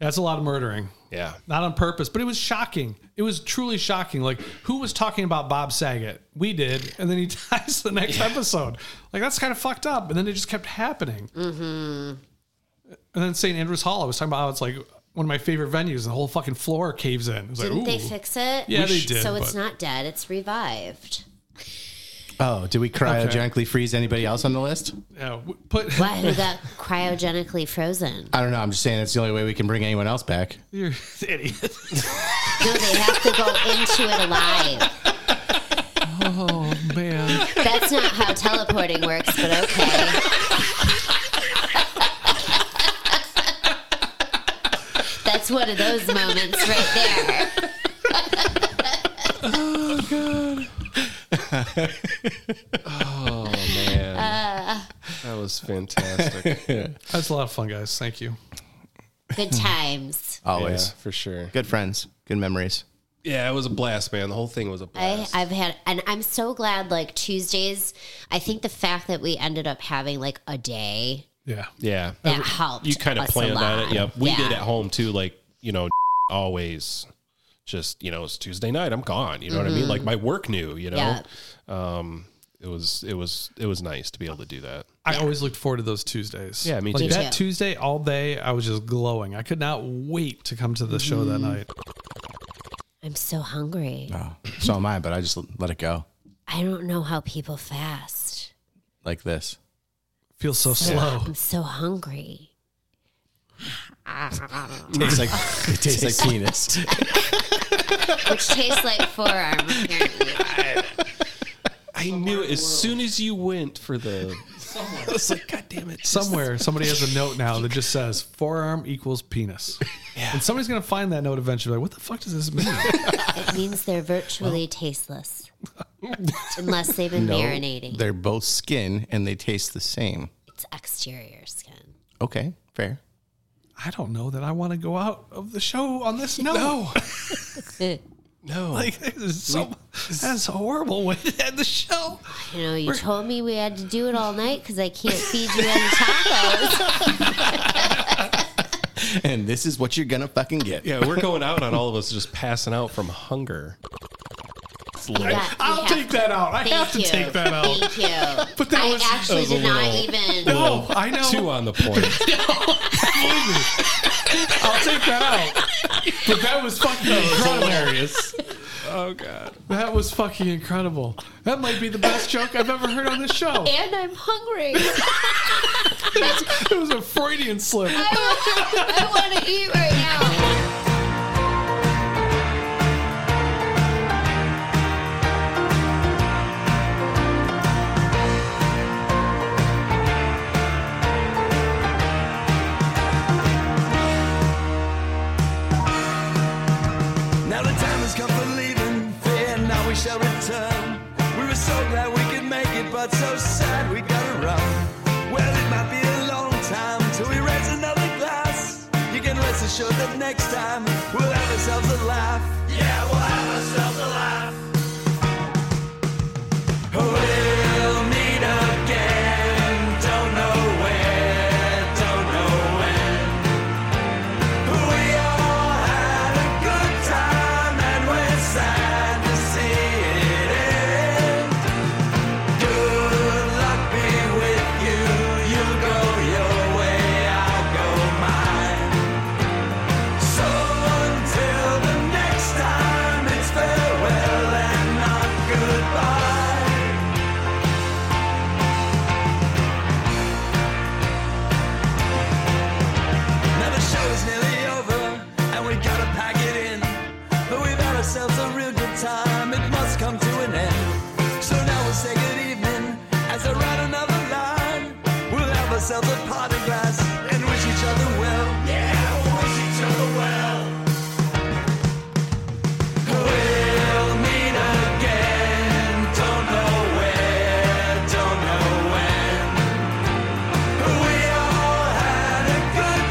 [SPEAKER 2] That's a lot of murdering.
[SPEAKER 3] Yeah.
[SPEAKER 2] Not on purpose, but it was shocking. It was truly shocking. Like, who was talking about Bob Saget? We did. And then he dies the next episode. Like, that's kind of fucked up. And then it just kept happening.
[SPEAKER 6] Mm-hmm.
[SPEAKER 2] And then St. Andrews Hall, I was talking about how it's like one of my favorite venues, and the whole fucking floor caves in. It was
[SPEAKER 6] Didn't
[SPEAKER 2] like,
[SPEAKER 6] they
[SPEAKER 2] ooh.
[SPEAKER 6] fix it?
[SPEAKER 2] Yeah, they did,
[SPEAKER 6] So it's
[SPEAKER 2] but-
[SPEAKER 6] not dead. It's revived.
[SPEAKER 4] Oh, did we cryogenically freeze anybody else on the list?
[SPEAKER 2] Yeah, w- put
[SPEAKER 6] What? Who got cryogenically frozen?
[SPEAKER 4] I don't know. I'm just saying that's the only way we can bring anyone else back.
[SPEAKER 2] You're an idiot.
[SPEAKER 6] No, they have to go into it alive.
[SPEAKER 2] Oh man.
[SPEAKER 6] That's not how teleporting works, but okay. That's one of those moments right there.
[SPEAKER 8] Oh god.
[SPEAKER 3] oh man.
[SPEAKER 6] Uh.
[SPEAKER 3] that was fantastic.
[SPEAKER 2] That's a lot of fun, guys. Thank you.
[SPEAKER 6] Good times.
[SPEAKER 4] Always.
[SPEAKER 3] Yeah, for sure.
[SPEAKER 4] Good friends, good memories.
[SPEAKER 3] Yeah, it was a blast, man. The whole thing was a blast.
[SPEAKER 6] I, I've had, and I'm so glad. Like Tuesdays, I think the fact that we ended up having like a day
[SPEAKER 2] Yeah.
[SPEAKER 3] Yeah.
[SPEAKER 6] That helped
[SPEAKER 3] You kind of
[SPEAKER 6] us a
[SPEAKER 3] planned on it.
[SPEAKER 6] lot.
[SPEAKER 3] Yep. We
[SPEAKER 6] Yeah.
[SPEAKER 3] did at home too. Like, you know, always just, you know, it's Tuesday night. I'm gone. You know what I mean?
[SPEAKER 6] Mhm.
[SPEAKER 3] Like my work knew, you know? Um, it was, it was, it was nice to be able to do that.
[SPEAKER 2] I always looked forward to those Tuesdays.
[SPEAKER 3] Yeah, me
[SPEAKER 2] Like,
[SPEAKER 3] too.
[SPEAKER 2] That
[SPEAKER 3] Me too.
[SPEAKER 2] Tuesday all day, I was just glowing. I could not wait to come to the show that
[SPEAKER 6] Mhm.
[SPEAKER 2] night.
[SPEAKER 6] I'm so hungry.
[SPEAKER 4] Oh, so am I, but I just l- let it go
[SPEAKER 6] I don't know how people fast.
[SPEAKER 4] like this.
[SPEAKER 2] Feels so slow.
[SPEAKER 6] I'm so hungry.
[SPEAKER 4] Tastes like it tastes like penis.
[SPEAKER 6] Which tastes like forearm, apparently.
[SPEAKER 3] I knew as soon as you went for the. I was like, God damn it.
[SPEAKER 2] Somewhere, somebody has a note now that just says forearm equals penis. And somebody's going to find that note eventually. Like, what the fuck does this mean?
[SPEAKER 6] It means they're virtually tasteless. Unless they've been
[SPEAKER 4] No,
[SPEAKER 6] marinating.
[SPEAKER 4] They're both skin and they taste the same.
[SPEAKER 6] It's exterior skin.
[SPEAKER 4] Okay, fair.
[SPEAKER 2] I don't know that I want to go out of the show on this note. No.
[SPEAKER 3] No.
[SPEAKER 2] Like, this is so, that's a horrible way to end the show.
[SPEAKER 6] You know, you told me we had to do it all night because I can't feed you any tacos.
[SPEAKER 4] And this is what you're gonna fucking get.
[SPEAKER 3] Yeah, we're going out on all of us just passing out from hunger. It's lit.
[SPEAKER 6] Yeah, you
[SPEAKER 2] I'll
[SPEAKER 6] have
[SPEAKER 2] take
[SPEAKER 6] to-
[SPEAKER 2] that out. I
[SPEAKER 6] Thank
[SPEAKER 2] have to
[SPEAKER 6] you.
[SPEAKER 2] take that out.
[SPEAKER 6] Thank you.
[SPEAKER 2] But that
[SPEAKER 6] I
[SPEAKER 2] was- Oh,
[SPEAKER 6] actually
[SPEAKER 3] That was a
[SPEAKER 6] did not
[SPEAKER 3] little-
[SPEAKER 6] even.
[SPEAKER 2] No, I know.
[SPEAKER 3] Two on the point.
[SPEAKER 2] I'll take that out. But that was fucking incredible.
[SPEAKER 3] Hilarious. Oh god.
[SPEAKER 2] That was fucking incredible. That might be the best joke I've ever heard on this show.
[SPEAKER 6] And I'm hungry.
[SPEAKER 2] It was a Freudian slip.
[SPEAKER 6] I want to eat right now.
[SPEAKER 8] Now the time has come for leaving. Fear now we shall return. We were so glad we could make it, but so sad we gotta run. Well, it might be a long time till we raise another glass. You can rest assured that next time we'll have ourselves a laugh. Yeah, we'll have ourselves a laugh. Oh, We'll meet again. Don't know where, don't know when. We all had a good time and we're sad to see it end. Good luck be with you. You go your way, I'll go mine. So until the next time, it's farewell and not goodbye. Now the show is nearly over, and we gotta pack it in. But we've had ourselves a real good time, it must come to an end. So now we'll say good evening as I write another line. We'll have ourselves a party glass and wish each other well. Yeah, we'll wish each other well. We'll meet again, don't know where, don't know when. We all have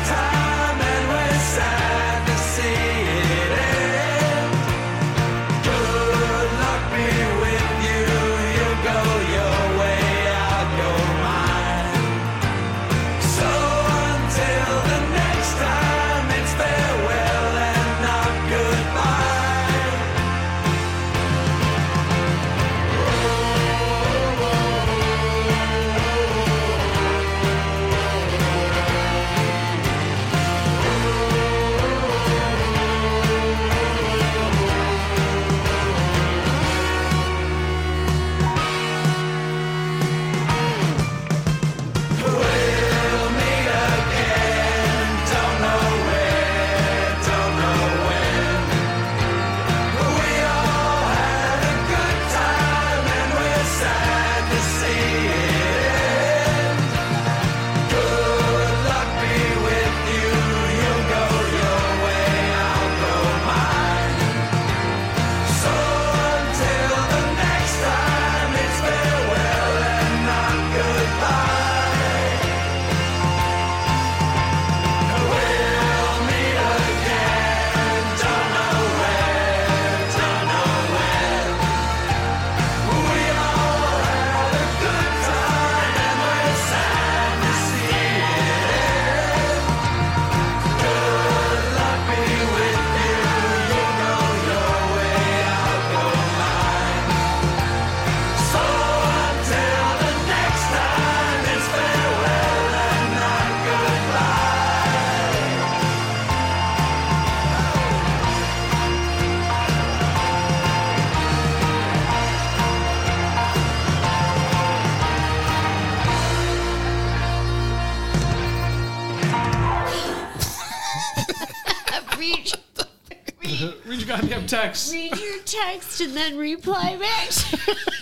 [SPEAKER 2] goddamn text.
[SPEAKER 6] Read your text and then reply back.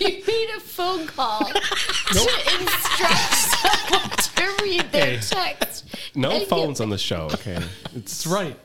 [SPEAKER 6] you made a phone call to instruct someone to read their
[SPEAKER 3] Hey.
[SPEAKER 6] text.
[SPEAKER 3] No
[SPEAKER 6] and
[SPEAKER 3] phones on the show. Okay.
[SPEAKER 2] It's right.